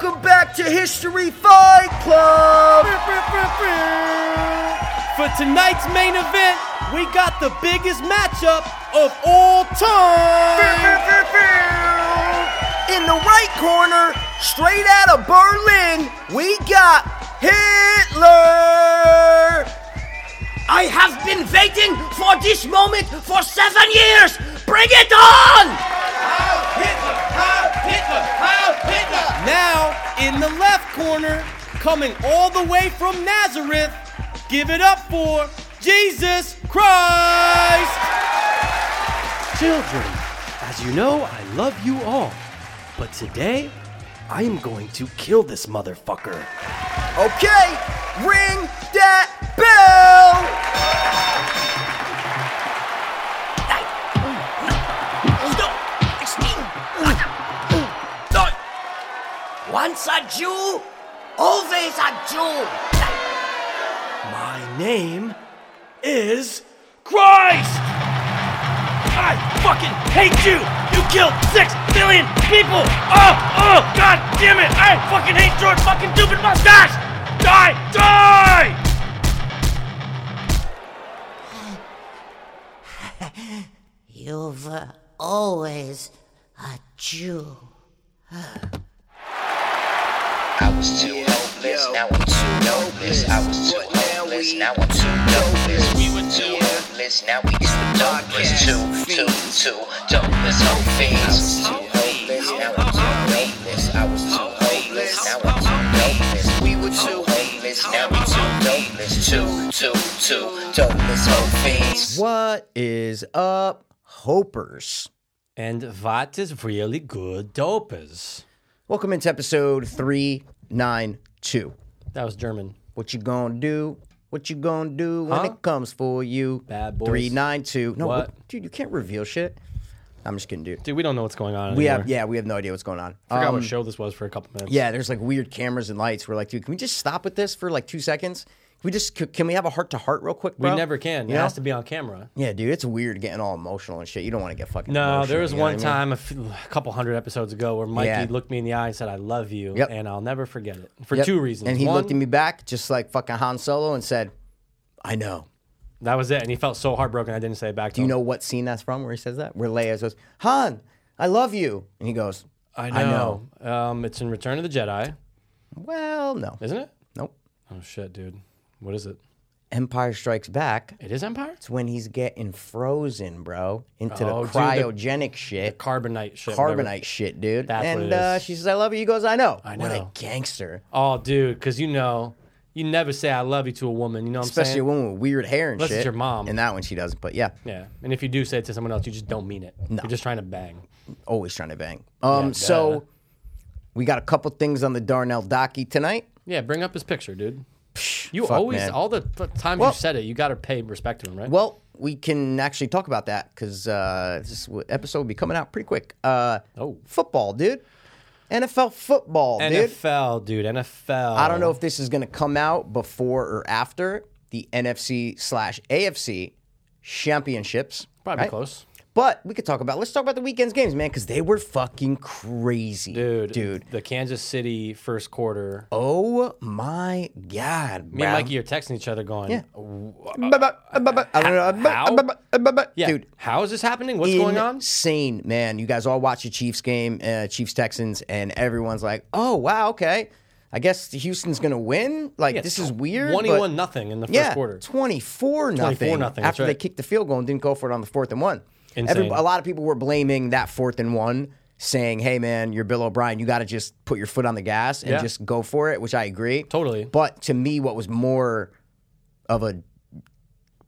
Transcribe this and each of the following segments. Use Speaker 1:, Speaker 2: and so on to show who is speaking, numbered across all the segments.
Speaker 1: the History Fight Club.
Speaker 2: For tonight's main event, we got the biggest matchup of all time.
Speaker 1: In the right corner, straight out of Berlin, we got Hitler. I have been waiting for this moment for seven years. Bring it on!
Speaker 2: Now, in the left corner, coming all the way from Nazareth, give it up for Jesus Christ! Children, as you know, I love you all, but today, I am going to kill this motherfucker.
Speaker 1: Okay, ring that bell. Once a Jew, always a Jew.
Speaker 2: My name is Christ! I fucking hate you! You killed six million people! Oh, oh, god damn it! I fucking hate your fucking stupid mustache! Die! Die!
Speaker 3: You've uh, always a Jew.
Speaker 4: I was too hopeless, now I'm too hopeless. I was too hopeless, now I'm too hopeless. We were too hopeless, now we too hopeless. Two, two, two, dopeless, hope fiends. I was too hopeless, now I'm too hopeless. I was too hopeless, now I'm too hopeless. We were too hopeless, now we too hopeless. Two, two, two, dopeless, hope fiends.
Speaker 1: What is up, Hopers?
Speaker 2: And what is really good dopers?
Speaker 1: Welcome into episode 392.
Speaker 2: That was German.
Speaker 1: What you gonna do? What you gonna do when
Speaker 2: Huh?
Speaker 1: it comes for you?
Speaker 2: Bad boys.
Speaker 1: 392. No,
Speaker 2: What?
Speaker 1: dude, you can't reveal shit. I'm just kidding, dude.
Speaker 2: Dude, we don't know what's going on
Speaker 1: We
Speaker 2: anymore.
Speaker 1: have, yeah, we have no idea what's going on.
Speaker 2: I forgot
Speaker 1: Um,
Speaker 2: what show this was for a couple minutes.
Speaker 1: Yeah, there's like weird cameras and lights. We're like, dude, can we just stop with this for like two seconds? Can we just c- can we have a heart to heart real quick,
Speaker 2: We
Speaker 1: bro?
Speaker 2: never can. It
Speaker 1: know?
Speaker 2: has to be on camera.
Speaker 1: Yeah, dude, it's weird getting all emotional and shit. You don't want to get fucking.
Speaker 2: No,
Speaker 1: emotional,
Speaker 2: there was
Speaker 1: you know
Speaker 2: one
Speaker 1: what I mean?
Speaker 2: time a, few, a couple hundred episodes ago where Mikey
Speaker 1: Yeah.
Speaker 2: looked me in the eye and said, "I love you,"
Speaker 1: Yep.
Speaker 2: and I'll never forget it for
Speaker 1: Yep.
Speaker 2: two reasons.
Speaker 1: and he
Speaker 2: One,
Speaker 1: looked at me back just like fucking Han Solo and said, "I know."
Speaker 2: That was it, and he felt so heartbroken. I didn't say it back to
Speaker 1: You
Speaker 2: him.
Speaker 1: know what scene that's from where he says that? Where Leia goes, Han, I love you. And he goes,
Speaker 2: I know. Um, it's in Return of the Jedi,
Speaker 1: Well, no.
Speaker 2: isn't it?
Speaker 1: Nope.
Speaker 2: Oh shit, dude, what is it?
Speaker 1: Empire Strikes Back.
Speaker 2: It is Empire.
Speaker 1: It's when he's getting frozen, bro, into the
Speaker 2: Oh, dude, the-
Speaker 1: cryogenic shit.
Speaker 2: Carbonite shit. whatever.
Speaker 1: Carbonite shit, dude.
Speaker 2: That's
Speaker 1: and
Speaker 2: what it
Speaker 1: Uh,
Speaker 2: is.
Speaker 1: she says, I love you. He goes, I know.
Speaker 2: I
Speaker 1: What a
Speaker 2: know.
Speaker 1: gangster.
Speaker 2: Oh, dude, because you know, you never say "I love you" to a woman. You know what I'm
Speaker 1: Especially a
Speaker 2: saying?
Speaker 1: woman with weird hair and
Speaker 2: Unless
Speaker 1: shit.
Speaker 2: it's your mom.
Speaker 1: And that one she doesn't, but yeah,
Speaker 2: yeah, and if you do say it to someone else, you just don't mean it. You're just trying to bang.
Speaker 1: always trying to bang. Um,
Speaker 2: Yeah, duh.
Speaker 1: so we got a couple things on the Darnell Docky tonight.
Speaker 2: Yeah, bring up his picture, dude. You
Speaker 1: fuck,
Speaker 2: always,
Speaker 1: man.
Speaker 2: all the th- times
Speaker 1: Well-
Speaker 2: you said it, you got to pay respect to him, right?
Speaker 1: Well, we can actually talk about that because uh, this w- episode will be coming out pretty quick. Uh,
Speaker 2: Oh.
Speaker 1: football, dude! NFL football, dude.
Speaker 2: NFL, dude. NFL.
Speaker 1: I don't know if this is going to come out before or after the NFC slash AFC championships.
Speaker 2: Probably
Speaker 1: right?
Speaker 2: close.
Speaker 1: But we could talk about. Let's talk about the weekend's games, man, because they were fucking crazy,
Speaker 2: Dude,
Speaker 1: Dude,
Speaker 2: The Kansas City first quarter.
Speaker 1: oh my god,
Speaker 2: Me
Speaker 1: bruh.
Speaker 2: and Mikey are texting each other going,
Speaker 1: Yeah.
Speaker 2: "Wha-
Speaker 1: I don't know.
Speaker 2: yeah,
Speaker 1: Dude,
Speaker 2: how is this happening? What's going on?
Speaker 1: Insane, man. You guys all watch the Chiefs game, uh, Chiefs Texans, and everyone's like, "Oh wow, okay, I guess Houston's gonna win." Like this is weird. but-
Speaker 2: 21 nothing in the first
Speaker 1: yeah,
Speaker 2: quarter.
Speaker 1: twenty four nothing.
Speaker 2: 24 nothing, that's
Speaker 1: After they
Speaker 2: right.
Speaker 1: kicked the field goal and didn't go for it on the fourth and one.
Speaker 2: Insane.
Speaker 1: a lot of people were blaming that fourth and one, saying, "Hey man, you're Bill O'Brien. You got to just put your foot on the gas and
Speaker 2: Yeah.
Speaker 1: just go for it," which I agree
Speaker 2: Totally.
Speaker 1: But to me, what was more of a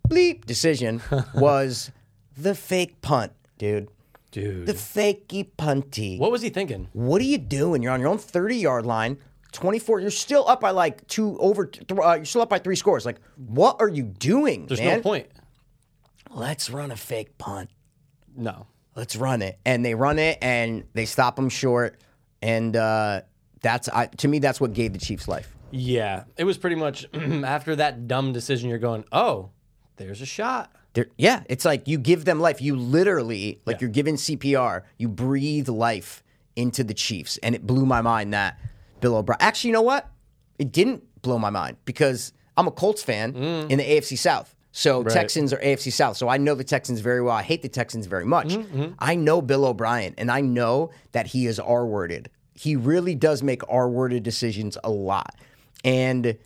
Speaker 1: bleep decision was the fake punt, dude.
Speaker 2: Dude.
Speaker 1: The fakey punty.
Speaker 2: what was he thinking?
Speaker 1: What are you doing? You're on your own 30 yard line, 24. You're still up by like two over. Th- uh, you're still up by three scores. Like, what are you doing?
Speaker 2: There's
Speaker 1: man?
Speaker 2: no point.
Speaker 1: Let's run a fake punt.
Speaker 2: No.
Speaker 1: Let's run it. And they run it and they stop them short. And uh, that's I, to me, that's what gave the Chiefs life.
Speaker 2: Yeah. It was pretty much after that dumb decision, you're going, oh, there's a shot.
Speaker 1: They're, yeah, it's like you give them life. You literally, like you're giving CPR, you breathe life into the Chiefs. And it blew my mind that Bill O'Brien. Actually, you know what? It didn't blow my mind because I'm a Colts fan in the AFC South. So Texans are AFC South. So I know the Texans very well. I hate the Texans very much. I know Bill O'Brien, and I know that he is R worded. He really does make R worded decisions a lot. And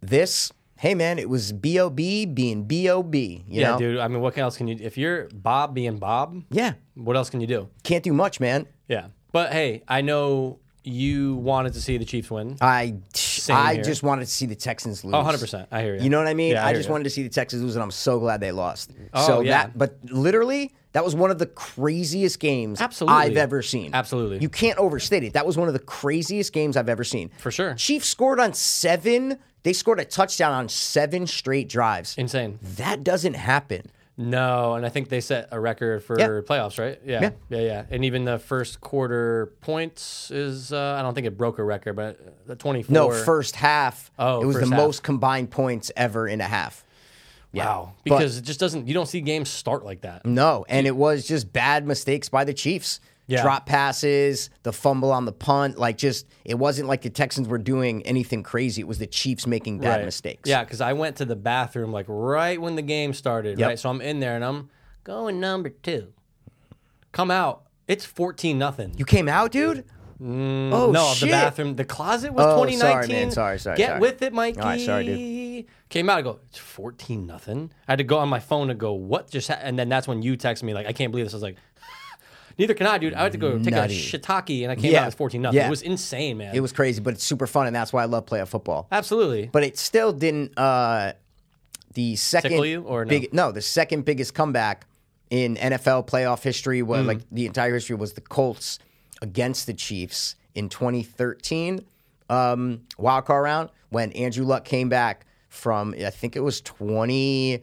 Speaker 1: this, hey man, it was B O B being B O B. You
Speaker 2: Yeah,
Speaker 1: know?
Speaker 2: dude. I mean, what else can you? If you're Bob being Bob,
Speaker 1: Yeah,
Speaker 2: what else can you do?
Speaker 1: can't do much, man.
Speaker 2: Yeah. But hey, I know you wanted to see the Chiefs win.
Speaker 1: I I
Speaker 2: here.
Speaker 1: just wanted to see the Texans lose.
Speaker 2: Oh, 100%. I hear you.
Speaker 1: You know what I mean?
Speaker 2: Yeah, I
Speaker 1: I
Speaker 2: hear
Speaker 1: just
Speaker 2: ya.
Speaker 1: wanted to see the Texans lose, and I'm so glad they lost.
Speaker 2: Oh,
Speaker 1: so
Speaker 2: yeah.
Speaker 1: that, but literally, that was one of the craziest games
Speaker 2: Absolutely.
Speaker 1: I've ever seen.
Speaker 2: Absolutely.
Speaker 1: you can't overstate it. That was one of the craziest games I've ever seen.
Speaker 2: For sure.
Speaker 1: Chiefs scored on seven. They scored a touchdown on seven straight drives.
Speaker 2: Insane.
Speaker 1: that doesn't happen.
Speaker 2: No, and I think they set a record for
Speaker 1: Yeah.
Speaker 2: playoffs, right? Yeah.
Speaker 1: Yeah.
Speaker 2: yeah. Yeah, And even the first quarter points is uh, I don't think it broke a record, but the 24
Speaker 1: No, first half.
Speaker 2: Oh,
Speaker 1: it was the
Speaker 2: first half.
Speaker 1: most combined points ever in a half.
Speaker 2: Wow.
Speaker 1: But-
Speaker 2: Because it just doesn't you don't see games start like that.
Speaker 1: No, and it was just bad mistakes by the Chiefs.
Speaker 2: Yeah.
Speaker 1: Drop passes, the fumble on the punt, like just it wasn't like the Texans were doing anything crazy. It was the Chiefs making bad
Speaker 2: Right.
Speaker 1: mistakes.
Speaker 2: Yeah, because I went to the bathroom like right when the game started. Right, so I'm in there and I'm going number two. Come out, it's fourteen nothing.
Speaker 1: You came out, dude? oh,
Speaker 2: Mm, no,
Speaker 1: shit.
Speaker 2: the bathroom, the closet was
Speaker 1: Oh, sorry,
Speaker 2: 2019.
Speaker 1: man. Sorry, sorry,
Speaker 2: Get
Speaker 1: sorry.
Speaker 2: with it, Mikey.
Speaker 1: All right, sorry,
Speaker 2: Came out. I go. It's 14 nothing. I had to go on my phone to go. What just? Ha-? And then that's when you text me like, I can't believe this. I was like, neither can I, dude. I had to go take
Speaker 1: Nutty.
Speaker 2: a shiitake, and I came
Speaker 1: Yeah.
Speaker 2: out. It's 14 nothing.
Speaker 1: Yeah.
Speaker 2: It was insane, man.
Speaker 1: It was crazy, but it's super fun, and that's why I love playoff football.
Speaker 2: absolutely.
Speaker 1: But it still didn't. Uh, the second
Speaker 2: Tickle you or no?
Speaker 1: big- no, the second biggest comeback in NFL playoff history
Speaker 2: Hmm.
Speaker 1: was like the entire history was the Colts against the Chiefs in 2013 um, wild card round when Andrew Luck came back from I think it was 20.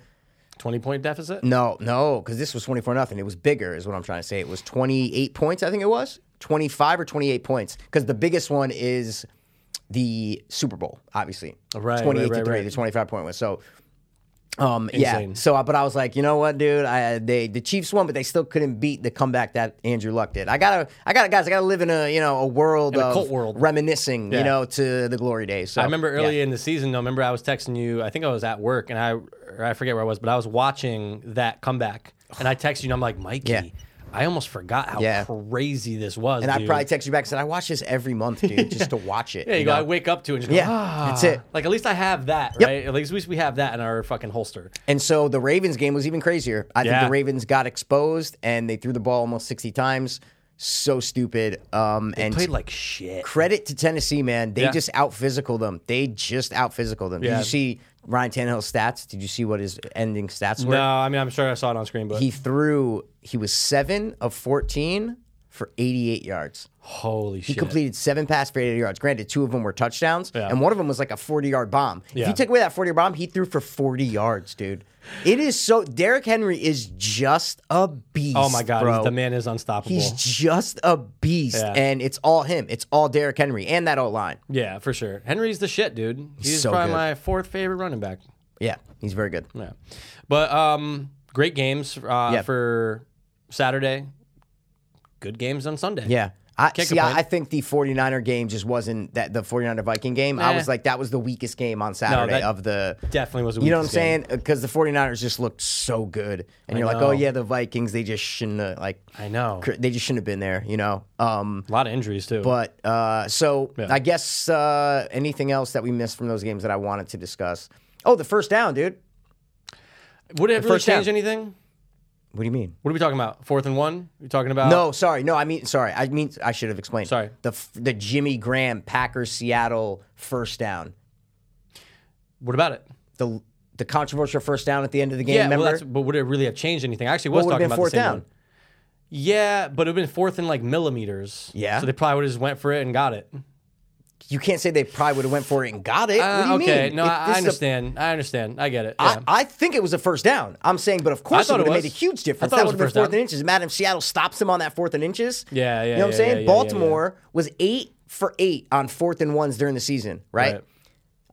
Speaker 2: 20 point deficit.
Speaker 1: No, no, because this was 24 nothing. It was bigger, is what I'm trying to say. It was 28 points, I think it was 25 or 28 points, because the biggest one is the Super Bowl, obviously.
Speaker 2: Right, right,
Speaker 1: 28 to
Speaker 2: right,
Speaker 1: three,
Speaker 2: right.
Speaker 1: the 25 point one. So, um, yeah.
Speaker 2: Insane.
Speaker 1: So, uh, but I was like, you know what, dude? I they the Chiefs won, but they still couldn't beat the comeback that Andrew Luck did. I gotta, I gotta, guys, I gotta live in a you know a world
Speaker 2: In a
Speaker 1: of
Speaker 2: cult world.
Speaker 1: reminiscing,
Speaker 2: Yeah.
Speaker 1: you know, to the glory days. So
Speaker 2: I remember
Speaker 1: yeah.
Speaker 2: early in the season, though. Remember, I was texting you. I think I was at work, and I or I forget where I was, but I was watching that comeback, and I texted you, and I'm like, Mikey,
Speaker 1: Yeah.
Speaker 2: I almost forgot how
Speaker 1: Yeah.
Speaker 2: crazy this was.
Speaker 1: And I
Speaker 2: dude.
Speaker 1: probably text you back and said, I watch this every month, dude, just to watch it.
Speaker 2: Yeah, you,
Speaker 1: you
Speaker 2: go.
Speaker 1: know?
Speaker 2: I wake up to it. And just go,
Speaker 1: Yeah,
Speaker 2: ah.
Speaker 1: that's it.
Speaker 2: Like at least I have that,
Speaker 1: Yep.
Speaker 2: right? At least, at least we have that in our fucking holster.
Speaker 1: And so the Ravens game was even crazier. I think
Speaker 2: Yeah.
Speaker 1: the Ravens got exposed and they threw the ball almost 60 times. So stupid. Um, and
Speaker 2: Played like shit.
Speaker 1: credit to Tennessee, man. They
Speaker 2: Yeah.
Speaker 1: just out physical them. They just out physical them. Did
Speaker 2: Yeah.
Speaker 1: you see Ryan Tannehill's stats? Did you see what his ending stats were?
Speaker 2: No, I mean I'm sure I saw it on screen, but
Speaker 1: He threw, he was seven of 14 for 88 yards.
Speaker 2: holy
Speaker 1: He
Speaker 2: shit!
Speaker 1: completed seven passes for 88 yards. Granted, two of them were touchdowns,
Speaker 2: Yeah.
Speaker 1: and one of them was like a 40 yard bomb. If
Speaker 2: Yeah.
Speaker 1: you take away that 40 yard bomb, he threw for 40 yards, dude. It is so. Derrick Henry is just a beast.
Speaker 2: oh my god,
Speaker 1: bro.
Speaker 2: he's- the man is unstoppable.
Speaker 1: He's just a beast,
Speaker 2: Yeah.
Speaker 1: and it's all him. It's all Derrick Henry and that O line.
Speaker 2: yeah, for sure. Henry's the shit, dude. He's
Speaker 1: so
Speaker 2: probably
Speaker 1: good.
Speaker 2: my fourth favorite running back.
Speaker 1: Yeah, he's very good.
Speaker 2: Yeah, but um, great games uh, for Saturday. Good games on Sunday.
Speaker 1: Yeah. I, see,
Speaker 2: complain.
Speaker 1: I, I think the 49er game just wasn't that the 49er Viking game. I
Speaker 2: Nah.
Speaker 1: was like, that was the weakest game on Saturday
Speaker 2: that
Speaker 1: of the
Speaker 2: definitely was. A
Speaker 1: You know what I'm
Speaker 2: weakest game.
Speaker 1: saying? Because the 49ers just looked so good, and you're like,
Speaker 2: know.
Speaker 1: oh yeah, the Vikings. They just shouldn't have, like.
Speaker 2: I know.
Speaker 1: cr- They just shouldn't have been there, you know. Um,
Speaker 2: A lot of injuries too.
Speaker 1: but uh, so
Speaker 2: Yeah.
Speaker 1: I guess uh, anything else that we missed from those games that I wanted to discuss? Oh, the first down, dude.
Speaker 2: would it really
Speaker 1: first down.
Speaker 2: change anything?
Speaker 1: What do you mean?
Speaker 2: What are we talking about? Fourth and one? You're talking about
Speaker 1: No, sorry. No, I mean, sorry. I mean, I should have explained.
Speaker 2: Sorry.
Speaker 1: The f- the Jimmy Graham Packers Seattle first down.
Speaker 2: What about it?
Speaker 1: The the controversial first down at the end of the game. remember?
Speaker 2: Well, that's, but would it really have changed anything? I actually was
Speaker 1: What would've
Speaker 2: talking
Speaker 1: been
Speaker 2: about
Speaker 1: fourth
Speaker 2: the same
Speaker 1: down?
Speaker 2: one. Yeah, but it would have been fourth in like millimeters.
Speaker 1: Yeah.
Speaker 2: So they probably would have just went for it and got it.
Speaker 1: you can't say they probably would have went for it and got it.
Speaker 2: Uh,
Speaker 1: what do you
Speaker 2: okay.
Speaker 1: mean?
Speaker 2: No,
Speaker 1: If
Speaker 2: I, I
Speaker 1: this is a
Speaker 2: understand. I understand. I get it.
Speaker 1: I,
Speaker 2: Yeah.
Speaker 1: I think it was a first down. I'm saying, but of course it
Speaker 2: thought
Speaker 1: would
Speaker 2: it
Speaker 1: have made a
Speaker 2: was.
Speaker 1: huge difference.
Speaker 2: I thought
Speaker 1: That would
Speaker 2: it was
Speaker 1: have
Speaker 2: a
Speaker 1: been
Speaker 2: first
Speaker 1: fourth
Speaker 2: down.
Speaker 1: and inches. Imagine if Seattle stops him on that fourth and inches.
Speaker 2: Yeah, yeah,
Speaker 1: You know what
Speaker 2: yeah,
Speaker 1: I'm saying?
Speaker 2: yeah, yeah, yeah,
Speaker 1: Baltimore was eight for eight on fourth and ones during the season, right?
Speaker 2: Right.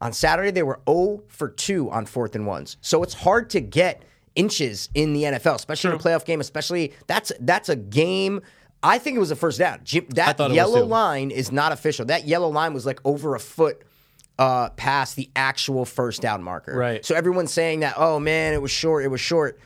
Speaker 1: On Saturday, they were 0 for 2 on fourth and ones. So it's hard to get inches in the NFL, especially in a playoff game, especially that's that's a game I think it was a first down. Jim, that
Speaker 2: thought it was
Speaker 1: yellow
Speaker 2: too.
Speaker 1: line is not official. That yellow line was like over a foot uh, past the actual first down marker.
Speaker 2: Right.
Speaker 1: So everyone's saying that, oh man, it was short, it was short.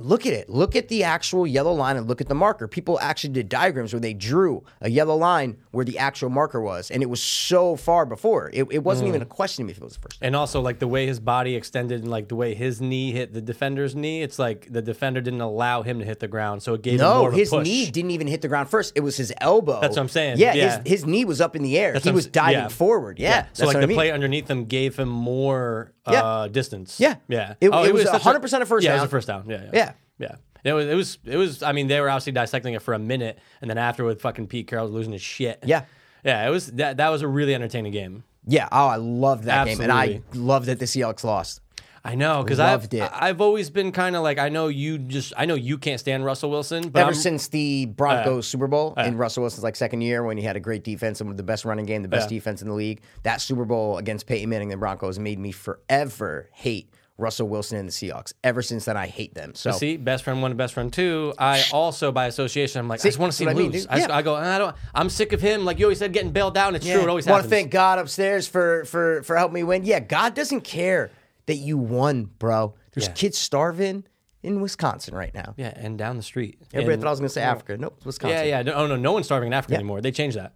Speaker 1: Look at it. Look at the actual yellow line and look at the marker. People actually did diagrams where they drew a yellow line where the actual marker was, and it was so far before. It, it wasn't
Speaker 2: Hmm.
Speaker 1: even a question if it was the first. down.
Speaker 2: And also, like the way his body extended and like the way his knee hit the defender's knee, it's like the defender didn't allow him to hit the ground, so it gave him
Speaker 1: No,
Speaker 2: more of a
Speaker 1: his
Speaker 2: push.
Speaker 1: knee didn't even hit the ground first. It was his elbow.
Speaker 2: That's what I'm saying.
Speaker 1: Yeah,
Speaker 2: Yeah.
Speaker 1: His, his knee was up in the air.
Speaker 2: That's
Speaker 1: he
Speaker 2: what I'm
Speaker 1: was
Speaker 2: s-
Speaker 1: diving
Speaker 2: yeah.
Speaker 1: forward. Yeah, that's
Speaker 2: So like
Speaker 1: what
Speaker 2: the
Speaker 1: I mean.
Speaker 2: play underneath him gave him more
Speaker 1: Yeah.
Speaker 2: uh, distance.
Speaker 1: Yeah.
Speaker 2: yeah. Oh,
Speaker 1: It- it was
Speaker 2: such
Speaker 1: 100% a first
Speaker 2: yeah, It
Speaker 1: down.
Speaker 2: was a first down. Yeah, yeah,
Speaker 1: Yeah.
Speaker 2: yeah. And It was, it was, it was. I mean, they were obviously dissecting it for a minute, and then after with fucking Pete Carroll losing his shit.
Speaker 1: Yeah.
Speaker 2: yeah. It was that. That was a really entertaining game.
Speaker 1: Yeah. Oh, I loved that game,
Speaker 2: Absolutely.
Speaker 1: and I love that the Seahawks lost.
Speaker 2: I know because I've
Speaker 1: Loved it.
Speaker 2: I've always been kind of like I know you just I know you can't stand Russell Wilson, but
Speaker 1: Ever
Speaker 2: I'm- Uh,
Speaker 1: since the Broncos Super Bowl in Russell Wilson's like second year, when he had a great defense and with the best running game, the best
Speaker 2: Yeah.
Speaker 1: defense in the league, that Super Bowl against Peyton Manning and the Broncos made me forever hate Russell Wilson and the Seahawks. Ever since then, I hate them. So
Speaker 2: See, best friend one, and best friend two. I also, by association, I'm like, I just want to see
Speaker 1: what
Speaker 2: him
Speaker 1: I mean,
Speaker 2: lose.
Speaker 1: dude.
Speaker 2: I, just-
Speaker 1: Yeah.
Speaker 2: I go, I don't. I'm sick of him. Like you always said, getting bailed down. It's true. It always
Speaker 1: want to
Speaker 2: happens.
Speaker 1: thank God upstairs for for for helping me win. Yeah, God doesn't care that you won, bro. There's
Speaker 2: Yeah.
Speaker 1: kids starving in Wisconsin right now.
Speaker 2: Yeah, and down the street.
Speaker 1: Everybody
Speaker 2: And-
Speaker 1: thought I was going to say Africa. Nope, it's Wisconsin.
Speaker 2: Yeah, yeah. no- Oh no, no one's starving in Africa anymore. They changed that.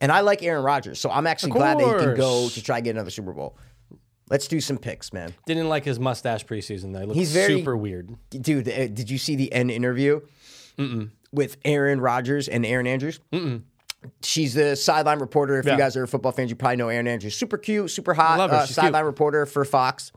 Speaker 1: And I like Aaron Rodgers, so I'm actually glad that he can go
Speaker 2: course.
Speaker 1: to try to get another Super Bowl. Let's do some picks, man.
Speaker 2: Didn't like his mustache preseason. They looked
Speaker 1: He's very-
Speaker 2: super weird.
Speaker 1: Dude, uh, did you see the end interview with Aaron Rodgers and Aaron Andrews? Mm-mm. She's the sideline reporter. If you
Speaker 2: Yeah.
Speaker 1: guys are football fans, you probably know Aaron Andrews. Super cute, super hot
Speaker 2: love her.
Speaker 1: uh,
Speaker 2: She's cute.
Speaker 1: sideline reporter for Fox.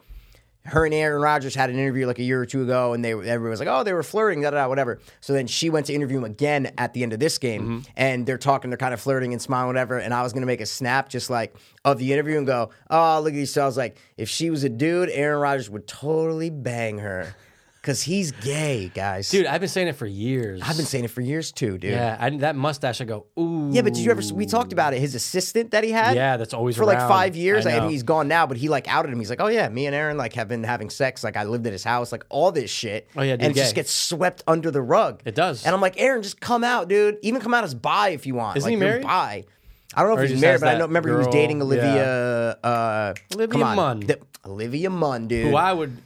Speaker 1: Her and Aaron Rodgers had an interview like a year or two ago, and they everyone was like, "Oh, they were flirting, da da da, whatever." So then she went to interview him again at the end of this game, and they're talking, they're kind of flirting and smiling, whatever. And I was gonna make a snap just like of the interview and go, "Oh, look at these." So I was like, "If she was a dude, Aaron Rodgers would totally bang her, cause he's gay, guys."
Speaker 2: Dude, I've been saying it for years.
Speaker 1: I've been saying it for years too, dude.
Speaker 2: Yeah, I, that mustache. I go, ooh.
Speaker 1: Yeah, but did you ever? We talked about it. His assistant that he had.
Speaker 2: Yeah, that's always
Speaker 1: for like
Speaker 2: around.
Speaker 1: five years.
Speaker 2: I
Speaker 1: and
Speaker 2: know.
Speaker 1: he's gone now, but he like outed him. He's like, "Oh yeah, me and Aaron like have been having sex. Like I lived at his house. Like all this shit.
Speaker 2: Oh, yeah, dude,
Speaker 1: and it just
Speaker 2: gay.
Speaker 1: gets swept under the rug.
Speaker 2: It does.
Speaker 1: And I'm like, Aaron, just come out, dude. Even come out as bi if you want.
Speaker 2: Isn't
Speaker 1: like,
Speaker 2: he
Speaker 1: you're
Speaker 2: married?
Speaker 1: Bi. I don't know
Speaker 2: Or
Speaker 1: if
Speaker 2: he
Speaker 1: he's
Speaker 2: just
Speaker 1: married,
Speaker 2: has
Speaker 1: but I
Speaker 2: that
Speaker 1: know, remember he was
Speaker 2: girl-
Speaker 1: dating Olivia. Uh,
Speaker 2: Olivia
Speaker 1: come on.
Speaker 2: Munn.
Speaker 1: The- Olivia Munn, dude.
Speaker 2: Who I would.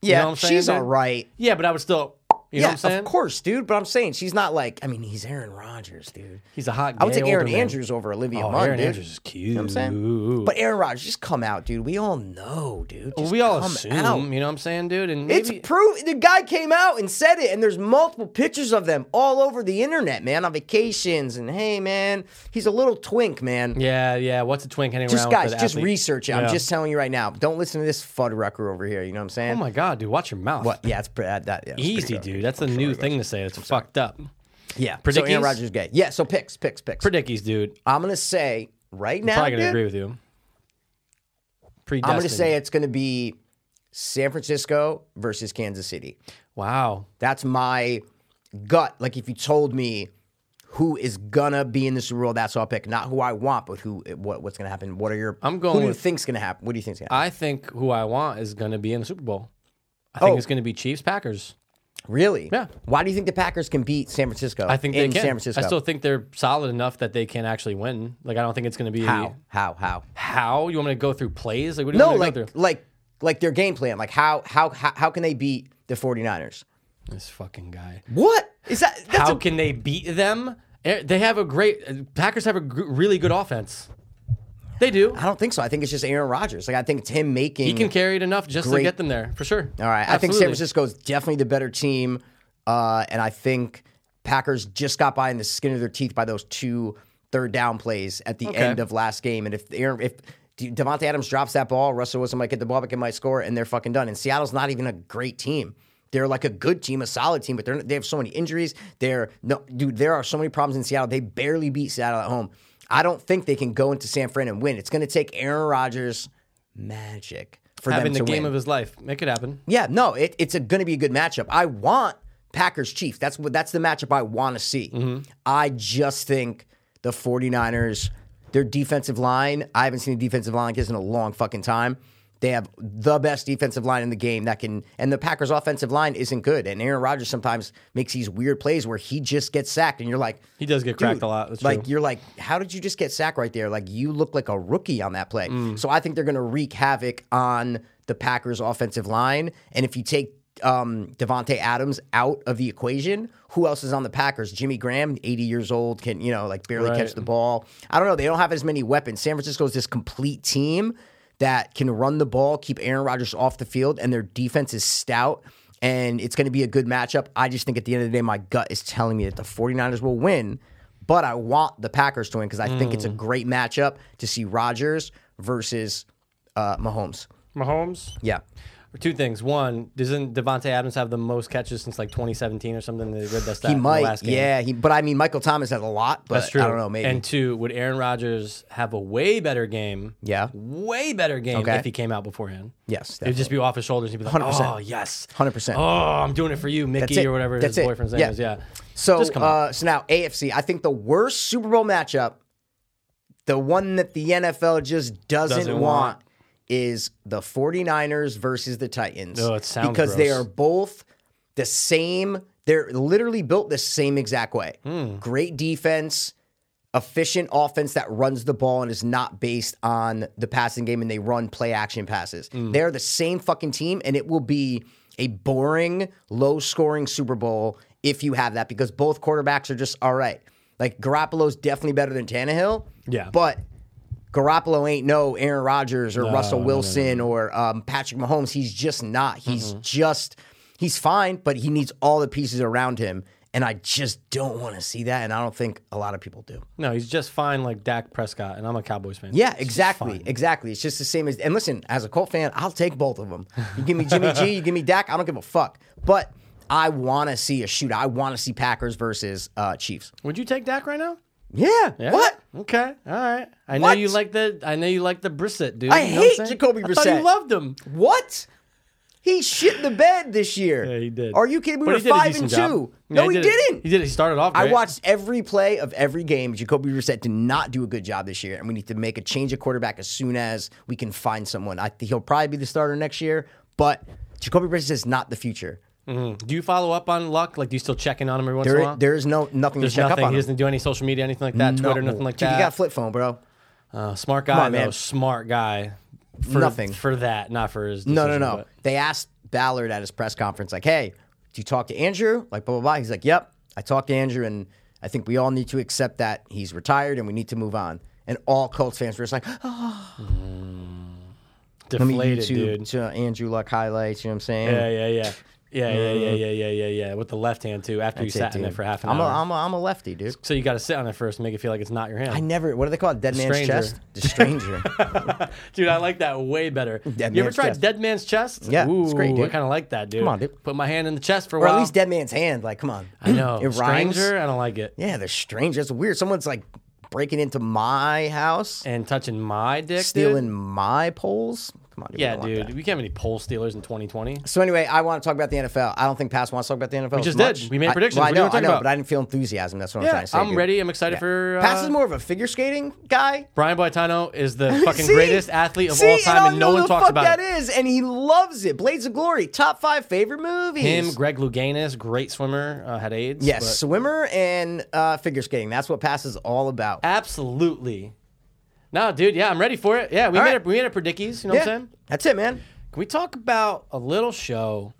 Speaker 1: yeah,
Speaker 2: know what I'm saying,
Speaker 1: she's
Speaker 2: dude?
Speaker 1: all right.
Speaker 2: Yeah, but I would still. You know
Speaker 1: yeah,
Speaker 2: what I'm saying?
Speaker 1: of course, dude. But I'm saying she's not like. I mean, he's Aaron Rodgers, dude.
Speaker 2: He's a hot.
Speaker 1: I would
Speaker 2: gay
Speaker 1: take Aaron
Speaker 2: older man.
Speaker 1: Andrews over Olivia
Speaker 2: Oh,
Speaker 1: Munn,
Speaker 2: Aaron
Speaker 1: dude.
Speaker 2: Andrews is cute.
Speaker 1: You know what I'm saying? But Aaron Rodgers, just come out, dude. We all know, dude.
Speaker 2: Well,
Speaker 1: Just
Speaker 2: we all
Speaker 1: come
Speaker 2: assume,
Speaker 1: out.
Speaker 2: you know what I'm saying, dude? And
Speaker 1: It's
Speaker 2: maybe-
Speaker 1: proof. The guy came out and said it, and there's multiple pictures of them all over the internet, man, on vacations. And hey, man, he's a little twink, man.
Speaker 2: yeah, yeah. What's a twink hanging
Speaker 1: Just
Speaker 2: around?
Speaker 1: guys,
Speaker 2: with
Speaker 1: just
Speaker 2: athlete?
Speaker 1: research it. I'm
Speaker 2: Yeah.
Speaker 1: just telling you right now. Don't listen to this fuddrucker over here. You know what I'm saying?
Speaker 2: Oh my god, dude, watch your mouth.
Speaker 1: What? Yeah, it's pre- that. that yeah, it's pretty
Speaker 2: Easy,
Speaker 1: good.
Speaker 2: dude. That's a new thing to say. It's fucked up.
Speaker 1: Yeah. So Aaron
Speaker 2: Predickies?
Speaker 1: Rodgers is gay. Yeah. So picks, picks, picks.
Speaker 2: Predickies, dude.
Speaker 1: I'm gonna say right now,
Speaker 2: Probably gonna
Speaker 1: dude,
Speaker 2: agree with you. Predestined.
Speaker 1: I'm gonna say it's gonna be San Francisco versus Kansas City.
Speaker 2: Wow.
Speaker 1: That's my gut. Like if you told me who is gonna be in the Super Bowl, that's who I'll pick. Not who I want, but who what, what's gonna happen. What are your
Speaker 2: I'm going
Speaker 1: Who do you
Speaker 2: with-
Speaker 1: think's gonna happen? What do you think's gonna happen?
Speaker 2: I think who I want is gonna be in the Super Bowl. I think
Speaker 1: Oh.
Speaker 2: it's gonna be Chiefs Packers.
Speaker 1: really?
Speaker 2: Yeah.
Speaker 1: Why do you think the Packers can beat San Francisco?
Speaker 2: I think they
Speaker 1: in
Speaker 2: can.
Speaker 1: San Francisco.
Speaker 2: I still think they're solid enough that they can actually win. Like I don't think it's gonna be
Speaker 1: how? How? How?
Speaker 2: How? You want me to go through plays? Like what do you
Speaker 1: No,
Speaker 2: want me to
Speaker 1: like
Speaker 2: go through?
Speaker 1: like like their game plan. Like how how how, how can they beat the 49ers?
Speaker 2: This fucking guy.
Speaker 1: What? Is that that's
Speaker 2: How
Speaker 1: a,
Speaker 2: can they beat them? Eh, They have a great Packers have a gr- really good offense. They do.
Speaker 1: I don't think so. I think it's just Aaron Rodgers. Like I think it's him making
Speaker 2: He can carry it enough just
Speaker 1: Great.
Speaker 2: to get them there for sure.
Speaker 1: All right. I think San
Speaker 2: Absolutely.
Speaker 1: Francisco is definitely the better team. Uh, and I think Packers just got by in the skin of their teeth by those two third down plays at the end of last game. And if Aaron, if Devontae Adams drops that ball, Russell Wilson might get the ball back and might score, and they're fucking done. And Seattle's not even a great team. They're like a good team, a solid team, but they're they have so many injuries. They're no dude. There are so many problems in Seattle. They barely beat Seattle at home. I don't think they can go into San Fran and win. It's going to take Aaron Rodgers magic for
Speaker 2: having
Speaker 1: them to
Speaker 2: the game
Speaker 1: win.
Speaker 2: of his life. Make it happen.
Speaker 1: Yeah, no, it, it's going to be a good matchup. I want Packers Chiefs. That's what that's the matchup I want to see. I just think the 49ers, their defensive line, I haven't seen a defensive line like this in a long fucking time. They have the best defensive line in the game that can, and the Packers' offensive line isn't good. And Aaron Rodgers sometimes makes these weird plays where he just gets sacked, and you're like,
Speaker 2: He does get
Speaker 1: dude,
Speaker 2: cracked a lot, that's
Speaker 1: like
Speaker 2: true.
Speaker 1: you're like, how did you just get sacked right there? Like you look like a rookie on that play.
Speaker 2: Mm.
Speaker 1: So I think they're going to wreak havoc on the Packers' offensive line. And if you take um, Devonte Adams out of the equation, who else is on the Packers? Jimmy Graham, 80 years old, can you know like barely
Speaker 2: Right.
Speaker 1: catch the ball. I don't know. They don't have as many weapons. San Francisco's this complete team that can run the ball, keep Aaron Rodgers off the field, and their defense is stout. And it's going to be a good matchup. I just think at the end of the day, my gut is telling me that the 49ers will win, but I want the Packers to win because I think
Speaker 2: Mm.
Speaker 1: it's a great matchup to see Rodgers versus uh, Mahomes.
Speaker 2: Mahomes.
Speaker 1: Yeah.
Speaker 2: Two things. One, doesn't Devonte Adams have the most catches since like 2017 or something? They read that stat
Speaker 1: He
Speaker 2: in the
Speaker 1: might.
Speaker 2: last game.
Speaker 1: Yeah. He, but I mean, Michael Thomas has a lot, but
Speaker 2: That's true.
Speaker 1: I don't know. Maybe.
Speaker 2: And two, would Aaron Rodgers have a way better game?
Speaker 1: Yeah.
Speaker 2: Way better game
Speaker 1: Okay.
Speaker 2: if he came out beforehand.
Speaker 1: yes.
Speaker 2: It'd just be off his shoulders. He'd be like,
Speaker 1: 100%.
Speaker 2: oh, yes.
Speaker 1: 100%.
Speaker 2: Oh, I'm doing it for you, Mickey,
Speaker 1: it.
Speaker 2: or whatever
Speaker 1: That's
Speaker 2: his
Speaker 1: it.
Speaker 2: boyfriend's name
Speaker 1: Yeah.
Speaker 2: is. Yeah.
Speaker 1: So,
Speaker 2: Just come
Speaker 1: uh, so now AFC. I think the worst Super Bowl matchup, the one that the NFL just doesn't,
Speaker 2: Doesn't want.
Speaker 1: want, is the 49ers versus the Titans.
Speaker 2: Oh, it sounds
Speaker 1: because they
Speaker 2: gross.
Speaker 1: are both the same. They're literally built the same exact way. Great defense, efficient offense that runs the ball and is not based on the passing game and they run play action passes. They're the same fucking team and it will be a boring, low scoring Super Bowl if you have that because both quarterbacks are just all right. Like Garoppolo's definitely better than Tannehill.
Speaker 2: Yeah.
Speaker 1: But Garoppolo ain't no Aaron Rodgers or Russell
Speaker 2: no, Mm-hmm. no,
Speaker 1: Wilson or um, Patrick Mahomes. He's just not. He's just he's fine, but he needs all the pieces around him. And I just don't want to see that, and I don't think a lot of people do.
Speaker 2: No, he's just fine like Dak Prescott, and I'm a Cowboys fan.
Speaker 1: Yeah,
Speaker 2: It's just
Speaker 1: exactly,
Speaker 2: fine.
Speaker 1: exactly. It's just the same as. And listen, as a Colt fan, I'll take both of them. You give me Jimmy G, you give me Dak. I don't give a fuck. But I want to see a shoot. I want to see Packers versus uh, Chiefs.
Speaker 2: Would you take Dak right now?
Speaker 1: Yeah.
Speaker 2: Yeah.
Speaker 1: What?
Speaker 2: Okay. All right. I know
Speaker 1: What?
Speaker 2: you like the I know you like the Brissett, dude.
Speaker 1: I
Speaker 2: You know what I'm
Speaker 1: hate
Speaker 2: saying?
Speaker 1: Jacoby
Speaker 2: I thought you
Speaker 1: Brissett.
Speaker 2: loved him.
Speaker 1: What? He shit the bed this year.
Speaker 2: Yeah, he did.
Speaker 1: Are you kidding? We
Speaker 2: But
Speaker 1: were
Speaker 2: he did a
Speaker 1: five and
Speaker 2: decent
Speaker 1: two.
Speaker 2: job. Yeah,
Speaker 1: No, he,
Speaker 2: did it.
Speaker 1: didn't.
Speaker 2: He did. it. He started off.
Speaker 1: I
Speaker 2: great.
Speaker 1: watched every play of every game. Jacoby Brissett did not do a good job this year, and we need to make a change of quarterback as soon as we can find someone. I think he'll probably be the starter next year, but Jacoby Brissett is not the future.
Speaker 2: Mm-hmm. Do you follow up on Luck? Like, do you still check in on him every once in a
Speaker 1: There,
Speaker 2: while?
Speaker 1: there is no nothing
Speaker 2: There's
Speaker 1: to check
Speaker 2: nothing.
Speaker 1: up on.
Speaker 2: He
Speaker 1: him.
Speaker 2: doesn't do any social media, anything like that. Twitter,
Speaker 1: No.
Speaker 2: nothing like
Speaker 1: Dude,
Speaker 2: that.
Speaker 1: You got a flip phone, bro.
Speaker 2: Uh, smart guy,
Speaker 1: on,
Speaker 2: though.
Speaker 1: man.
Speaker 2: Smart guy. For,
Speaker 1: Nothing.
Speaker 2: for that, not for his.
Speaker 1: No, no,
Speaker 2: decision,
Speaker 1: no.
Speaker 2: but-
Speaker 1: They asked Ballard at his press conference, like, hey, do you talk to Andrew? Like, blah, blah, blah. He's like, yep, I talked to Andrew, and I think we all need to accept that he's retired and we need to move on. And all Colts fans were just like, oh, let me
Speaker 2: deflated,
Speaker 1: YouTube
Speaker 2: dude.
Speaker 1: to Andrew Luck highlights, you know what I'm saying?
Speaker 2: Yeah, yeah, yeah. Yeah, yeah, yeah, yeah, yeah, yeah, yeah. With the left hand too. After
Speaker 1: Uh,
Speaker 2: you
Speaker 1: That's it,
Speaker 2: sat in it
Speaker 1: dude.
Speaker 2: for half an
Speaker 1: I'm
Speaker 2: hour,
Speaker 1: A, I'm, a, I'm a lefty, dude.
Speaker 2: so you got to sit on it first, and make it feel like it's not your hand.
Speaker 1: I never, what do they call it? Dead man's
Speaker 2: stranger.
Speaker 1: chest? The stranger.
Speaker 2: Dude, I like that way better.
Speaker 1: Dead
Speaker 2: you ever
Speaker 1: man's
Speaker 2: tried
Speaker 1: chest.
Speaker 2: Dead Man's Chest?
Speaker 1: Yeah,
Speaker 2: Ooh,
Speaker 1: it's great,
Speaker 2: I
Speaker 1: dude.
Speaker 2: kind of like that, dude.
Speaker 1: Come on, dude.
Speaker 2: Put my hand in the chest for a
Speaker 1: or
Speaker 2: while.
Speaker 1: at least dead man's hand. Like, come on.
Speaker 2: I know.
Speaker 1: It rhymes.
Speaker 2: Stranger, I don't like it.
Speaker 1: Yeah, they're strange. That's weird. Someone's like breaking into my house,
Speaker 2: And touching my dick, dude?
Speaker 1: stealing my poles. Come on, dude. we
Speaker 2: Yeah,
Speaker 1: don't want
Speaker 2: dude.
Speaker 1: that.
Speaker 2: We can't have any pole stealers in 2020.
Speaker 1: So anyway, I want to talk about the NFL. I don't think Pass wants to talk about the NFL. We
Speaker 2: just
Speaker 1: much.
Speaker 2: did. We made
Speaker 1: I-
Speaker 2: predictions.
Speaker 1: well, I
Speaker 2: What do you
Speaker 1: know,
Speaker 2: wanna
Speaker 1: I
Speaker 2: talk
Speaker 1: know,
Speaker 2: about?
Speaker 1: but I didn't feel enthusiasm. That's what I'm
Speaker 2: Yeah,
Speaker 1: trying to say.
Speaker 2: I'm
Speaker 1: dude.
Speaker 2: ready. I'm excited for, uh,
Speaker 1: Pass is more of a figure skating guy.
Speaker 2: Brian Boitano is the fucking
Speaker 1: See?
Speaker 2: greatest athlete of
Speaker 1: See?
Speaker 2: all time,
Speaker 1: I
Speaker 2: and no
Speaker 1: know who
Speaker 2: one
Speaker 1: the
Speaker 2: talks
Speaker 1: fuck
Speaker 2: about it.
Speaker 1: That is, and he loves it. Blades of Glory, top five favorite movies.
Speaker 2: Him, Greg Louganis, great swimmer, uh, had AIDS.
Speaker 1: yes,
Speaker 2: but-
Speaker 1: swimmer and uh, figure skating. That's what Pass is all about.
Speaker 2: absolutely. No, dude. Yeah, I'm ready for it. Yeah, we
Speaker 1: All
Speaker 2: made
Speaker 1: right.
Speaker 2: it. We made it. Predickies. You know
Speaker 1: yeah,
Speaker 2: what I'm saying?
Speaker 1: that's it, man.
Speaker 2: Can we talk about a little show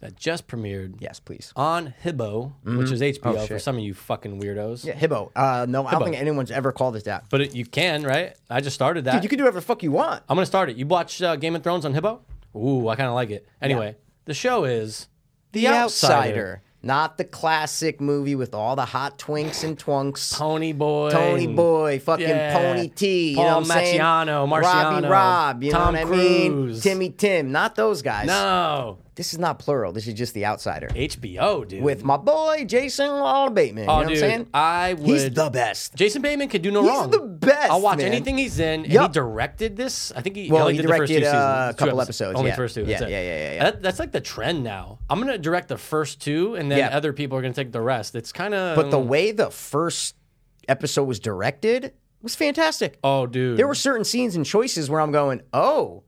Speaker 2: that just premiered?
Speaker 1: Yes, please.
Speaker 2: on Hibbo, which is HBO for
Speaker 1: shit.
Speaker 2: some of you fucking weirdos.
Speaker 1: Yeah, Hibbo. Uh, no, I don't think anyone's ever called it that.
Speaker 2: But it, you can, right? I just started that.
Speaker 1: Dude, you can do whatever the fuck you want.
Speaker 2: I'm gonna start it. You watch uh, Game of Thrones on Hibbo? Ooh, I kind of like it. Anyway, the show is The, Outsider.
Speaker 1: Not the classic movie with all the hot twinks and twunks.
Speaker 2: Tony Boy,
Speaker 1: Tony
Speaker 2: and-
Speaker 1: Boy, fucking
Speaker 2: Yeah.
Speaker 1: Pony T, you know
Speaker 2: Paul
Speaker 1: what I'm saying?
Speaker 2: Macchiano,
Speaker 1: Robbie
Speaker 2: Marciano,
Speaker 1: Rob, you
Speaker 2: Tom
Speaker 1: know what I mean?
Speaker 2: Cruise.
Speaker 1: Timmy Tim, not those guys.
Speaker 2: No,
Speaker 1: This is not plural. This is just the outsider.
Speaker 2: HBO, dude.
Speaker 1: With my boy Jason Wall Bateman.
Speaker 2: oh,
Speaker 1: you know
Speaker 2: dude,
Speaker 1: what I'm saying?
Speaker 2: I would.
Speaker 1: He's the best.
Speaker 2: Jason Bateman could do no
Speaker 1: He's
Speaker 2: wrong.
Speaker 1: the best,
Speaker 2: I'll watch
Speaker 1: man.
Speaker 2: anything he's in. And he
Speaker 1: Yup.
Speaker 2: directed this. I think he,
Speaker 1: Well,
Speaker 2: only
Speaker 1: he
Speaker 2: did the first two
Speaker 1: directed,
Speaker 2: seasons.
Speaker 1: uh, a
Speaker 2: Two
Speaker 1: couple episodes,
Speaker 2: Only
Speaker 1: yeah.
Speaker 2: the first two.
Speaker 1: Yeah,
Speaker 2: that's it.
Speaker 1: yeah, yeah, yeah, yeah.
Speaker 2: That, that's like the trend now. I'm gonna direct the first two, and then
Speaker 1: Yeah.
Speaker 2: other people are gonna take the rest. It's kind of.
Speaker 1: But the way the first episode was directed was fantastic.
Speaker 2: oh, dude,
Speaker 1: There were certain scenes and choices where I'm going, oh,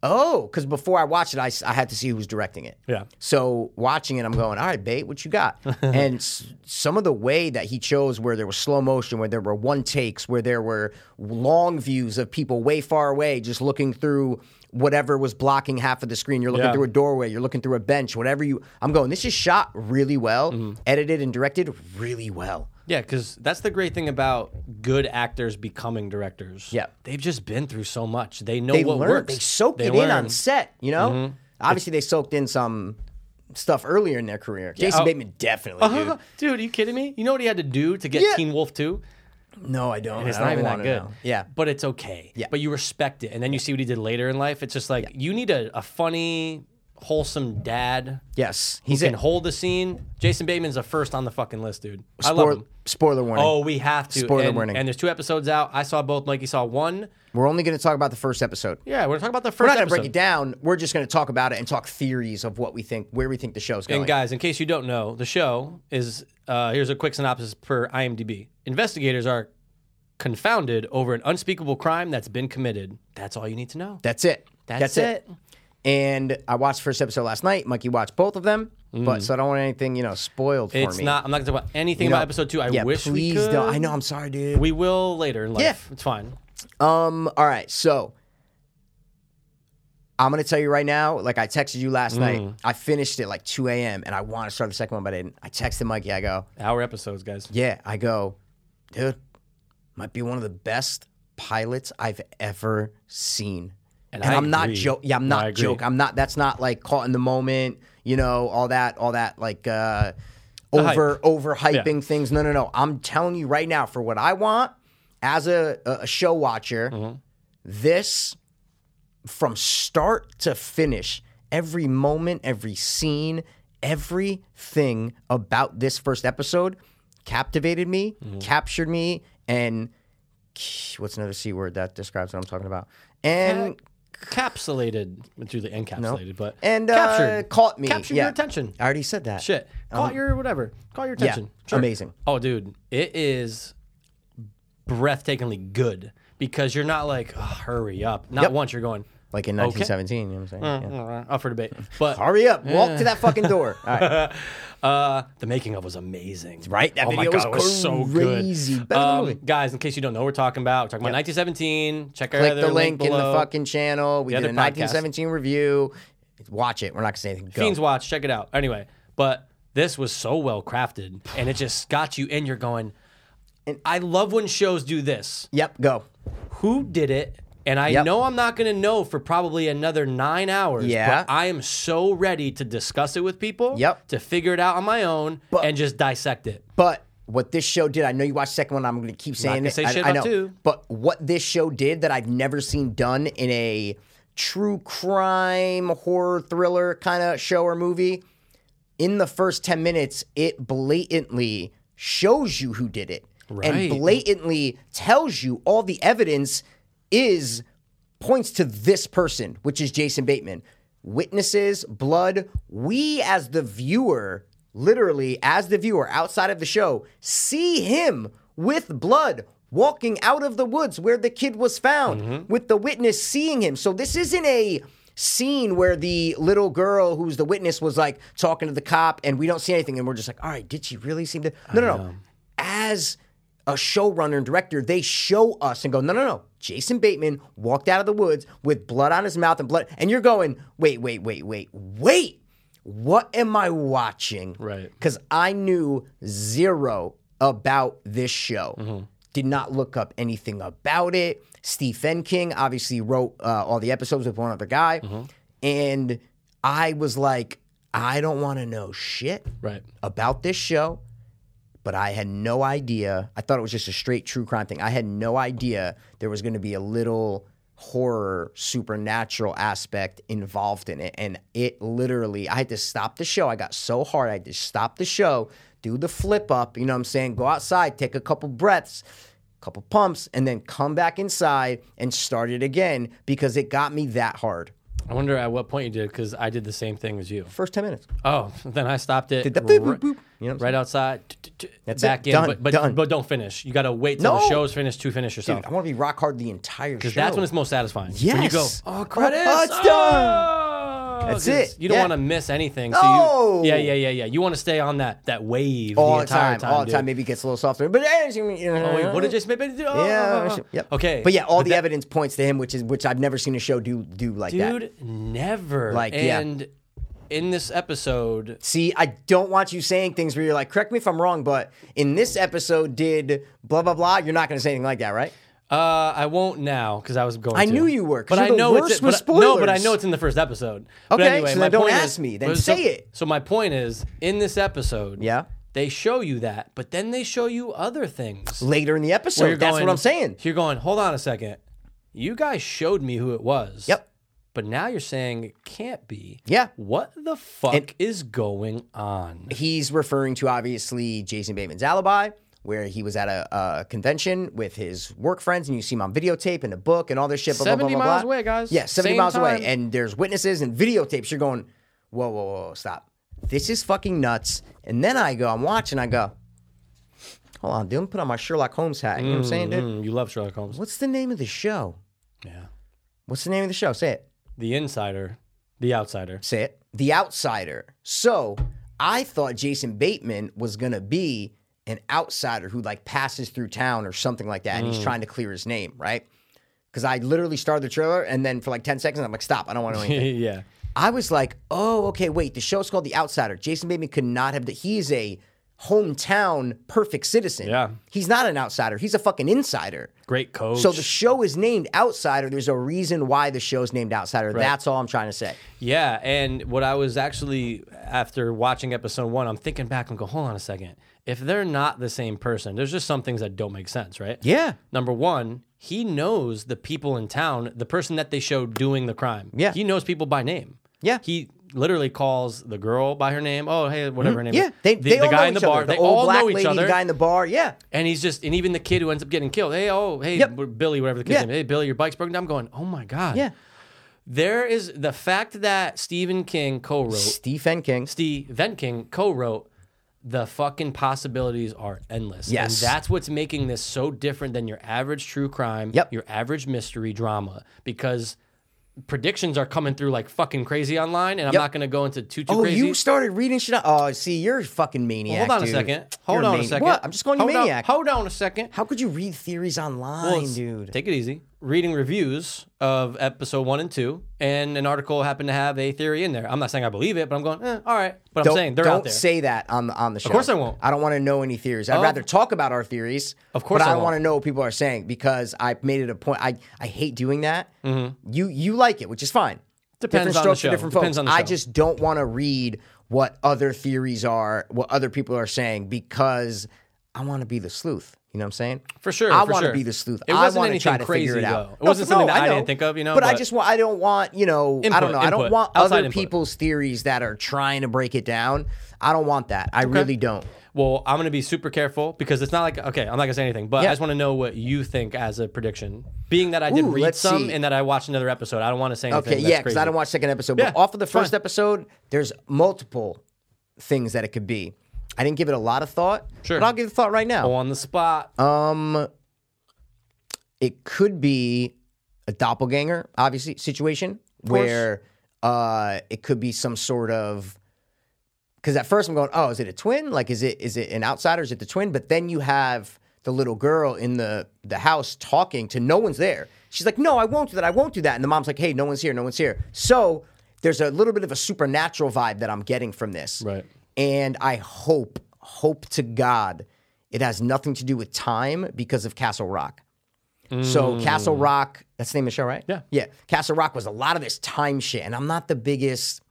Speaker 1: Oh, because before I watched it, I, s- I had to see who was directing it.
Speaker 2: Yeah.
Speaker 1: So watching it, I'm going, all right, babe, what you got? and s- some of the way that he chose, where there was slow motion, where there were one takes, where there were long views of people way far away, just looking through whatever was blocking half of the screen. You're looking
Speaker 2: Yeah.
Speaker 1: through a doorway, you're looking through a bench, whatever you. I'm going, this is shot really well,
Speaker 2: Mm-hmm.
Speaker 1: edited and directed really well.
Speaker 2: Yeah, because that's the great thing about good actors becoming directors.
Speaker 1: Yeah.
Speaker 2: They've just been through so much. They know
Speaker 1: They
Speaker 2: what
Speaker 1: learned,
Speaker 2: works.
Speaker 1: they soaked it in on
Speaker 2: learn. Mm-hmm.
Speaker 1: set, you know? Obviously, they soaked in some. Stuff earlier in their career. Jason
Speaker 2: oh. Uh-huh.
Speaker 1: Bateman definitely, dude.
Speaker 2: Dude, are you kidding me? You know what he had to do to get
Speaker 1: Yeah.
Speaker 2: Teen Wolf 2?
Speaker 1: No, I don't.
Speaker 2: It's
Speaker 1: I
Speaker 2: not
Speaker 1: don't
Speaker 2: even that
Speaker 1: wanna
Speaker 2: good.
Speaker 1: know. Yeah.
Speaker 2: But it's okay.
Speaker 1: Yeah.
Speaker 2: But you respect it. And then you see what he did later in life. It's just like you need a, a funny, wholesome dad.
Speaker 1: Yes.
Speaker 2: He's
Speaker 1: He's
Speaker 2: can
Speaker 1: in.
Speaker 2: hold the scene. Jason Bateman's a first on the fucking list, dude. I
Speaker 1: Spoil-
Speaker 2: love him.
Speaker 1: Spoiler warning.
Speaker 2: Oh, we have to.
Speaker 1: Spoiler
Speaker 2: and,
Speaker 1: warning.
Speaker 2: And there's two episodes out. I saw both. Mikey saw one.
Speaker 1: We're only going to talk about the first episode.
Speaker 2: Yeah, we're talking about the 1st
Speaker 1: We're not going to
Speaker 2: episode.
Speaker 1: break it down. We're just going to talk about it and talk theories of what we think, where we think the show's going.
Speaker 2: And guys, in case you don't know, the show is uh, here's a quick synopsis per IMDb. Investigators are confounded over an unspeakable crime that's been committed. That's all you need to know.
Speaker 1: That's it.
Speaker 2: That's it.
Speaker 1: And I watched the first episode last night. Mikey watched both of them, but so I don't want anything, you know, spoiled for
Speaker 2: Mm-hmm. it's
Speaker 1: me.
Speaker 2: not. I'm not gonna talk about anything
Speaker 1: You know,
Speaker 2: about episode two. I
Speaker 1: yeah,
Speaker 2: wish
Speaker 1: please
Speaker 2: we could.
Speaker 1: don't. I know. I'm sorry, dude.
Speaker 2: We will later in life.
Speaker 1: Yeah.
Speaker 2: It's fine.
Speaker 1: Um. All right. So I'm gonna tell you right now. Like I texted you last night. I finished it like 2 a.m. and I want to start the second one, but I didn't. I texted Mikey. I go,
Speaker 2: Our episodes, guys.
Speaker 1: yeah. I go, dude. Might be one of the best pilots I've ever seen.
Speaker 2: And
Speaker 1: And,
Speaker 2: I
Speaker 1: I'm not
Speaker 2: agree.
Speaker 1: joke. Yeah, I'm
Speaker 2: No,
Speaker 1: not
Speaker 2: I agree.
Speaker 1: joke. I'm not. That's not like caught in the moment. You know, all that, all that, like uh,
Speaker 2: hype.
Speaker 1: over over hyping things. No, no, no. I'm telling you right now, for what I want as a a a show watcher,
Speaker 2: Mm-hmm.
Speaker 1: this from start to finish, every moment, every scene, everything about this first episode captivated me,
Speaker 2: Mm-hmm.
Speaker 1: captured me, and what's another C word that describes what I'm talking about? And
Speaker 2: Encapsulated. through the encapsulated, but
Speaker 1: and uh,
Speaker 2: captured.
Speaker 1: caught me.
Speaker 2: Captured
Speaker 1: yeah.
Speaker 2: your attention.
Speaker 1: I already said that.
Speaker 2: Shit. Caught your whatever. Caught your attention.
Speaker 1: Uh-huh. Amazing.
Speaker 2: Oh, dude, it is breathtakingly good because you're not like, "Oh, hurry up. Not once you're going,
Speaker 1: Like in 1917, you know what I'm saying? Yeah.
Speaker 2: "All right, up for debate. But
Speaker 1: Hurry up, walk to that fucking door. All right.
Speaker 2: uh, the making of was amazing.
Speaker 1: Right? That
Speaker 2: oh my
Speaker 1: video
Speaker 2: God,
Speaker 1: was
Speaker 2: it was so good.
Speaker 1: crazy. Better than the
Speaker 2: Um,
Speaker 1: movie.
Speaker 2: guys, in case you don't know, what we're talking about. We're talking about 1917. Check out
Speaker 1: Click the link, in the
Speaker 2: below.
Speaker 1: fucking channel. We
Speaker 2: The
Speaker 1: did a
Speaker 2: other podcast.
Speaker 1: 1917 review. Watch it. We're not gonna say anything. Go.
Speaker 2: Fiends Watch. Check it out. Anyway, but this was so well crafted, and it just got you in. You're going. I love when shows do this.
Speaker 1: Yep, go.
Speaker 2: Who did it? And I
Speaker 1: Yep.
Speaker 2: know I'm not going to know for probably another nine hours.
Speaker 1: Yeah.
Speaker 2: But I am so ready to discuss it with people.
Speaker 1: Yep.
Speaker 2: To figure it out on my own
Speaker 1: But-
Speaker 2: and just dissect it.
Speaker 1: But what this show did, I know you watched the second one. I'm going to keep saying
Speaker 2: gonna
Speaker 1: it.
Speaker 2: say
Speaker 1: I,
Speaker 2: shit
Speaker 1: I
Speaker 2: about
Speaker 1: know.
Speaker 2: two.
Speaker 1: But what this show did that I've never seen done in a true crime horror thriller kind of show or movie, in the first ten minutes, it blatantly shows you who did it,
Speaker 2: Right.
Speaker 1: and blatantly tells you all the evidence is points to this person, which is Jason Bateman. Witnesses, blood, we as the viewer, literally as the viewer outside of the show, see him with blood walking out of the woods where the kid was found, with the witness seeing him. So this isn't a scene where the little girl who's the witness was like talking to the cop and we don't see anything and we're just like, all right, did she really seem to? No, no, no. As a showrunner and director, they show us and go, no, no, no. Jason Bateman walked out of the woods with blood on his mouth and blood. And you're going, wait, wait, wait, wait, wait. What am I watching?
Speaker 2: Right.
Speaker 1: Because I knew zero about this show. Did not look up anything about it. Stephen King obviously wrote uh, all the episodes with one other guy. And I was like, I don't want to know shit
Speaker 2: Right.
Speaker 1: about this show, but I had no idea. I thought it was just a straight true crime thing. I had no idea there was going to be a little horror supernatural aspect involved in it. And it literally, I had to stop the show. I got so hard. I had to stop the show, do the flip up, you know what I'm saying? Go outside, take a couple breaths. Couple pumps and then come back inside and start it again because it got me that hard.
Speaker 2: I wonder at what point you did because I did the same thing as you.
Speaker 1: First 10 minutes.
Speaker 2: Oh, then I stopped it.
Speaker 1: Did the
Speaker 2: r-
Speaker 1: boop, boop, boop. You know what I'm saying?
Speaker 2: right outside. t- t- t-
Speaker 1: That's
Speaker 2: back
Speaker 1: it.
Speaker 2: in,
Speaker 1: Done,
Speaker 2: but but,
Speaker 1: done.
Speaker 2: but don't finish. You got to wait till the
Speaker 1: No.
Speaker 2: show's finished to finish yourself.
Speaker 1: Dude, I want to be rock hard the entire show.
Speaker 2: Oh. Because that's when it's most satisfying. When you go,
Speaker 1: Yes.
Speaker 2: oh, credits.
Speaker 1: Oh, it's
Speaker 2: done.
Speaker 1: That's it.
Speaker 2: You don't
Speaker 1: Yeah.
Speaker 2: want to miss anything. So
Speaker 1: No.
Speaker 2: You, yeah, yeah, yeah, yeah. You want to stay on that that wave
Speaker 1: all
Speaker 2: the
Speaker 1: the
Speaker 2: entire
Speaker 1: time, all the
Speaker 2: dude.
Speaker 1: time. Maybe it gets a little softer, but eh, you
Speaker 2: Oh, wait,
Speaker 1: know,
Speaker 2: what did Jason Bateman do? Oh,
Speaker 1: yeah, yep.
Speaker 2: Okay.
Speaker 1: But yeah, all the
Speaker 2: that-
Speaker 1: evidence points to him, which is which I've never seen a show do do like
Speaker 2: Dude,
Speaker 1: that.
Speaker 2: never.
Speaker 1: Like, yeah.
Speaker 2: and in this episode,
Speaker 1: See, I don't want you saying things where you're like, correct me if I'm wrong, but in this episode did blah blah blah. You're not going to say anything like that, right?
Speaker 2: uh, I won't now because I was going.
Speaker 1: I
Speaker 2: to.
Speaker 1: knew you were, 'cause
Speaker 2: but
Speaker 1: you're the
Speaker 2: I know
Speaker 1: worst
Speaker 2: it's
Speaker 1: with
Speaker 2: but I- no, but I
Speaker 1: spoilers.
Speaker 2: know it's in the first episode. but
Speaker 1: Okay,
Speaker 2: anyway,
Speaker 1: so
Speaker 2: my
Speaker 1: then don't
Speaker 2: point
Speaker 1: ask
Speaker 2: is-
Speaker 1: me, then
Speaker 2: but
Speaker 1: say
Speaker 2: so,
Speaker 1: it.
Speaker 2: So my point is, in this episode,
Speaker 1: Yeah.
Speaker 2: they show you that, but then they show you other things.
Speaker 1: Later in the episode,
Speaker 2: where you're
Speaker 1: that's
Speaker 2: going-
Speaker 1: what I'm saying.
Speaker 2: You're going, hold on a second. You guys showed me who it was.
Speaker 1: Yep.
Speaker 2: But now you're saying it can't be.
Speaker 1: Yeah.
Speaker 2: What the fuck
Speaker 1: And-
Speaker 2: is going on?
Speaker 1: He's referring to obviously Jason Bateman's alibi, where he was at a, a convention with his work friends, and you see him on videotape and the book and all this shit. Blah, blah,
Speaker 2: 70
Speaker 1: blah, blah,
Speaker 2: miles
Speaker 1: blah.
Speaker 2: away, guys.
Speaker 1: Yeah, seventy
Speaker 2: Same
Speaker 1: miles
Speaker 2: time.
Speaker 1: away, and there's witnesses and videotapes. You're going, whoa, whoa, whoa, whoa, stop. This is fucking nuts. And then I go, I'm watching, I go, hold on, dude, I'm put on my Sherlock Holmes hat. You know what I'm saying, dude?
Speaker 2: Mm, you love Sherlock Holmes.
Speaker 1: What's the name of the show?
Speaker 2: Yeah.
Speaker 1: What's the name of the show? Say it.
Speaker 2: The insider, the outsider.
Speaker 1: Say it. The outsider. So I thought Jason Bateman was gonna be an outsider who like passes through town or something like that, and
Speaker 2: Mm.
Speaker 1: he's trying to clear his name, right? Because I literally started the trailer, and then for like ten seconds, I'm like, stop, I don't want to know anything.
Speaker 2: yeah.
Speaker 1: I was like, oh, okay, wait, the show's called The Outsider. Jason Bateman could not have, he is a hometown perfect citizen.
Speaker 2: Yeah.
Speaker 1: He's not an outsider, he's a fucking insider.
Speaker 2: Great coach.
Speaker 1: So the show is named Outsider. There's a reason why the show's named Outsider. That's all I'm trying to say.
Speaker 2: Yeah, and what I was actually after watching episode one, I'm thinking back and go, hold on a second. If they're not the same person, there's just some things that don't make sense, right?
Speaker 1: Yeah.
Speaker 2: Number one, he knows the people in town, the person that they showed doing the crime.
Speaker 1: Yeah.
Speaker 2: He knows people by name.
Speaker 1: Yeah.
Speaker 2: He literally calls the girl by her name. Oh, hey, whatever her name
Speaker 1: Mm-hmm. Yeah,
Speaker 2: is.
Speaker 1: they,
Speaker 2: the,
Speaker 1: they
Speaker 2: the
Speaker 1: all
Speaker 2: guy
Speaker 1: know
Speaker 2: in the
Speaker 1: each other.
Speaker 2: bar.
Speaker 1: The
Speaker 2: they
Speaker 1: old
Speaker 2: all
Speaker 1: black
Speaker 2: know
Speaker 1: lady,
Speaker 2: each other.
Speaker 1: the guy in the bar. Yeah,
Speaker 2: And he's just, and even the kid who ends up getting killed. Hey, oh, hey,
Speaker 1: Yep.
Speaker 2: Billy, whatever the kid's
Speaker 1: Yeah.
Speaker 2: name. Hey, Billy, your bike's broken down. I'm going, oh my god.
Speaker 1: yeah.
Speaker 2: There is the fact that Stephen King co-wrote,
Speaker 1: Stephen King.
Speaker 2: Stephen King co-wrote, the fucking possibilities are endless.
Speaker 1: Yes.
Speaker 2: and that's what's making this so different than your average true crime,
Speaker 1: Yep.
Speaker 2: your average mystery drama, because predictions are coming through like fucking crazy online, and I'm
Speaker 1: Yep.
Speaker 2: not going to go into too too
Speaker 1: Oh,
Speaker 2: crazy.
Speaker 1: you started reading shit. out- Oh, see, you're a fucking maniac.
Speaker 2: Hold on
Speaker 1: dude.
Speaker 2: a second.
Speaker 1: You're
Speaker 2: Hold on a
Speaker 1: mani-
Speaker 2: second.
Speaker 1: What? I'm just calling you
Speaker 2: Hold on-
Speaker 1: maniac.
Speaker 2: hold on a second.
Speaker 1: How could you read theories online,
Speaker 2: Well, it's-
Speaker 1: dude?
Speaker 2: Take it easy. Reading reviews of episode one and two, and an article happened to have a theory in there. I'm not saying I believe it, but I'm going, eh, all right. But
Speaker 1: don't
Speaker 2: I'm saying they're
Speaker 1: don't
Speaker 2: out there.
Speaker 1: say that on the on the show. Of
Speaker 2: course I won't.
Speaker 1: I don't want to know any theories. I'd
Speaker 2: Oh.
Speaker 1: rather talk about our theories.
Speaker 2: Of course
Speaker 1: but
Speaker 2: I
Speaker 1: I,
Speaker 2: won't.
Speaker 1: want to know what people are saying because I made it a point. I I hate doing that. You you like it, which is fine.
Speaker 2: Mm-hmm. Depends
Speaker 1: different
Speaker 2: on the
Speaker 1: strokes
Speaker 2: show.
Speaker 1: for different
Speaker 2: Depends
Speaker 1: folks.
Speaker 2: on the
Speaker 1: I
Speaker 2: show.
Speaker 1: just don't want to read what other theories are, what other people are saying, because I want to be the sleuth. You know what I'm saying?
Speaker 2: For sure,
Speaker 1: I
Speaker 2: for
Speaker 1: want to
Speaker 2: sure.
Speaker 1: be the sleuth.
Speaker 2: It
Speaker 1: I
Speaker 2: wasn't
Speaker 1: want to
Speaker 2: anything
Speaker 1: try to figure
Speaker 2: crazy,
Speaker 1: it out.
Speaker 2: though. It wasn't
Speaker 1: for-
Speaker 2: something that I
Speaker 1: know.
Speaker 2: didn't think of, you know,
Speaker 1: But, I
Speaker 2: but-
Speaker 1: just want. I don't want. You know. I
Speaker 2: Input,
Speaker 1: don't know. I
Speaker 2: input,
Speaker 1: don't want
Speaker 2: outside
Speaker 1: other
Speaker 2: input.
Speaker 1: people's theories that are trying to break it down. I don't want that. I really don't.
Speaker 2: well, I'm going to be super careful because it's not like, okay, I'm not going to say anything, but
Speaker 1: Yeah.
Speaker 2: I just want to know what you think as a prediction. Being that I did
Speaker 1: Ooh,
Speaker 2: read
Speaker 1: let's
Speaker 2: some
Speaker 1: see.
Speaker 2: and that I watched another episode, I don't want to say anything.
Speaker 1: Okay,
Speaker 2: that's
Speaker 1: yeah, because
Speaker 2: crazy.
Speaker 1: I don't watch second episode.
Speaker 2: Yeah,
Speaker 1: but off of the
Speaker 2: it's fine.
Speaker 1: first episode, there's multiple things that it could be. I didn't give it a lot of thought.
Speaker 2: Sure.
Speaker 1: But I'll give it a thought right now.
Speaker 2: On the spot.
Speaker 1: Uh, It could be a doppelganger, obviously, situation where uh it could be some sort of because at first I'm going, oh, is it a twin? Like, is it is it an outsider? Is it the twin? But then you have the little girl in the the house talking to no one's there. She's like, no, I won't do that. I won't do that. And the mom's like, hey, no one's here. No one's here. So there's a little bit of a supernatural vibe that I'm getting from this.
Speaker 2: Right.
Speaker 1: And I hope, hope to God, it has nothing to do with time because of Castle Rock. So Castle Rock, that's the name of the show, right?
Speaker 2: Mm. Yeah.
Speaker 1: Yeah. Castle Rock was a lot of this time shit. And I'm not the biggest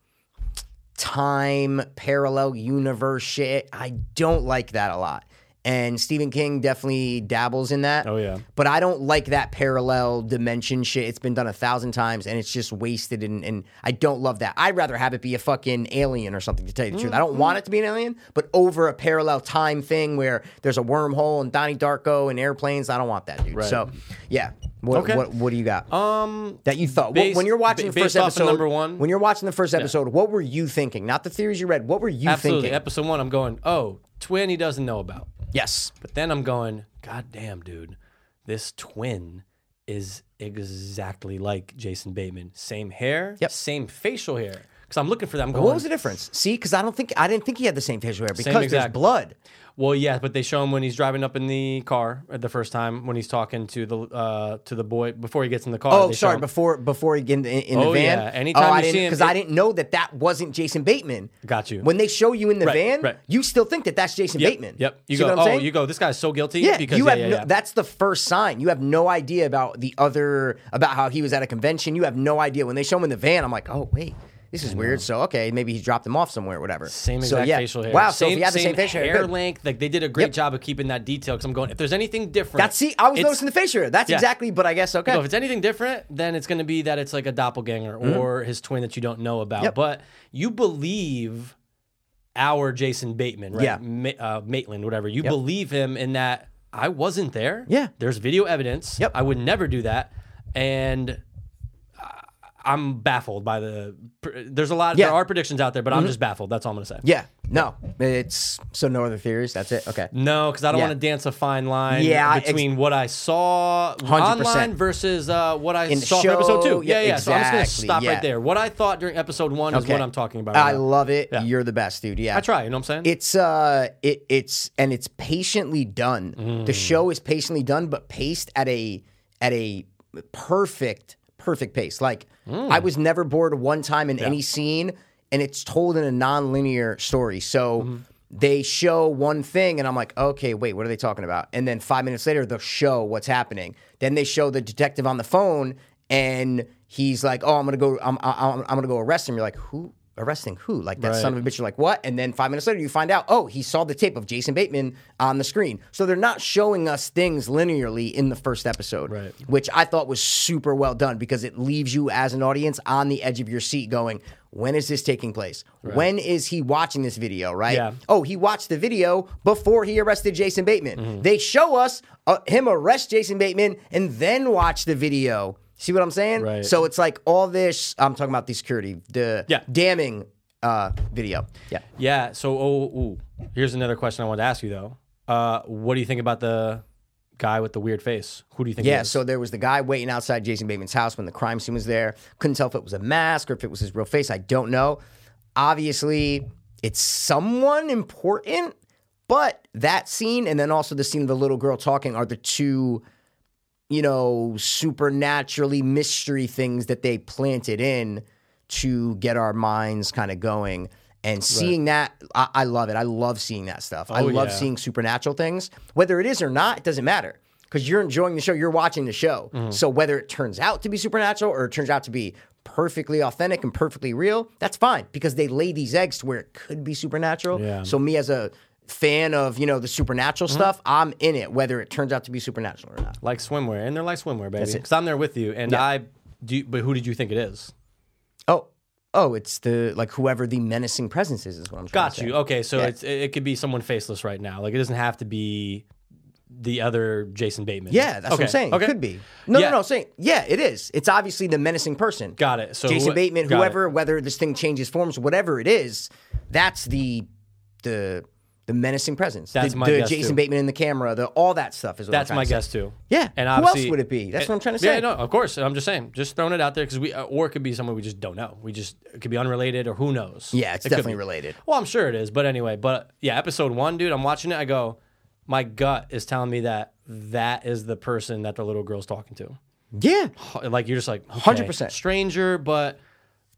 Speaker 1: time parallel universe shit. I don't like that a lot. And Stephen King definitely dabbles in that.
Speaker 2: Oh, yeah.
Speaker 1: But I don't like that parallel dimension shit. It's been done a thousand times and it's just wasted and, and I don't love that. I'd rather have it be a fucking alien or something to tell you the truth. I don't want it to be an alien, but over a parallel time thing where there's a wormhole and Donnie Darko and airplanes, I don't want that, dude. So yeah. What,
Speaker 2: Okay.
Speaker 1: what, what do you got? Um, that you thought
Speaker 2: based-
Speaker 1: when you're watching
Speaker 2: ba-
Speaker 1: the first
Speaker 2: based off of
Speaker 1: episode.
Speaker 2: number one?
Speaker 1: When you're watching the first episode, what were you thinking? Not the theories you read. What were you
Speaker 2: Absolutely.
Speaker 1: thinking?
Speaker 2: Episode one, I'm going, oh, twin he doesn't know about.
Speaker 1: yes.
Speaker 2: But then I'm going, God damn, dude, this twin is exactly like Jason Bateman. Same hair,
Speaker 1: Yep.
Speaker 2: same facial hair. Because I'm looking for that. I'm going,
Speaker 1: What was the difference? See, because I don't think I didn't think he had the same facial hair because there's
Speaker 2: exact-
Speaker 1: blood.
Speaker 2: Well, yeah, but they show him when he's driving up in the car at the first time when he's talking to the uh, to the boy before he gets in the car.
Speaker 1: Oh,
Speaker 2: they show
Speaker 1: sorry.
Speaker 2: him-
Speaker 1: Before before he get in, in, in the
Speaker 2: Oh,
Speaker 1: van.
Speaker 2: yeah. Anytime
Speaker 1: oh, I
Speaker 2: you see
Speaker 1: didn't,
Speaker 2: him-
Speaker 1: because I didn't know that that wasn't Jason Bateman.
Speaker 2: Got you.
Speaker 1: When they show you in the
Speaker 2: Right,
Speaker 1: van,
Speaker 2: right.
Speaker 1: you still think that that's Jason
Speaker 2: Yep,
Speaker 1: Bateman.
Speaker 2: Yep. You
Speaker 1: See
Speaker 2: go.
Speaker 1: what I'm
Speaker 2: oh,
Speaker 1: saying?
Speaker 2: you go. This guy's so guilty.
Speaker 1: Yeah,
Speaker 2: Because
Speaker 1: you
Speaker 2: yeah,
Speaker 1: have
Speaker 2: yeah,
Speaker 1: no,
Speaker 2: yeah.
Speaker 1: that's the first sign. You have no idea about the other about how he was at a convention. You have no idea when they show him in the van. I'm like, oh wait, this is weird. So okay, maybe he dropped him off somewhere, or whatever.
Speaker 2: Same
Speaker 1: so,
Speaker 2: exact
Speaker 1: yeah.
Speaker 2: facial hair.
Speaker 1: Wow, so
Speaker 2: same,
Speaker 1: if he had the same, facial
Speaker 2: hair,
Speaker 1: hair, good.
Speaker 2: length. Like they did a great
Speaker 1: Yep.
Speaker 2: job of keeping that detail. Because I'm going, if there's anything different,
Speaker 1: That's see, I was
Speaker 2: it's-
Speaker 1: noticing the facial hair. That's
Speaker 2: Yeah.
Speaker 1: exactly. But I guess okay.
Speaker 2: So if it's anything different, then it's going to be that it's like a doppelganger or his twin that you don't know about.
Speaker 1: Mm-hmm. Yep.
Speaker 2: But you believe our Jason Bateman, right?
Speaker 1: Yeah.
Speaker 2: Ma- uh, Maitland, whatever. You believe him in that I wasn't there.
Speaker 1: Yeah.
Speaker 2: There's video evidence.
Speaker 1: Yep.
Speaker 2: I would never do that. And I- I'm baffled by the. There's a lot.
Speaker 1: Yeah. Mm-hmm.
Speaker 2: There are predictions out there, but I'm just baffled. That's all I'm going to say.
Speaker 1: yeah, no, it's so no other theories. That's it. Okay.
Speaker 2: No, because I don't
Speaker 1: Yeah.
Speaker 2: want to dance a fine line
Speaker 1: Yeah, I-
Speaker 2: between what I saw
Speaker 1: 100%.
Speaker 2: online versus uh, what I
Speaker 1: In the
Speaker 2: saw for episode
Speaker 1: show,
Speaker 2: two. Yeah,
Speaker 1: yeah,
Speaker 2: yeah. So I'm just gonna
Speaker 1: exactly,
Speaker 2: stop
Speaker 1: yeah.
Speaker 2: right there. What I thought during episode one is
Speaker 1: Okay.
Speaker 2: what I'm talking about.
Speaker 1: I
Speaker 2: right now.
Speaker 1: love it.
Speaker 2: Yeah.
Speaker 1: You're the best, dude. Yeah,
Speaker 2: I try. You know what I'm saying?
Speaker 1: It's uh, it, it's and it's patiently done. The show is patiently done, but paced at a at a perfect perfect pace. Like I was never bored one time in any scene, and it's told in a non-linear story. So. They show one thing, and I'm like, okay, wait, what are they talking about? And then five minutes later, they'll show what's happening. Then they show the detective on the phone, and he's like, "Oh, I'm gonna go, I'm, I'm, I'm gonna go arrest him." You're like, "Who arresting who?" Like that
Speaker 2: Right.
Speaker 1: son of a bitch. You're like, "What?" And then five minutes later, you find out, "Oh, he saw the tape of Jason Bateman on the screen." So they're not showing us things linearly in the first episode,
Speaker 2: Right.
Speaker 1: which I thought was super well done because it leaves you as an audience on the edge of your seat, going, "When is this taking place? When is he watching this video?" Right?
Speaker 2: Yeah.
Speaker 1: Oh, he watched the video before he arrested Jason Bateman.
Speaker 2: Mm-hmm.
Speaker 1: They show us uh, him arrest Jason Bateman and then watch the video. See what I'm saying?
Speaker 2: Right.
Speaker 1: So it's like all this. I'm talking about the security, the
Speaker 2: Yeah.
Speaker 1: damning uh, video. Yeah.
Speaker 2: yeah. So, oh, ooh. here's another question I wanted to ask you though. Uh, what do you think about the guy with the weird face? Who do you think? he
Speaker 1: Yeah,
Speaker 2: is?
Speaker 1: so there was the guy waiting outside Jason Bateman's house when the crime scene was there. Couldn't tell if it was a mask or if it was his real face. I don't know. Obviously, it's someone important, but that scene and then also the scene of the little girl talking are the two, you know, supernaturally mystery things that they planted in to get our minds kind of going. And seeing that, I, I love it. I love seeing that stuff. I
Speaker 2: Oh,
Speaker 1: love
Speaker 2: yeah.
Speaker 1: seeing supernatural things. Whether it is or not, it doesn't matter because you're enjoying the show, you're watching the show.
Speaker 2: Mm-hmm.
Speaker 1: So whether it turns out to be supernatural or it turns out to be perfectly authentic and perfectly real, that's fine because they lay these eggs to where it could be supernatural.
Speaker 2: Yeah. Mm-hmm.
Speaker 1: So me as a fan of you know the supernatural stuff, I'm in it whether it turns out to be supernatural or not.
Speaker 2: like swimwear, and they're like swimwear, baby.
Speaker 1: it.
Speaker 2: Because I'm there with you, and I do. you- But who did you think it is?
Speaker 1: Oh, oh, it's the like whoever the menacing presence is is what I'm trying
Speaker 2: Got
Speaker 1: to say.
Speaker 2: you. Okay, so it's it, it could be someone faceless right now. Like it doesn't have to be the other Jason Bateman.
Speaker 1: Yeah, that's what I'm
Speaker 2: Okay,
Speaker 1: saying.
Speaker 2: Okay.
Speaker 1: It could be. No,
Speaker 2: Yeah.
Speaker 1: no, no. I'm saying, yeah, it is. It's obviously the menacing person.
Speaker 2: Got it. So
Speaker 1: Jason
Speaker 2: wh-
Speaker 1: Bateman,
Speaker 2: got it.
Speaker 1: whoever, whether this thing changes forms, whatever it is, that's the the the menacing presence.
Speaker 2: That's
Speaker 1: the,
Speaker 2: my
Speaker 1: the
Speaker 2: guess,
Speaker 1: Jason
Speaker 2: too.
Speaker 1: Bateman in the camera. The all that stuff is. What
Speaker 2: That's
Speaker 1: I'm trying
Speaker 2: my
Speaker 1: to say.
Speaker 2: guess too.
Speaker 1: Yeah.
Speaker 2: And
Speaker 1: Who else
Speaker 2: obviously-
Speaker 1: would it be? That's what I'm trying to
Speaker 2: Yeah,
Speaker 1: say.
Speaker 2: no, of course. I'm just saying, just throwing it out there because we, uh, or it could be someone we just don't know. We just it could be unrelated or who knows.
Speaker 1: Yeah, it's
Speaker 2: It could
Speaker 1: definitely
Speaker 2: be.
Speaker 1: related.
Speaker 2: Well, I'm sure it is, but anyway, but yeah, episode one, dude. I'm watching it. I go, my gut is telling me that that is the person that the little girl's talking to.
Speaker 1: Yeah.
Speaker 2: Like you're just like okay,
Speaker 1: 100%.
Speaker 2: stranger, but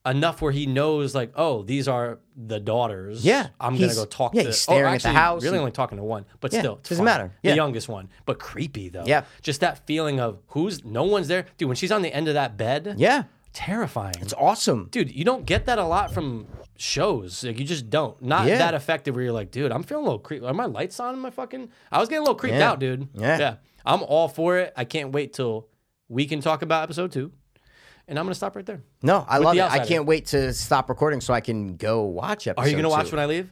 Speaker 2: enough where he knows like, oh, these are the daughters.
Speaker 1: Yeah,
Speaker 2: I'm
Speaker 1: he's-
Speaker 2: gonna go talk.
Speaker 1: yeah,
Speaker 2: to
Speaker 1: he's
Speaker 2: oh,
Speaker 1: staring at the
Speaker 2: actually,
Speaker 1: house.
Speaker 2: Really only talking to one, but
Speaker 1: Yeah,
Speaker 2: still, it's
Speaker 1: doesn't
Speaker 2: fine.
Speaker 1: matter. Yeah.
Speaker 2: The youngest one, but creepy though.
Speaker 1: Yeah.
Speaker 2: just that feeling of who's no one's there, dude. When she's on the end of that bed,
Speaker 1: Yeah.
Speaker 2: terrifying.
Speaker 1: It's awesome.
Speaker 2: dude, you don't get that a lot from shows. Like you just don't. Not
Speaker 1: Yeah.
Speaker 2: that effective where you're like, dude, I'm feeling a little creeped. Are my lights on? Am I fucking? I was getting a little creeped
Speaker 1: Yeah.
Speaker 2: out, dude.
Speaker 1: Yeah.
Speaker 2: yeah. I'm all for it. I can't wait till we can talk about episode two, and I'm gonna stop right there.
Speaker 1: No, I
Speaker 2: With
Speaker 1: love
Speaker 2: The
Speaker 1: it. I
Speaker 2: Outsider.
Speaker 1: can't wait to stop recording so I can go watch episode.
Speaker 2: Are you gonna
Speaker 1: two.
Speaker 2: watch when I leave?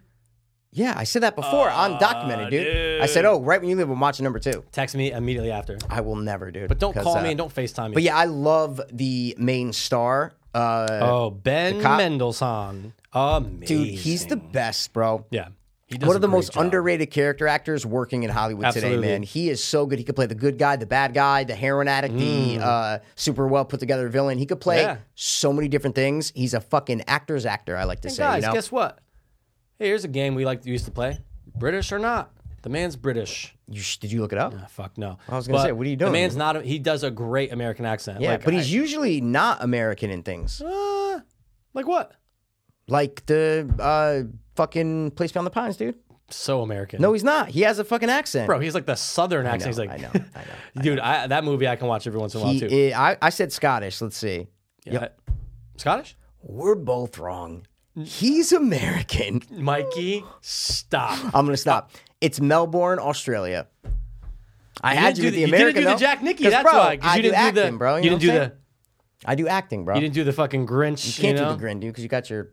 Speaker 1: Yeah, I said that before on documented, dude. I said,
Speaker 2: Uh,
Speaker 1: oh, right when you leave, I'm watching number two.
Speaker 2: Text me immediately after.
Speaker 1: I will never, dude.
Speaker 2: But don't
Speaker 1: 'cause,
Speaker 2: call
Speaker 1: uh,
Speaker 2: me and don't FaceTime me.
Speaker 1: But yeah, I love the main star. Uh,
Speaker 2: Oh, Ben
Speaker 1: cop-
Speaker 2: Mendelsohn. Amazing.
Speaker 1: dude, he's the best, bro.
Speaker 2: yeah. He does
Speaker 1: One
Speaker 2: a
Speaker 1: of the
Speaker 2: great
Speaker 1: most
Speaker 2: job.
Speaker 1: underrated character actors working in Hollywood
Speaker 2: Absolutely.
Speaker 1: today, man. He is so good. He could play the good guy, the bad guy, the heroin addict, the uh, super well put together villain. He could play
Speaker 2: Mm. Yeah.
Speaker 1: so many different things. He's a fucking actor's actor, I like to say.
Speaker 2: guys.
Speaker 1: you know?
Speaker 2: Guess what? Hey, here's a game we like used to play. British or not, the man's British.
Speaker 1: You sh- did you look it up?
Speaker 2: Ah, fuck no. I
Speaker 1: was gonna say, what are you
Speaker 2: The
Speaker 1: doing?
Speaker 2: man's not. A, he does a great American accent.
Speaker 1: Yeah,
Speaker 2: like,
Speaker 1: but
Speaker 2: I-
Speaker 1: he's usually not American in things.
Speaker 2: uh, like what?
Speaker 1: Like the uh, fucking Place Beyond the Pines, dude.
Speaker 2: So American.
Speaker 1: No, he's not. He has a fucking accent.
Speaker 2: bro, he's like the southern accent. he's
Speaker 1: know,
Speaker 2: like,
Speaker 1: I know, I
Speaker 2: dude, I, that movie I can watch every once in a while
Speaker 1: He
Speaker 2: too.
Speaker 1: is, I, I said Scottish. Let's see.
Speaker 2: Yeah. Scottish?
Speaker 1: We're both wrong. He's American.
Speaker 2: Mikey, stop.
Speaker 1: I'm gonna stop. It's Melbourne, Australia. I
Speaker 2: You
Speaker 1: had
Speaker 2: didn't
Speaker 1: you
Speaker 2: do
Speaker 1: with
Speaker 2: the-
Speaker 1: the
Speaker 2: you didn't
Speaker 1: American.
Speaker 2: do the
Speaker 1: though.
Speaker 2: Jack Nicki,
Speaker 1: 'Cause,
Speaker 2: that's
Speaker 1: bro,
Speaker 2: why, 'cause
Speaker 1: I
Speaker 2: you
Speaker 1: do
Speaker 2: didn't do the-
Speaker 1: acting, bro.
Speaker 2: you
Speaker 1: know
Speaker 2: didn't
Speaker 1: what
Speaker 2: do
Speaker 1: I'm saying? I do acting, bro.
Speaker 2: You didn't do the fucking Grinch. You
Speaker 1: can't
Speaker 2: know?
Speaker 1: do the grin, dude, because you got your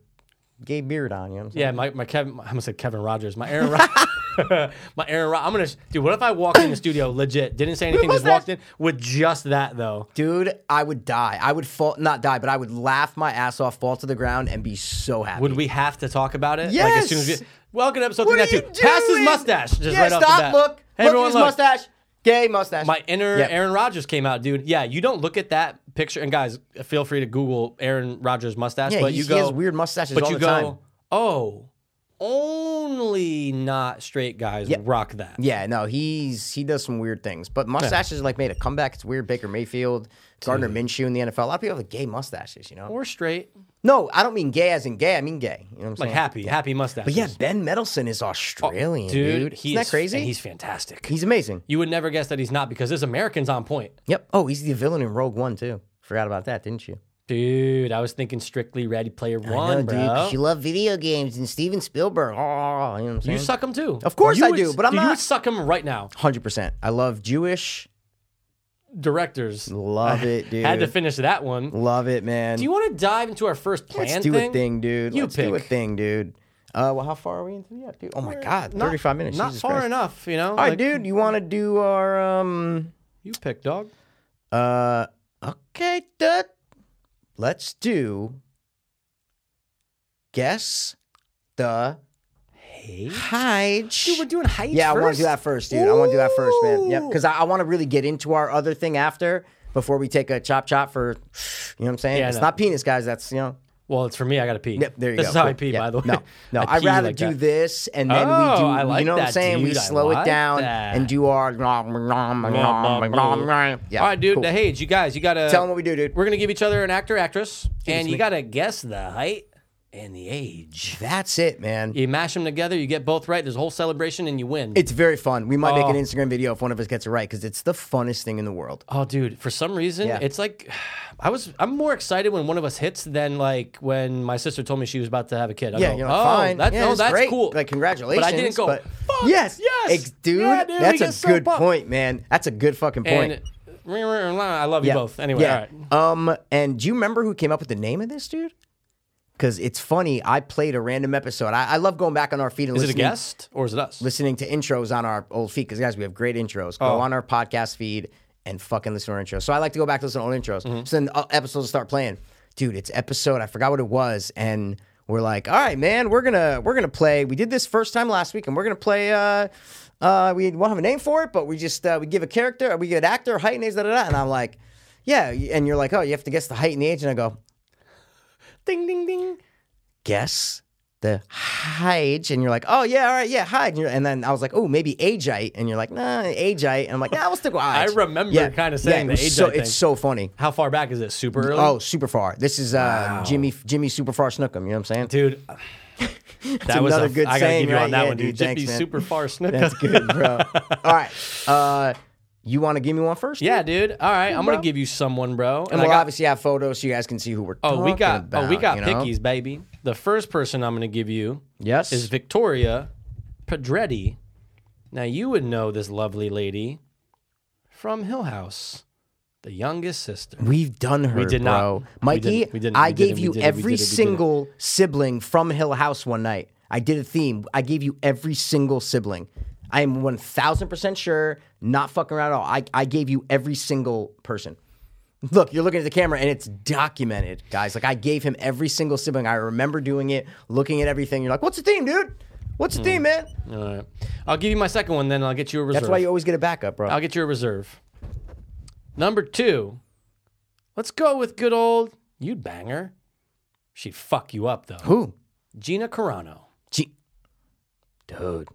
Speaker 1: gay beard on. You know what I'm saying?
Speaker 2: Yeah, my, my Kevin. I almost said Kevin Rogers. My Aaron. Rod- my Aaron. Rod- I'm gonna dude. What if I walked in the studio, legit, didn't say anything, just walked in with just that though?
Speaker 1: Dude, I would die. I would fall, not die, but I would laugh my ass off, fall to the ground, and be so happy.
Speaker 2: Would we have to talk about it? Like as
Speaker 1: Yes!
Speaker 2: soon as we welcome to episode
Speaker 1: What are
Speaker 2: 392.
Speaker 1: you
Speaker 2: Pass his
Speaker 1: doing?
Speaker 2: mustache. Just
Speaker 1: yeah,
Speaker 2: right off
Speaker 1: stop.
Speaker 2: the bat.
Speaker 1: Look,
Speaker 2: Hey,
Speaker 1: look
Speaker 2: everyone,
Speaker 1: at his
Speaker 2: look.
Speaker 1: mustache. Gay mustache.
Speaker 2: My inner
Speaker 1: Yeah.
Speaker 2: Aaron Rodgers came out, dude. Yeah, you don't look at that picture. And guys, feel free to Google Aaron Rodgers mustache.
Speaker 1: Yeah,
Speaker 2: but
Speaker 1: he-
Speaker 2: you
Speaker 1: he
Speaker 2: go
Speaker 1: has weird mustaches
Speaker 2: But
Speaker 1: all
Speaker 2: you
Speaker 1: the
Speaker 2: go,
Speaker 1: time.
Speaker 2: oh, only not straight guys rock that.
Speaker 1: Yeah, no, he's he does some weird things, but mustaches like made a comeback. It's weird. Baker Mayfield, Gardner Minshew in the NFL. A lot of people have gay mustaches, you know.
Speaker 2: Or straight,
Speaker 1: no, I don't mean gay as in gay. I mean gay. You know what I'm
Speaker 2: like
Speaker 1: saying?
Speaker 2: happy, happy mustache.
Speaker 1: But yeah, Ben Mendelsohn is Australian, dude.
Speaker 2: he
Speaker 1: Isn't
Speaker 2: is-
Speaker 1: that crazy?
Speaker 2: And he's fantastic.
Speaker 1: he's amazing.
Speaker 2: you would never guess that he's not because this American's on point.
Speaker 1: Yep. Oh, he's the villain in Rogue One too. Forgot about that, didn't you?
Speaker 2: Dude, I was thinking strictly Ready Player
Speaker 1: No,
Speaker 2: One,
Speaker 1: dude.
Speaker 2: bro.
Speaker 1: 'cause You love video games and Steven Spielberg. Oh, you know what I'm saying?
Speaker 2: you suck him too.
Speaker 1: Of course
Speaker 2: You
Speaker 1: I
Speaker 2: would-
Speaker 1: do, but I'm
Speaker 2: dude, You
Speaker 1: not-
Speaker 2: would suck him right now.
Speaker 1: Hundred percent. I love Jewish.
Speaker 2: Directors.
Speaker 1: Love it, dude.
Speaker 2: Had to finish that one.
Speaker 1: love it, man.
Speaker 2: Do you want to dive into our first plan
Speaker 1: Let's do
Speaker 2: thing?
Speaker 1: a thing, dude.
Speaker 2: You
Speaker 1: Let's do a
Speaker 2: pick.
Speaker 1: thing, dude. Uh, well, how far are we into the app, dude? Oh my god,
Speaker 2: Not-
Speaker 1: thirty-five minutes.
Speaker 2: Not
Speaker 1: Jesus
Speaker 2: far
Speaker 1: Christ.
Speaker 2: enough, you know.
Speaker 1: All right, dude. You want to do our um?
Speaker 2: You pick, dog.
Speaker 1: Uh, okay, dude. Let's do. Guess the
Speaker 2: Hey,
Speaker 1: hide.
Speaker 2: dude, we're doing heights.
Speaker 1: Yeah, I want
Speaker 2: want
Speaker 1: to do that first, dude. I want to do that first, man. Yep,
Speaker 2: Ooh.
Speaker 1: because I, I want to really get into our other thing after before we take a chop chop for, you know what I'm saying?
Speaker 2: Yeah, I
Speaker 1: it's
Speaker 2: know.
Speaker 1: not penis, guys. That's you know.
Speaker 2: Well, it's for me. I gotta pee.
Speaker 1: Yep, there you
Speaker 2: this
Speaker 1: go.
Speaker 2: is how I
Speaker 1: Cool.
Speaker 2: pee,
Speaker 1: Yeah.
Speaker 2: by the way.
Speaker 1: No, no,
Speaker 2: I
Speaker 1: I'd
Speaker 2: pee
Speaker 1: rather
Speaker 2: like
Speaker 1: do
Speaker 2: that.
Speaker 1: this and then
Speaker 2: Oh,
Speaker 1: we do.
Speaker 2: I like
Speaker 1: you know what
Speaker 2: that,
Speaker 1: I'm saying? We
Speaker 2: dude. I
Speaker 1: slow
Speaker 2: like
Speaker 1: it down
Speaker 2: that.
Speaker 1: and do our.
Speaker 2: All right, dude. Now, hey, you guys, you gotta
Speaker 1: Tell 'em what we do, dude.
Speaker 2: We're gonna give each other an actor, actress, and
Speaker 1: to
Speaker 2: you
Speaker 1: me.
Speaker 2: gotta guess the height and the age.
Speaker 1: That's it, man.
Speaker 2: You mash them together, you get both right. There's a whole celebration, and you win.
Speaker 1: It's very fun. We might
Speaker 2: Oh.
Speaker 1: make an Instagram video if one of us gets it right because it's the funnest thing in the world.
Speaker 2: Oh, dude! For some reason,
Speaker 1: Yeah.
Speaker 2: it's like I was. I'm more excited when one of us hits than like when my sister told me she was about to have a kid. I
Speaker 1: Yeah,
Speaker 2: go,
Speaker 1: you're
Speaker 2: oh,
Speaker 1: like, fine.
Speaker 2: That's,
Speaker 1: yeah,
Speaker 2: oh,
Speaker 1: it's
Speaker 2: that's
Speaker 1: great.
Speaker 2: cool.
Speaker 1: Like, congratulations.
Speaker 2: But I didn't go.
Speaker 1: but-
Speaker 2: Fuck,
Speaker 1: yes,
Speaker 2: yes,
Speaker 1: Ex- dude,
Speaker 2: yeah, dude, we
Speaker 1: That's
Speaker 2: get
Speaker 1: a
Speaker 2: so
Speaker 1: good
Speaker 2: pumped.
Speaker 1: point, man. That's a good fucking point.
Speaker 2: And I love you both. Anyway, all right.
Speaker 1: Um, and do you remember who came up with the name of this dude? Because it's funny. I played a random episode. I, I love going back on our feed and
Speaker 2: Is it a
Speaker 1: listening,
Speaker 2: guest or is it us?
Speaker 1: listening to intros on our old feed. Because guys, we have great intros. Go on our podcast feed and fucking listen to our intros. So I like to go back to listen to old intros. So then uh, episodes start playing. Dude, it's episode. I forgot what it was, and we're like, all right, man, we're gonna we're gonna play. We did this first time last week, and we're gonna play. Uh, uh, we won't have a name for it, but we just uh, we give a character, we give an actor, height, and age, da da da. And I'm like, yeah, and you're like, oh, you have to guess the height and the age, and I go,
Speaker 2: Ding ding ding.
Speaker 1: guess the age and you're like oh yeah all right yeah hide and, you're, and then i was like oh maybe ageite and you're like nah ageite and i'm like nah we'll stick with
Speaker 2: I
Speaker 1: age.
Speaker 2: remember kinda saying
Speaker 1: it
Speaker 2: the
Speaker 1: was so,
Speaker 2: ageite thing.
Speaker 1: it's so funny
Speaker 2: How far back is it? Super early.
Speaker 1: oh super far this is uh jimmy jimmy super far snookum you know what i'm saying
Speaker 2: dude. That was
Speaker 1: another
Speaker 2: a,
Speaker 1: good
Speaker 2: I gotta
Speaker 1: saying,
Speaker 2: give you on
Speaker 1: right?
Speaker 2: that
Speaker 1: Yeah,
Speaker 2: one, dude.
Speaker 1: dude,
Speaker 2: Just
Speaker 1: thanks,
Speaker 2: be
Speaker 1: man.
Speaker 2: super far snook.
Speaker 1: that's good bro all right uh you want to give me one first
Speaker 2: yeah, dude. All right, I'm gonna give you someone, bro.
Speaker 1: and
Speaker 2: I
Speaker 1: we'll
Speaker 2: got-
Speaker 1: obviously have photos so you guys can see who we're
Speaker 2: Oh, we
Speaker 1: talking
Speaker 2: got oh, we
Speaker 1: about,
Speaker 2: got
Speaker 1: you know?
Speaker 2: pickies, baby. The first person I'm going to give you
Speaker 1: Yes.
Speaker 2: is Victoria Pedretti. Now you would know this lovely lady from Hill House, the youngest sister.
Speaker 1: We've done her.
Speaker 2: did not.
Speaker 1: bro.
Speaker 2: We
Speaker 1: Mikey,
Speaker 2: didn't. We didn't.
Speaker 1: I
Speaker 2: We
Speaker 1: gave
Speaker 2: didn't. We
Speaker 1: you
Speaker 2: didn't. We
Speaker 1: every
Speaker 2: didn't. We didn't.
Speaker 1: single sibling from Hill House one night. I did a theme. I gave you every single sibling. I am 1000% sure, not fucking around at all. I, I gave you every single person. Look, you're looking at the camera and it's documented, guys. Like I gave him every single sibling. I remember doing it, looking at everything. You're like, what's the theme, dude? What's the
Speaker 2: Hmm.
Speaker 1: theme, man?
Speaker 2: All right. I'll give you my second one, then I'll get you a reserve.
Speaker 1: That's why you always get a backup, bro.
Speaker 2: I'll get you a reserve. Number two, let's go with good old you'd bang her. She'd fuck you up though.
Speaker 1: Who?
Speaker 2: Gina Carano.
Speaker 1: Gee. Dude.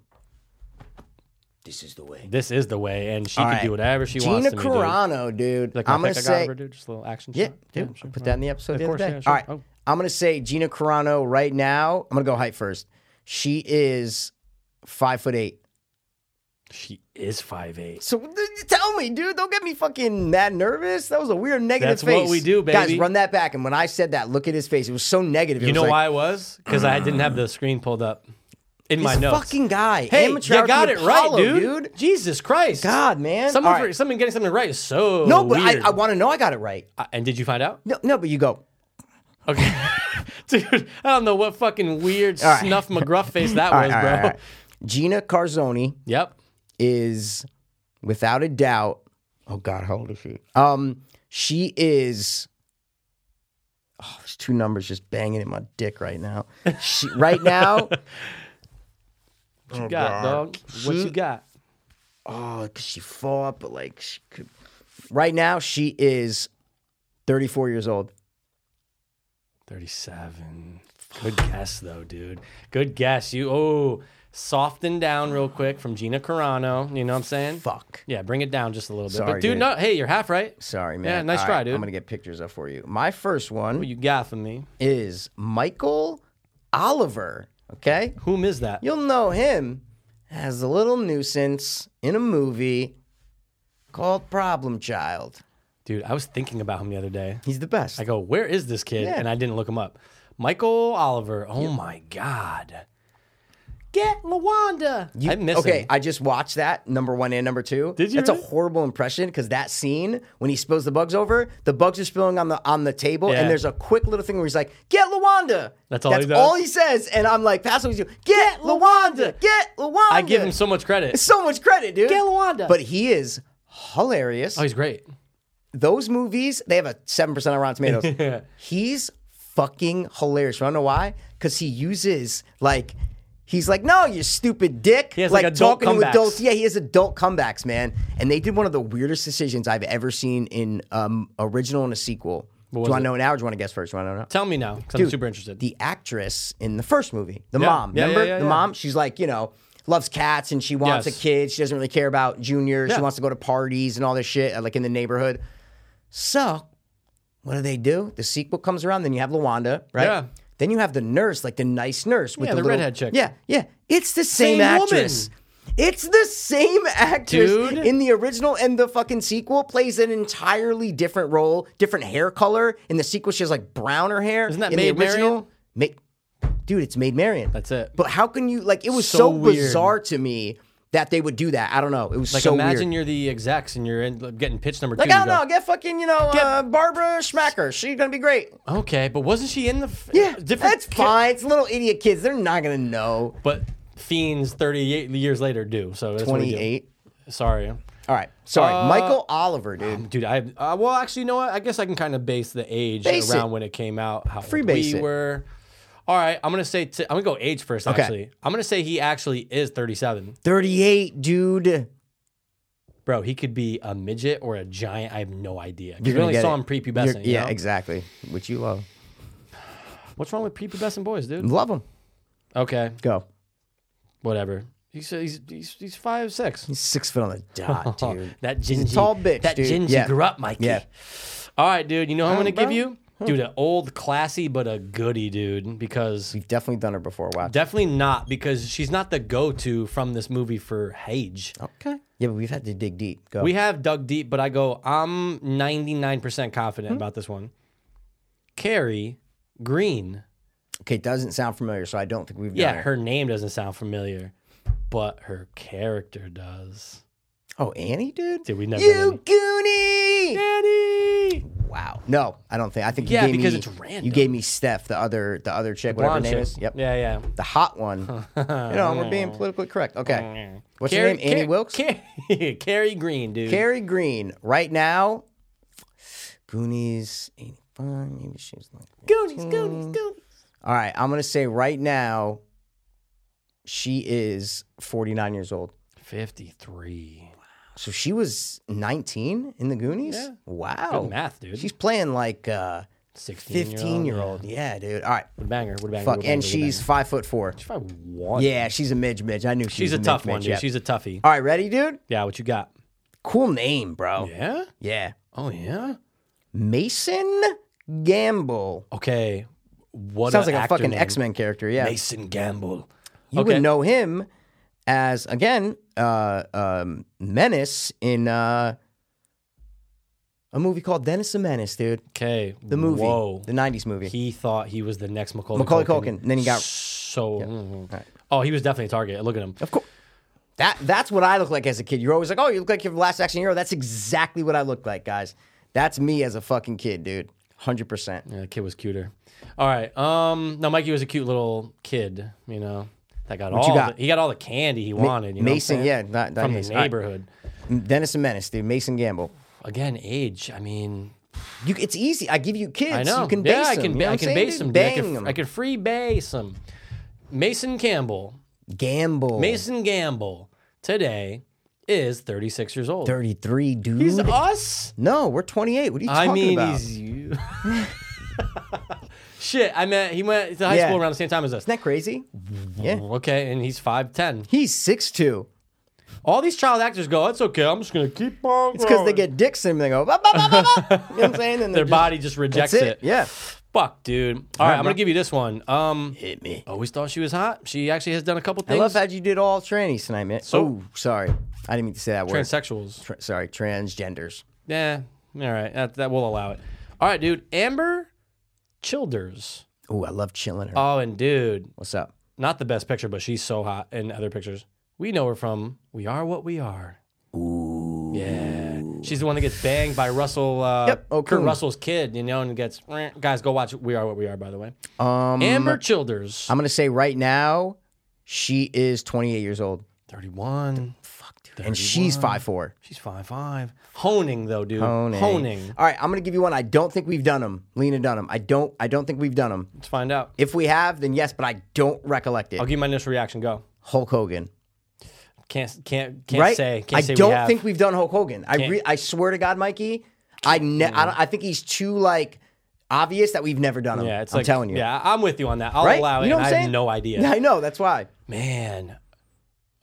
Speaker 1: This is the way.
Speaker 2: This is the way, and she
Speaker 1: All
Speaker 2: can
Speaker 1: right.
Speaker 2: do whatever she
Speaker 1: Gina
Speaker 2: wants to me, dude.
Speaker 1: Carano, dude.
Speaker 2: Like
Speaker 1: I'm
Speaker 2: I'm
Speaker 1: going to say.
Speaker 2: dude. Just a little action.
Speaker 1: Yeah,
Speaker 2: shot.
Speaker 1: dude.
Speaker 2: sure.
Speaker 1: Put that in the episode
Speaker 2: Of
Speaker 1: the
Speaker 2: course,
Speaker 1: other day.
Speaker 2: yeah, sure.
Speaker 1: All right.
Speaker 2: Oh.
Speaker 1: I'm going to say Gina Carano right now. I'm going to go height first. She is five foot eight.
Speaker 2: She is five eight.
Speaker 1: So th- tell me, dude, don't get me fucking that nervous. That was a weird negative
Speaker 2: That's
Speaker 1: face.
Speaker 2: what we do,
Speaker 1: Guys,
Speaker 2: baby.
Speaker 1: run that back. And when I said that, look at his face. It was so negative. It
Speaker 2: You
Speaker 1: was
Speaker 2: know
Speaker 1: like,
Speaker 2: why I was? Because I didn't have the screen pulled up in my
Speaker 1: This
Speaker 2: notes.
Speaker 1: fucking guy.
Speaker 2: hey,
Speaker 1: Amateur
Speaker 2: you
Speaker 1: hour
Speaker 2: got
Speaker 1: from
Speaker 2: it right,
Speaker 1: Apollo,
Speaker 2: dude. Jesus Christ,
Speaker 1: God, man.
Speaker 2: Someone,
Speaker 1: All
Speaker 2: for,
Speaker 1: right.
Speaker 2: someone getting something right is so
Speaker 1: No, but
Speaker 2: weird.
Speaker 1: I, I want to know I got it right.
Speaker 2: I, and did you find out?
Speaker 1: No, no, but you go.
Speaker 2: Okay. Dude, I don't know what fucking weird
Speaker 1: right.
Speaker 2: snuff McGruff face that
Speaker 1: All
Speaker 2: was,
Speaker 1: right, all
Speaker 2: bro.
Speaker 1: right, all right. Gina Carzoni
Speaker 2: Yep.
Speaker 1: is, without a doubt. Oh God, how old is she? Um, she is. Oh, there's two numbers just banging in my dick right now. She right now.
Speaker 2: What you got, dog? What you got?
Speaker 1: oh, could she fall up? But like, she could. Right now, she is 34 years old.
Speaker 2: 37. Good guess, though, dude. Good guess. You, oh, soften down real quick from Gina Carano. You know what I'm saying?
Speaker 1: Fuck.
Speaker 2: Yeah, bring it down just a little bit.
Speaker 1: Sorry,
Speaker 2: but, dude,
Speaker 1: dude.
Speaker 2: no, hey, you're half right.
Speaker 1: Sorry, man.
Speaker 2: Yeah, nice
Speaker 1: All
Speaker 2: try,
Speaker 1: right,
Speaker 2: dude.
Speaker 1: I'm gonna get pictures up for you. My first
Speaker 2: What
Speaker 1: one
Speaker 2: you got for me?
Speaker 1: is Michael Oliver. Okay,
Speaker 2: Whom is that?
Speaker 1: You'll know him as the little nuisance in a movie called Problem Child.
Speaker 2: Dude, I was thinking about him the other day.
Speaker 1: He's the best.
Speaker 2: I go, where is this kid?
Speaker 1: Yeah.
Speaker 2: And I didn't look him up. Michael Oliver. Oh my God. Get Lawanda. I miss
Speaker 1: okay,
Speaker 2: him.
Speaker 1: I just watched that number one and number two.
Speaker 2: Did you
Speaker 1: That's
Speaker 2: really?
Speaker 1: a horrible impression because that scene when he spills the bugs over, the bugs are spilling on the on the table,
Speaker 2: Yeah.
Speaker 1: and there's a quick little thing where he's like, "Get Lawanda."
Speaker 2: That's all
Speaker 1: That's
Speaker 2: he does?
Speaker 1: all he says, and I'm like, "Pass what you do. Get Lawanda. Get Lawanda."
Speaker 2: I give him so much credit.
Speaker 1: so much credit, dude.
Speaker 2: Get Lawanda.
Speaker 1: But he is hilarious.
Speaker 2: Oh, he's great.
Speaker 1: those movies, they have a 7% on Rotten Tomatoes. He's fucking hilarious. You wanna know why? Because he uses, like, he's like, no, you stupid dick.
Speaker 2: He has, like, adult
Speaker 1: talking
Speaker 2: comebacks.
Speaker 1: to adults. Yeah, he has adult comebacks, man. And they did one of the weirdest decisions I've ever seen in um, original and a sequel. Do you
Speaker 2: was
Speaker 1: want
Speaker 2: it?
Speaker 1: to know now or do you want to guess first? Do you want to know?
Speaker 2: Tell me now, because I'm
Speaker 1: Dude,
Speaker 2: super interested.
Speaker 1: The actress in the first movie, the
Speaker 2: Yeah.
Speaker 1: mom,
Speaker 2: Yeah, yeah,
Speaker 1: remember
Speaker 2: yeah,
Speaker 1: the
Speaker 2: yeah.
Speaker 1: mom? She's like, you know, loves cats and she wants
Speaker 2: Yes.
Speaker 1: a kid. She doesn't really care about juniors.
Speaker 2: Yeah.
Speaker 1: She wants to go to parties and all this shit, uh, like in the neighborhood. So, what do they do? The sequel comes around. Then you have Lawanda, right?
Speaker 2: Yeah.
Speaker 1: Then you have the nurse, like the nice nurse with
Speaker 2: Yeah,
Speaker 1: the,
Speaker 2: the
Speaker 1: little-
Speaker 2: redhead chick.
Speaker 1: Yeah, yeah. It's the same,
Speaker 2: Same woman.
Speaker 1: actress. It's the same actress
Speaker 2: Dude.
Speaker 1: in the original and the fucking sequel plays an entirely different role, different hair color. In the sequel, she has like browner hair.
Speaker 2: Isn't that
Speaker 1: in
Speaker 2: Maid
Speaker 1: the
Speaker 2: Marian?
Speaker 1: original? Ma- Dude, it's Maid Marian.
Speaker 2: That's it.
Speaker 1: But how can you like? It was
Speaker 2: So
Speaker 1: so,
Speaker 2: weird.
Speaker 1: bizarre to me that they would do that. I don't know. It was
Speaker 2: like,
Speaker 1: so
Speaker 2: imagine
Speaker 1: weird.
Speaker 2: you're the execs and you're in, like, getting pitch number
Speaker 1: Like
Speaker 2: two.
Speaker 1: I
Speaker 2: you
Speaker 1: don't
Speaker 2: go,
Speaker 1: know. Get fucking you know
Speaker 2: Get-
Speaker 1: uh, Barbara Schmacker. She's gonna be great.
Speaker 2: Okay, but wasn't she in the f-
Speaker 1: Yeah,
Speaker 2: different?
Speaker 1: That's fine. It's little idiot kids. They're not gonna know.
Speaker 2: But fiends 38 years later do. So that's what we
Speaker 1: Twenty
Speaker 2: do.
Speaker 1: eight.
Speaker 2: Sorry,
Speaker 1: All right. Sorry,
Speaker 2: Uh,
Speaker 1: Michael Oliver, dude.
Speaker 2: dude. I uh, well, actually, you know what? I guess I can kind of base the age
Speaker 1: Base
Speaker 2: around
Speaker 1: it.
Speaker 2: when it came out. How old
Speaker 1: Freebase
Speaker 2: we
Speaker 1: it.
Speaker 2: were. All right, I'm gonna say t- I'm gonna go age first.
Speaker 1: Okay.
Speaker 2: Actually, I'm gonna say he actually is 37.
Speaker 1: Thirty eight, dude.
Speaker 2: Bro, he could be a midget or a giant. I have no idea. 'Cause
Speaker 1: You're
Speaker 2: We
Speaker 1: gonna
Speaker 2: only
Speaker 1: get it.
Speaker 2: saw him
Speaker 1: You're-
Speaker 2: prepubescent. you
Speaker 1: yeah,
Speaker 2: know?
Speaker 1: exactly. Which you love.
Speaker 2: What's wrong with prepubescent boys, dude?
Speaker 1: Love him.
Speaker 2: Okay,
Speaker 1: Go.
Speaker 2: whatever. He's he's he's, he's five six.
Speaker 1: He's six foot on the dot, dude.
Speaker 2: Oh, That
Speaker 1: He's a
Speaker 2: gingy,
Speaker 1: tall bitch,
Speaker 2: That
Speaker 1: dude.
Speaker 2: gingy
Speaker 1: Yeah.
Speaker 2: grew up, Mikey.
Speaker 1: Yeah. Oh,
Speaker 2: All right, dude. You know what I'm gonna give
Speaker 1: bro.
Speaker 2: you, dude, an old classy but a goody dude because
Speaker 1: We've definitely done her before. Wow.
Speaker 2: definitely not because she's not the go-to from this movie for Hage.
Speaker 1: okay. Yeah, but we've had to dig deep. Go.
Speaker 2: We have dug deep, but I go. I'm 99%
Speaker 1: Hmm?
Speaker 2: confident about this one. Carrie Green.
Speaker 1: okay, it doesn't sound familiar, so I don't think we've done
Speaker 2: Yeah,
Speaker 1: it.
Speaker 2: her name doesn't sound familiar, but her character does.
Speaker 1: Oh, Annie, dude.
Speaker 2: Dude, we never
Speaker 1: You
Speaker 2: done
Speaker 1: goonie.
Speaker 2: Annie.
Speaker 1: Wow. No, I don't think. I think
Speaker 2: Yeah,
Speaker 1: you gave
Speaker 2: because
Speaker 1: me,
Speaker 2: it's random.
Speaker 1: You gave me Steph, the other the other chick, whatever her
Speaker 2: Blonde
Speaker 1: name
Speaker 2: chick.
Speaker 1: is. Yep.
Speaker 2: Yeah, yeah.
Speaker 1: The hot one. you know, we're being politically correct. Okay. What's her name? Annie
Speaker 2: Mm. Car-
Speaker 1: Wilkes.
Speaker 2: Car- Carrie Green, dude.
Speaker 1: Carrie Green. Right now, Goonies eighty five. Maybe she was like.
Speaker 2: Goonies, Goonies, Goonies.
Speaker 1: All right, I'm gonna say right now, she is 49 years old.
Speaker 2: 53.
Speaker 1: So she was 19 in the Goonies.
Speaker 2: Yeah.
Speaker 1: Wow.
Speaker 2: Good math, dude.
Speaker 1: She's playing like a
Speaker 2: 16
Speaker 1: 15 year old. Yeah, dude. All right.
Speaker 2: What a banger. What a banger.
Speaker 1: Fuck.
Speaker 2: what a banger,
Speaker 1: And
Speaker 2: what a
Speaker 1: she's
Speaker 2: banger.
Speaker 1: five foot four.
Speaker 2: She's probably one.
Speaker 1: Yeah, she's a midge midge. I knew she
Speaker 2: She's
Speaker 1: was
Speaker 2: a tough
Speaker 1: midge,
Speaker 2: one,
Speaker 1: midge,
Speaker 2: dude.
Speaker 1: yeah.
Speaker 2: She's a toughie.
Speaker 1: All right, ready, dude?
Speaker 2: Yeah, what you got?
Speaker 1: Cool name, bro.
Speaker 2: Yeah?
Speaker 1: Yeah.
Speaker 2: Oh, yeah?
Speaker 1: Mason Gamble.
Speaker 2: Okay. What
Speaker 1: Sounds
Speaker 2: a
Speaker 1: like a
Speaker 2: actor
Speaker 1: fucking
Speaker 2: name.
Speaker 1: X Men character. Yeah.
Speaker 2: Mason Gamble.
Speaker 1: You
Speaker 2: okay.
Speaker 1: would know him as again uh, um, Menace in uh, a movie called Dennis the Menace, dude.
Speaker 2: Okay.
Speaker 1: The movie,
Speaker 2: Whoa.
Speaker 1: the '90s movie.
Speaker 2: he thought he was the next Macaulay,
Speaker 1: Macaulay Culkin, and then he got
Speaker 2: So. Oh, he was definitely a target. Look at him.
Speaker 1: of course. That that's what I look like as a kid. You're always like, oh, you look like your last action hero. That's exactly what I look like, guys. That's me as a fucking kid, dude. Hundred percent.
Speaker 2: Yeah, the kid was cuter. All right. Um. No, Mikey was a cute little kid. You know, that got all.
Speaker 1: you got?
Speaker 2: The, he got all the candy he wanted. You know what I'm
Speaker 1: Mason,
Speaker 2: saying?
Speaker 1: yeah, not, not
Speaker 2: from
Speaker 1: his.
Speaker 2: the
Speaker 1: All right.
Speaker 2: neighborhood.
Speaker 1: Dennis the Menace, dude. Mason Gamble.
Speaker 2: Again, age. I mean,
Speaker 1: You, it's easy. I give you kids.
Speaker 2: I know.
Speaker 1: You can base
Speaker 2: yeah, I
Speaker 1: them.
Speaker 2: can.
Speaker 1: you know what
Speaker 2: I
Speaker 1: I'm
Speaker 2: can
Speaker 1: saying,
Speaker 2: base
Speaker 1: dude?
Speaker 2: him. dude. I
Speaker 1: Bang
Speaker 2: can,
Speaker 1: 'em.
Speaker 2: I can free base him. Mason Campbell.
Speaker 1: Gamble.
Speaker 2: Mason Gamble today is 36 years old.
Speaker 1: 33, dude.
Speaker 2: He's us.
Speaker 1: No, we're 28. What are you
Speaker 2: I
Speaker 1: talking
Speaker 2: mean,
Speaker 1: about?
Speaker 2: he's you. Shit, I meant he went to high
Speaker 1: Yeah.
Speaker 2: school around the same time as us.
Speaker 1: Isn't that crazy? Yeah.
Speaker 2: Okay, and he's five ten.
Speaker 1: He's 6'2.
Speaker 2: All these child actors go, it's okay, I'm just gonna keep on.
Speaker 1: It's because they
Speaker 2: growing."
Speaker 1: get dicks and they go, bah, bah, bah, bah, bah. you know what I'm saying? And they're
Speaker 2: their
Speaker 1: just-
Speaker 2: body just
Speaker 1: that's
Speaker 2: rejects
Speaker 1: it.
Speaker 2: it.
Speaker 1: Yeah.
Speaker 2: Fuck, dude. All right, I'm gonna give you this one. Um
Speaker 1: Hit me.
Speaker 2: always thought she was hot. She actually has done a couple
Speaker 1: I
Speaker 2: things.
Speaker 1: love how you did all trannies tonight, man.
Speaker 2: So-
Speaker 1: oh, sorry. I didn't mean to say that word.
Speaker 2: Transsexuals.
Speaker 1: Tra- sorry, transgenders.
Speaker 2: Yeah. All right, that, that will allow it. All right, dude. Amber Childers.
Speaker 1: Oh, I love chilling her.
Speaker 2: Oh, and dude,
Speaker 1: What's up?
Speaker 2: not the best picture, but she's so hot in other pictures. We know her from We Are What We Are. Ooh. Yeah. She's the one that gets banged by Russell, uh,
Speaker 1: Yep, Oh,
Speaker 2: Kurt
Speaker 1: Okun.
Speaker 2: Russell's kid, you know, and gets. Guys, go watch We Are What We Are, by the way. Um, Amber Childers.
Speaker 1: I'm going to say right now, she is 28 years old
Speaker 2: 31. Fuck, dude.
Speaker 1: and she's 5'4.
Speaker 2: She's five five. Honing, though, dude.
Speaker 1: Honing.
Speaker 2: Honing.
Speaker 1: All right, I'm going to give you one. I don't think we've done them. Lena Dunham. I don't I don't think we've done them.
Speaker 2: Let's find out.
Speaker 1: If we have, then yes, but I don't recollect it.
Speaker 2: I'll give you my initial reaction. Go.
Speaker 1: Hulk Hogan.
Speaker 2: Can't can't can't
Speaker 1: right?
Speaker 2: say. Can't
Speaker 1: I
Speaker 2: say
Speaker 1: don't
Speaker 2: we have.
Speaker 1: think we've done Hulk Hogan. I re- I swear to God, Mikey, I ne- I, don't, I think he's too like obvious that we've never done him.
Speaker 2: Yeah, it's
Speaker 1: I'm
Speaker 2: like,
Speaker 1: telling you.
Speaker 2: Yeah, I'm with you on that. I'll
Speaker 1: right?
Speaker 2: allow it.
Speaker 1: you know what I'm
Speaker 2: and I
Speaker 1: saying?
Speaker 2: have no idea.
Speaker 1: I know that's why.
Speaker 2: Man.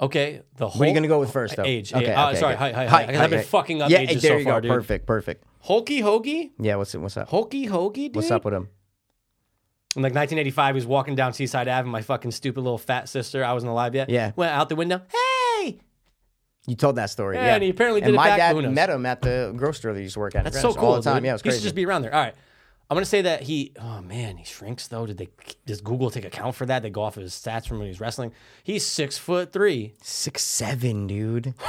Speaker 2: Okay, the whole.
Speaker 1: What are you gonna go with first though?
Speaker 2: Age. Okay. Uh, sorry.
Speaker 1: good.
Speaker 2: Hi, hi, hi. I've been
Speaker 1: hi.
Speaker 2: fucking up
Speaker 1: Yeah,
Speaker 2: ages
Speaker 1: there
Speaker 2: so
Speaker 1: you
Speaker 2: far,
Speaker 1: go.
Speaker 2: dude.
Speaker 1: Perfect, perfect.
Speaker 2: Hokey Hoagie?
Speaker 1: Yeah, what's what's up?
Speaker 2: Hokey Hoagie, dude?
Speaker 1: What's up with him?
Speaker 2: In like 1985, he was walking down Seaside Ave, and my fucking stupid little fat sister, I wasn't alive yet,
Speaker 1: Yeah.
Speaker 2: went out the window. Hey!
Speaker 1: You told that story.
Speaker 2: Yeah,
Speaker 1: Yeah,
Speaker 2: and he apparently
Speaker 1: And
Speaker 2: did it
Speaker 1: my
Speaker 2: back-
Speaker 1: dad
Speaker 2: who knows?
Speaker 1: met him at the grocery store that he used to work at.
Speaker 2: That's
Speaker 1: in
Speaker 2: so
Speaker 1: Greenwich
Speaker 2: cool.
Speaker 1: all the time.
Speaker 2: dude.
Speaker 1: Yeah, it was
Speaker 2: he
Speaker 1: crazy.
Speaker 2: should just be around there. All right. I'm going to say that he, oh man, he shrinks though. Did they, does Google take account for that? They go off of his stats from when he's wrestling. He's six foot three.
Speaker 1: six seven, dude.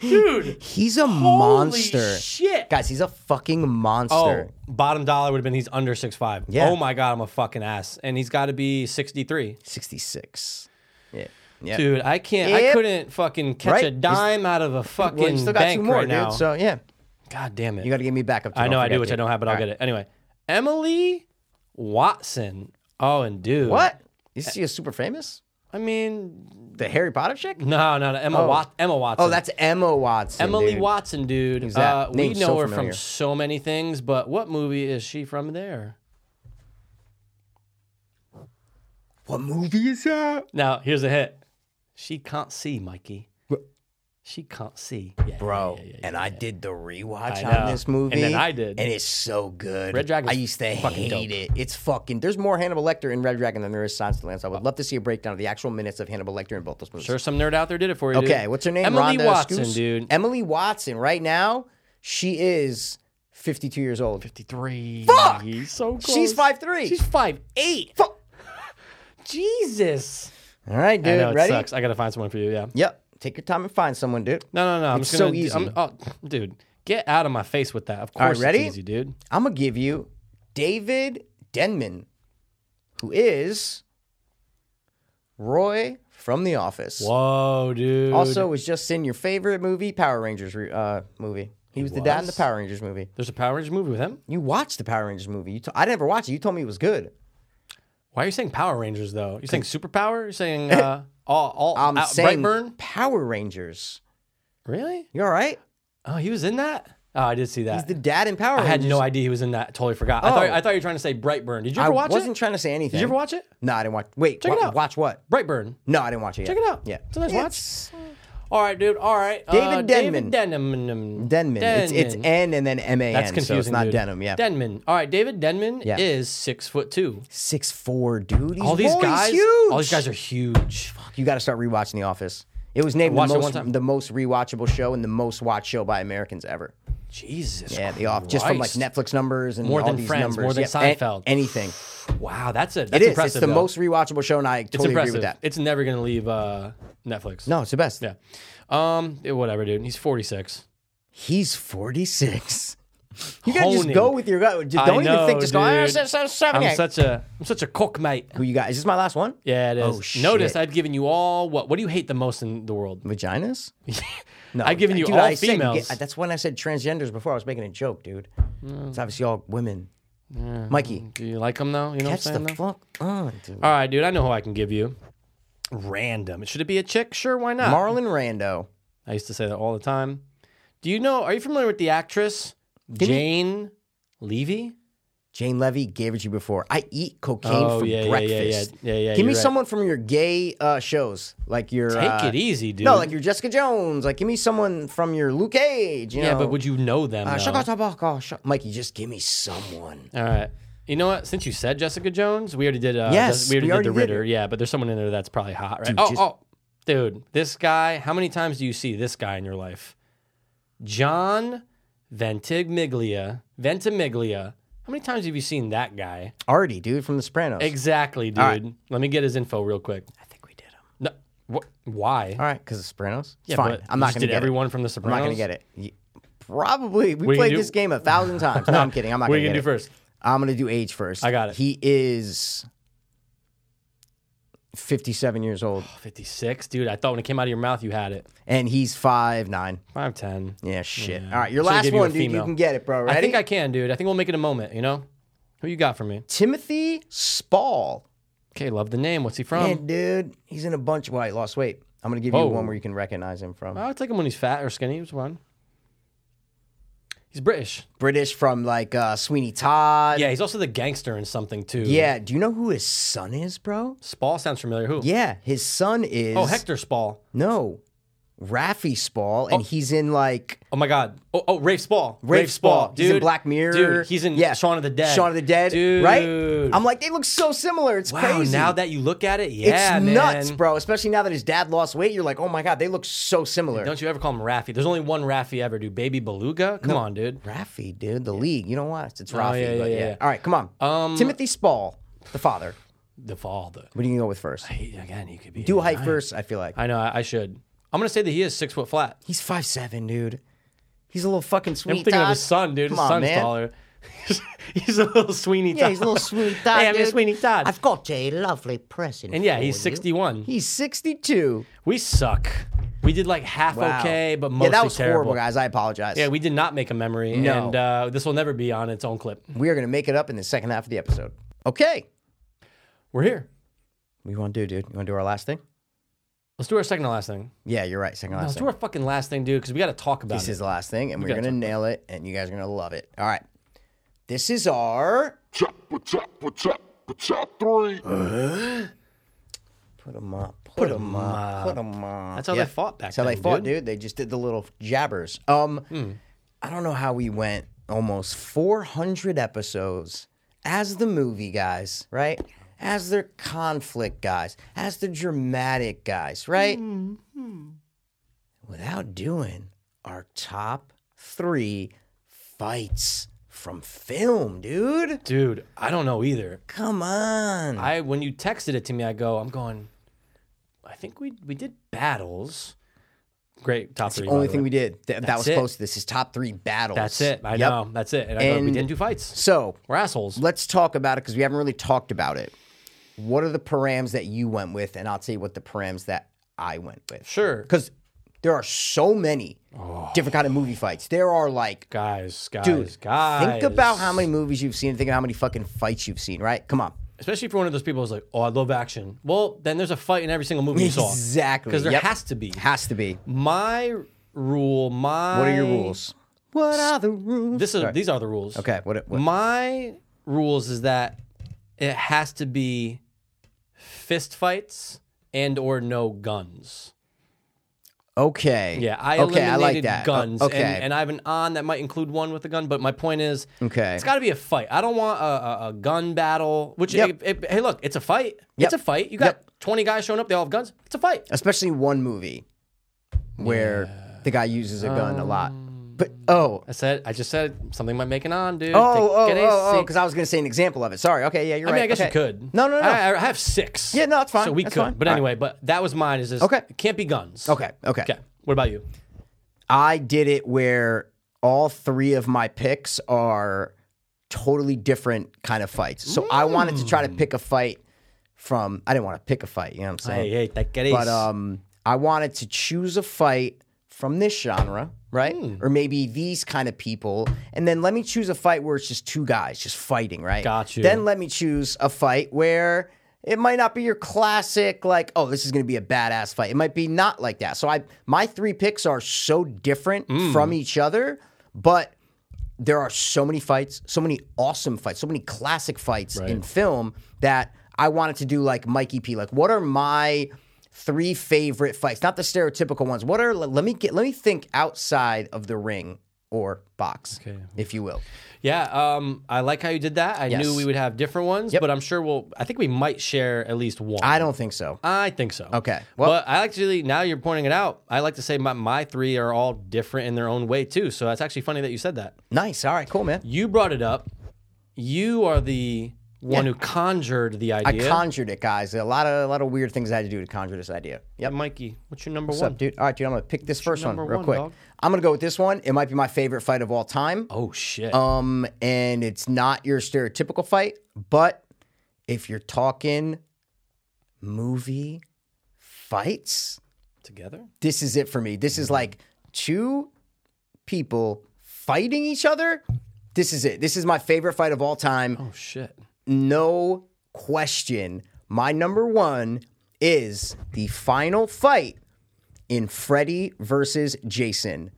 Speaker 2: Dude!
Speaker 1: He's a monster.
Speaker 2: shit.
Speaker 1: Guys, he's a fucking monster.
Speaker 2: Oh, bottom dollar would have been he's under six five.
Speaker 1: Yeah.
Speaker 2: Oh my god, I'm a fucking ass, and he's got to be sixty three.
Speaker 1: 66. Yeah. Yeah.
Speaker 2: Dude, I can't. I
Speaker 1: Yep.
Speaker 2: couldn't fucking catch
Speaker 1: Right.
Speaker 2: a dime out of a fucking
Speaker 1: Well, you still got
Speaker 2: bank
Speaker 1: two more,
Speaker 2: right
Speaker 1: dude.
Speaker 2: now.
Speaker 1: So, yeah.
Speaker 2: God damn it!
Speaker 1: You got to get me back up to
Speaker 2: I know I do, which I don't have, but I'll get it anyway. Emily Watson. Oh, and dude,
Speaker 1: What? You see a super famous?
Speaker 2: I mean,
Speaker 1: The Harry Potter chick?
Speaker 2: no, no, no. Emma
Speaker 1: Oh.
Speaker 2: Wat- Emma Watson.
Speaker 1: Oh, that's Emma Watson.
Speaker 2: Emily
Speaker 1: dude.
Speaker 2: Watson, dude.
Speaker 1: Who's that?
Speaker 2: Uh, we know
Speaker 1: Name's so
Speaker 2: her
Speaker 1: familiar.
Speaker 2: from so many things, but what movie is she from? There.
Speaker 1: What movie is that?
Speaker 2: Now, here's a hit. She can't see, Mikey. She can't see. Yeah,
Speaker 1: Bro,
Speaker 2: yeah, yeah, yeah.
Speaker 1: and I did the rewatch
Speaker 2: I
Speaker 1: on
Speaker 2: know.
Speaker 1: this movie.
Speaker 2: And then I did.
Speaker 1: And it's so good.
Speaker 2: Red Dragon's
Speaker 1: I used to
Speaker 2: fucking
Speaker 1: hate
Speaker 2: dope.
Speaker 1: it. It's fucking. There's more Hannibal Lecter in Red Dragon than there is Silence of the Lambs. I would love to see a breakdown of the actual minutes of Hannibal Lecter in both those movies.
Speaker 2: Sure, some nerd out there did it for you. dude.
Speaker 1: Okay, what's her name?
Speaker 2: Emily
Speaker 1: Rhonda
Speaker 2: Watson,
Speaker 1: Skuse?
Speaker 2: dude.
Speaker 1: Emily Watson. Right now, she is 52 years old.
Speaker 2: 53.
Speaker 1: Fuck!
Speaker 2: He's so close.
Speaker 1: She's 5'3".
Speaker 2: She's 5'8.
Speaker 1: Fuck.
Speaker 2: Jesus.
Speaker 1: All right, dude.
Speaker 2: I know, it
Speaker 1: ready?
Speaker 2: sucks. I got to find someone for you, yeah.
Speaker 1: Yep. Take your time and find someone, dude.
Speaker 2: No, no, no. I'm
Speaker 1: It's
Speaker 2: just gonna,
Speaker 1: so easy.
Speaker 2: I'm, oh, dude, Get out of my face with that. Of course,
Speaker 1: right, ready?
Speaker 2: it's easy, dude.
Speaker 1: I'm gonna give you David Denman, who is Roy from The Office.
Speaker 2: Whoa, dude.
Speaker 1: Also, was just in your favorite movie, Power Rangers re- uh, movie. He was the dad in the
Speaker 2: was?
Speaker 1: Power Rangers movie.
Speaker 2: there's a Power Rangers movie with him.
Speaker 1: You watched the Power Rangers movie. You t- I never watched it. You told me it was good.
Speaker 2: Why are you saying Power Rangers though? You're saying superpower? You're saying uh, all all
Speaker 1: I'm
Speaker 2: out,
Speaker 1: saying
Speaker 2: Brightburn?
Speaker 1: Power Rangers.
Speaker 2: Really?
Speaker 1: You all right?
Speaker 2: Oh, he was in that. Oh, I did see that.
Speaker 1: He's the dad in Power
Speaker 2: I
Speaker 1: Rangers.
Speaker 2: had no idea he was in that. Totally forgot. I, thought, I thought you were trying to say Brightburn. Did you
Speaker 1: Oh. I
Speaker 2: ever watch
Speaker 1: wasn't
Speaker 2: it?
Speaker 1: trying to say anything.
Speaker 2: Did you ever watch it?
Speaker 1: No, I didn't watch. Wait,
Speaker 2: Check it
Speaker 1: wa-
Speaker 2: out.
Speaker 1: watch what?
Speaker 2: Brightburn.
Speaker 1: No, I didn't watch it. Yet.
Speaker 2: Check it out.
Speaker 1: Yeah,
Speaker 2: It's a nice
Speaker 1: It's
Speaker 2: All right, dude. All right. Uh,
Speaker 1: David Denman.
Speaker 2: David Denman.
Speaker 1: Denman. It's, it's
Speaker 2: Denman.
Speaker 1: N and then M A N.
Speaker 2: That's confusing.
Speaker 1: So it's not
Speaker 2: dude.
Speaker 1: denim. Yeah,
Speaker 2: Denman. All right, David Denman
Speaker 1: Yeah.
Speaker 2: is six foot two.
Speaker 1: six four, dude. These
Speaker 2: all these
Speaker 1: boys
Speaker 2: guys.
Speaker 1: huge.
Speaker 2: All these guys are huge.
Speaker 1: You got to start rewatching The Office. It was named the
Speaker 2: watched it one
Speaker 1: most,
Speaker 2: time.
Speaker 1: the most rewatchable show and the most watched show by Americans ever.
Speaker 2: Jesus.
Speaker 1: Yeah, The Office, just from like
Speaker 2: Christ.
Speaker 1: Netflix numbers and
Speaker 2: More
Speaker 1: all
Speaker 2: than
Speaker 1: these
Speaker 2: Friends,
Speaker 1: numbers.
Speaker 2: more than
Speaker 1: Yeah, a-
Speaker 2: Seinfeld.
Speaker 1: anything.
Speaker 2: Wow, that's it.
Speaker 1: It
Speaker 2: That's
Speaker 1: is.
Speaker 2: impressive.
Speaker 1: it's the
Speaker 2: though.
Speaker 1: most rewatchable show, and I
Speaker 2: It's
Speaker 1: totally agree
Speaker 2: impressive.
Speaker 1: with that.
Speaker 2: It's never gonna leave uh, Netflix.
Speaker 1: no, it's the best.
Speaker 2: Yeah. Um. yeah, Whatever, dude. He's forty six.
Speaker 1: He's 46. You gotta just
Speaker 2: Honing.
Speaker 1: go with your gut. Just don't
Speaker 2: I know,
Speaker 1: even think. Just go.
Speaker 2: dude.
Speaker 1: "Ah, so- so- so-
Speaker 2: I'm
Speaker 1: okay."
Speaker 2: such a I'm such a cock mate.
Speaker 1: Who you got? Is this my last one?
Speaker 2: Yeah, it is.
Speaker 1: Oh, shit.
Speaker 2: Notice I've given you all what? What do you hate the most in the world?
Speaker 1: Vaginas? No,
Speaker 2: I've given you
Speaker 1: dude,
Speaker 2: all
Speaker 1: I said-
Speaker 2: females.
Speaker 1: yeah, that's when I said transgenders before. I was making a joke, dude.
Speaker 2: Mm.
Speaker 1: It's obviously all women. Mikey,
Speaker 2: do you like them though? You know
Speaker 1: catch
Speaker 2: what I'm
Speaker 1: the
Speaker 2: saying? though?
Speaker 1: fuck on, dude.
Speaker 2: all right, dude. I know who I can give you. Random. Should it be a chick? Sure, why not?
Speaker 1: Marlon Rando.
Speaker 2: I used to say that all the time. Do you know? Are you familiar with the actress Jane Levy?
Speaker 1: Jane Levy gave it to you before. I eat cocaine
Speaker 2: Oh,
Speaker 1: for
Speaker 2: yeah, yeah, yeah,
Speaker 1: breakfast.
Speaker 2: yeah, yeah, yeah,
Speaker 1: Give me
Speaker 2: you're right.
Speaker 1: someone from your gay uh, shows, like your.
Speaker 2: Take
Speaker 1: uh,
Speaker 2: it easy, dude.
Speaker 1: No, like your Jessica Jones. Like, give me someone from your Luke Cage. You
Speaker 2: yeah,
Speaker 1: know?
Speaker 2: but would you know them?
Speaker 1: Uh,
Speaker 2: though?
Speaker 1: shaka tabaka, sh- Mikey, just give me someone.
Speaker 2: All right. You know what? Since you said Jessica Jones, we already did. Uh,
Speaker 1: Yes,
Speaker 2: Jess- we already
Speaker 1: we
Speaker 2: did
Speaker 1: already
Speaker 2: the
Speaker 1: did
Speaker 2: Ritter. yeah, but there's someone in there that's probably hot, right? oh,
Speaker 1: just-
Speaker 2: oh, dude, this guy. How many times do you see this guy in your life? John Ventimiglia. Ventimiglia. How many times have you seen that guy?
Speaker 1: Artie, dude, from The Sopranos.
Speaker 2: Exactly, dude.
Speaker 1: right.
Speaker 2: Let me get his info real quick.
Speaker 1: I think we did him.
Speaker 2: No, wh- why?
Speaker 1: All right, because The Sopranos. It's
Speaker 2: Yeah,
Speaker 1: fine.
Speaker 2: but
Speaker 1: I'm
Speaker 2: you
Speaker 1: not
Speaker 2: just
Speaker 1: going to
Speaker 2: did
Speaker 1: get
Speaker 2: everyone
Speaker 1: it.
Speaker 2: from The
Speaker 1: I'm not going to
Speaker 2: Sopranos?
Speaker 1: get it. You- Probably. We
Speaker 2: What are you
Speaker 1: played
Speaker 2: gonna
Speaker 1: this
Speaker 2: do?
Speaker 1: game a thousand times. No, I'm kidding. I'm not
Speaker 2: What are
Speaker 1: going
Speaker 2: you
Speaker 1: to
Speaker 2: gonna
Speaker 1: get
Speaker 2: do
Speaker 1: it.
Speaker 2: first?
Speaker 1: I'm going to do age first.
Speaker 2: I got it.
Speaker 1: He is 57 years old,
Speaker 2: 56, Oh, dude. I thought when it came out of your mouth, you had it.
Speaker 1: and he's five nine.
Speaker 2: 5'10.
Speaker 1: Yeah, shit. All right, your
Speaker 2: Should've
Speaker 1: last
Speaker 2: given you a
Speaker 1: one, dude. You
Speaker 2: female.
Speaker 1: can get it, bro. Ready?
Speaker 2: I think I can, dude. I think we'll make it a moment, you know? Who you got for me?
Speaker 1: Timothy Spall.
Speaker 2: Okay, love the name. What's he
Speaker 1: Yeah,
Speaker 2: from?
Speaker 1: dude, he's in a bunch. Why he lost weight? I'm going to give
Speaker 2: Whoa.
Speaker 1: you one where you can recognize him from.
Speaker 2: I'll take him when he's fat or skinny. He's one. He's British.
Speaker 1: British from like uh, Sweeney Todd.
Speaker 2: Yeah, he's also the gangster in something, too.
Speaker 1: Yeah. Do you know who his son is, bro?
Speaker 2: Spall sounds familiar. Who?
Speaker 1: Yeah, his son is.
Speaker 2: Oh, Hector Oh. Spall.
Speaker 1: No, Raffy Spall, and he's in like
Speaker 2: Oh, my God. Oh, oh Rafe Spall.
Speaker 1: Rafe, Spall.
Speaker 2: Dude.
Speaker 1: He's in Black Mirror.
Speaker 2: Dude, he's in Shaun of the Dead.
Speaker 1: Shaun of the Dead.
Speaker 2: Dude.
Speaker 1: Right? I'm like, they look so similar. It's
Speaker 2: wow,
Speaker 1: crazy.
Speaker 2: now that you look at it,
Speaker 1: it's
Speaker 2: yeah, man.
Speaker 1: nuts, bro. Especially now that his dad lost weight, you're like, oh my god, they look so similar.
Speaker 2: Don't you ever call him Raffy. There's only one Raffy ever, dude. Baby Beluga? Come on, dude.
Speaker 1: Raffy, dude, the league. You don't watch. It's Raffy.
Speaker 2: Oh, yeah, yeah,
Speaker 1: but yeah,
Speaker 2: yeah, yeah.
Speaker 1: All right, come on.
Speaker 2: Um,
Speaker 1: Timothy Spall, the father.
Speaker 2: The father.
Speaker 1: What are you gonna go with first?
Speaker 2: He- Again, he could be.
Speaker 1: Do
Speaker 2: a
Speaker 1: height first. I feel like
Speaker 2: I know. I, I should. I'm gonna say that he is six foot flat.
Speaker 1: he's five seven, dude. He's a little fucking
Speaker 2: I'm
Speaker 1: sweet.
Speaker 2: thinking of
Speaker 1: Todd.
Speaker 2: his son, dude.
Speaker 1: Come
Speaker 2: his
Speaker 1: on,
Speaker 2: son's
Speaker 1: man.
Speaker 2: taller. he's a little Sweeney Todd.
Speaker 1: Yeah, he's a little Sweeney Todd.
Speaker 2: Hey, I'm your
Speaker 1: dude.
Speaker 2: Sweeney Todd.
Speaker 3: I've got a lovely present.
Speaker 2: and yeah,
Speaker 3: for
Speaker 2: he's
Speaker 3: you.
Speaker 2: 61.
Speaker 1: He's sixty two.
Speaker 2: We suck. We did like half
Speaker 1: Wow.
Speaker 2: okay, but mostly
Speaker 1: yeah, that was
Speaker 2: terrible.
Speaker 1: horrible, guys. I apologize.
Speaker 2: Yeah, we did not make a memory,
Speaker 1: No.
Speaker 2: and uh, this will never be on its own clip.
Speaker 1: we are gonna make it up in the second half of the episode. Okay,
Speaker 2: We're here.
Speaker 1: what you want to do, dude? You want to do our last thing?
Speaker 2: Let's do our second to last thing.
Speaker 1: Yeah, you're right. Second
Speaker 2: No,
Speaker 1: last
Speaker 2: let's do
Speaker 1: thing.
Speaker 2: our fucking last thing, dude, because we got to talk about
Speaker 1: This
Speaker 2: it.
Speaker 1: is the last thing, and we're
Speaker 2: gotta
Speaker 1: gonna nail it, and you guys are gonna love it. All right, this is our.
Speaker 5: chopper, chopper, chopper, chop three.
Speaker 1: Put 'em up. Put 'em up. Put 'em up.
Speaker 2: That's how they fought back
Speaker 1: That's how they
Speaker 2: then, Hmm.
Speaker 1: fought, dude. They just did the little jabbers. Um, I don't know how we went almost 400 episodes as the movie guys, right? As the conflict guys, as the dramatic guys, right?
Speaker 2: Mm-hmm.
Speaker 1: Without doing our top three fights from film, dude.
Speaker 2: Dude, I don't know either.
Speaker 1: Come on.
Speaker 2: I when you texted it to me, I go, I'm going. I think we we did battles. Great top three. by
Speaker 1: Only
Speaker 2: the
Speaker 1: thing
Speaker 2: way.
Speaker 1: we did that, that
Speaker 2: That's
Speaker 1: was
Speaker 2: it.
Speaker 1: close to this is top three battles.
Speaker 2: That's it. I
Speaker 1: Yep.
Speaker 2: know. That's it. And, I know we
Speaker 1: And
Speaker 2: didn't do fights.
Speaker 1: So
Speaker 2: We're assholes.
Speaker 1: let's talk about it because we haven't really talked about it. What are the params that you went with? And I'll tell you what the params that I went with.
Speaker 2: Sure.
Speaker 1: Because there are so many
Speaker 2: Oh.
Speaker 1: different kind of movie fights. There are like,
Speaker 2: Guys, guys,
Speaker 1: dude,
Speaker 2: guys.
Speaker 1: think about how many movies you've seen. Think of how many fucking fights you've seen, right? Come on.
Speaker 2: Especially if you're one of those people who's like, oh, I love action. Well, then there's a fight in every single movie you saw.
Speaker 1: Exactly.
Speaker 2: Because there
Speaker 1: Yep.
Speaker 2: has to be.
Speaker 1: Has to be.
Speaker 2: My rule, my.
Speaker 1: What are your rules? What are the rules?
Speaker 2: This is, These are the rules.
Speaker 1: Okay. What? what
Speaker 2: My rules is that it has to be fist fights and or no guns.
Speaker 1: okay.
Speaker 2: Yeah, I
Speaker 1: okay.
Speaker 2: eliminated
Speaker 1: I like that. O-
Speaker 2: guns.
Speaker 1: Okay.
Speaker 2: And, and I have an on that might include one with a gun, but my point is
Speaker 1: Okay.
Speaker 2: it's got to be a fight. I don't want a, a, a gun battle, which,
Speaker 1: Yep.
Speaker 2: it- it- hey, look, it's a fight.
Speaker 1: Yep.
Speaker 2: It's a fight. You got
Speaker 1: Yep.
Speaker 2: 20 guys showing up, they all have guns. It's a fight.
Speaker 1: especially one movie where the guy uses a gun a lot. But oh,
Speaker 2: Um, I said, I just said something might make an on, dude.
Speaker 1: oh, oh,
Speaker 2: Get a
Speaker 1: oh,
Speaker 2: seat.
Speaker 1: because I was going to say an example of it. Sorry. Okay, yeah, you're
Speaker 2: I
Speaker 1: right.
Speaker 2: mean, I guess
Speaker 1: okay.
Speaker 2: you could.
Speaker 1: No, no, no.
Speaker 2: I, I have six.
Speaker 1: Yeah, no, it's fine.
Speaker 2: So we
Speaker 1: That's
Speaker 2: could.
Speaker 1: fine.
Speaker 2: But
Speaker 1: All right.
Speaker 2: anyway, but that was mine. Is just,
Speaker 1: Okay.
Speaker 2: It can't be guns.
Speaker 1: Okay, okay,
Speaker 2: Okay. What about you?
Speaker 1: I did it where all three of my picks are totally different kind of fights. So I wanted to
Speaker 2: Hmm.
Speaker 1: try to pick a fight from. I didn't want to pick a fight. You know what I'm saying?
Speaker 2: hey, that get
Speaker 1: But um, I wanted to choose a fight from this genre, right? Or maybe these kind of people, and then let me choose a fight where it's just two guys just fighting, right?
Speaker 2: Got you.
Speaker 1: Then let me choose a fight where it might not be your classic, like, oh, this is going to be a badass fight. It might be not like that. So I, my three picks are so different
Speaker 2: Mm.
Speaker 1: from each other, but there are so many fights, so many awesome fights, so many classic fights in film that I wanted to do like Mikey P. Like, what are my three favorite fights? Not the stereotypical ones. What are let me get let me think outside of the ring or box, if you will.
Speaker 2: Yeah, um, I like how you did that. I
Speaker 1: Yes.
Speaker 2: knew we would have different ones, but I'm sure we'll. I think we might share at least one.
Speaker 1: I don't think so.
Speaker 2: I think so.
Speaker 1: Okay, well-
Speaker 2: but I actually now you're pointing it out. I like to say my, my three are all different in their own way too. So that's actually funny that you said that.
Speaker 1: nice. All right. Cool, man.
Speaker 2: You brought it up. You are the one who conjured the
Speaker 1: I
Speaker 2: idea.
Speaker 1: conjured it, guys. A lot of a lot of weird things I had to do to conjure this idea. Yep.
Speaker 2: Mikey, what's your number
Speaker 1: What's
Speaker 2: one?
Speaker 1: up, dude? All right, dude. I'm gonna pick this first one
Speaker 2: number
Speaker 1: real
Speaker 2: one,
Speaker 1: quick.
Speaker 2: dog?
Speaker 1: I'm gonna go with this one. It might be my favorite fight of all time.
Speaker 2: Oh shit!
Speaker 1: Um, and it's not your stereotypical fight, but if you're talking movie fights,
Speaker 2: Together?
Speaker 1: this is it for me. This
Speaker 2: Mm-hmm.
Speaker 1: is like two people fighting each other. This is it. This is my favorite fight of all time
Speaker 2: Oh shit!
Speaker 1: no question. My number one is the final fight in Freddy versus Jason.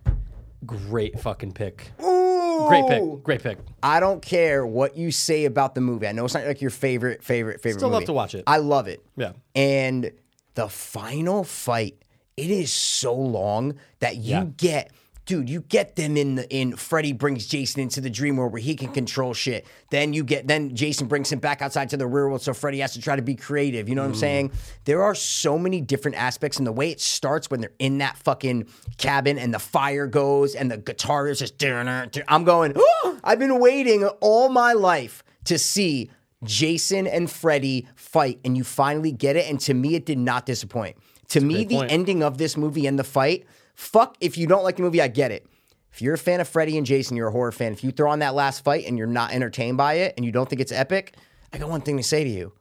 Speaker 2: Great fucking pick.
Speaker 1: Ooh.
Speaker 2: Great pick. Great pick.
Speaker 1: I don't care what you say about the movie. I know it's not like your favorite, favorite, favorite
Speaker 2: Still love
Speaker 1: movie.
Speaker 2: to watch it.
Speaker 1: I love it.
Speaker 2: Yeah.
Speaker 1: And the final fight, it is so long that you
Speaker 2: Yeah.
Speaker 1: get, dude, you get them in the in Freddy brings Jason into the dream world where he can control shit. Then you get then Jason brings him back outside to the real world, so Freddy has to try to be creative. You know what I'm
Speaker 2: Mm.
Speaker 1: saying? There are so many different aspects, and the way it starts when they're in that fucking cabin and the fire goes and the guitar is just I'm going, I've been waiting all my life to see Jason and Freddy fight, and you finally get it. And to me, it did not disappoint. To me, the
Speaker 2: point.
Speaker 1: ending of this movie and the fight, fuck, if you don't like the movie, I get it. If you're a fan of Freddy and Jason, you're a horror fan. If you throw on that last fight and you're not entertained by it and you don't think it's epic, I got one thing to say to you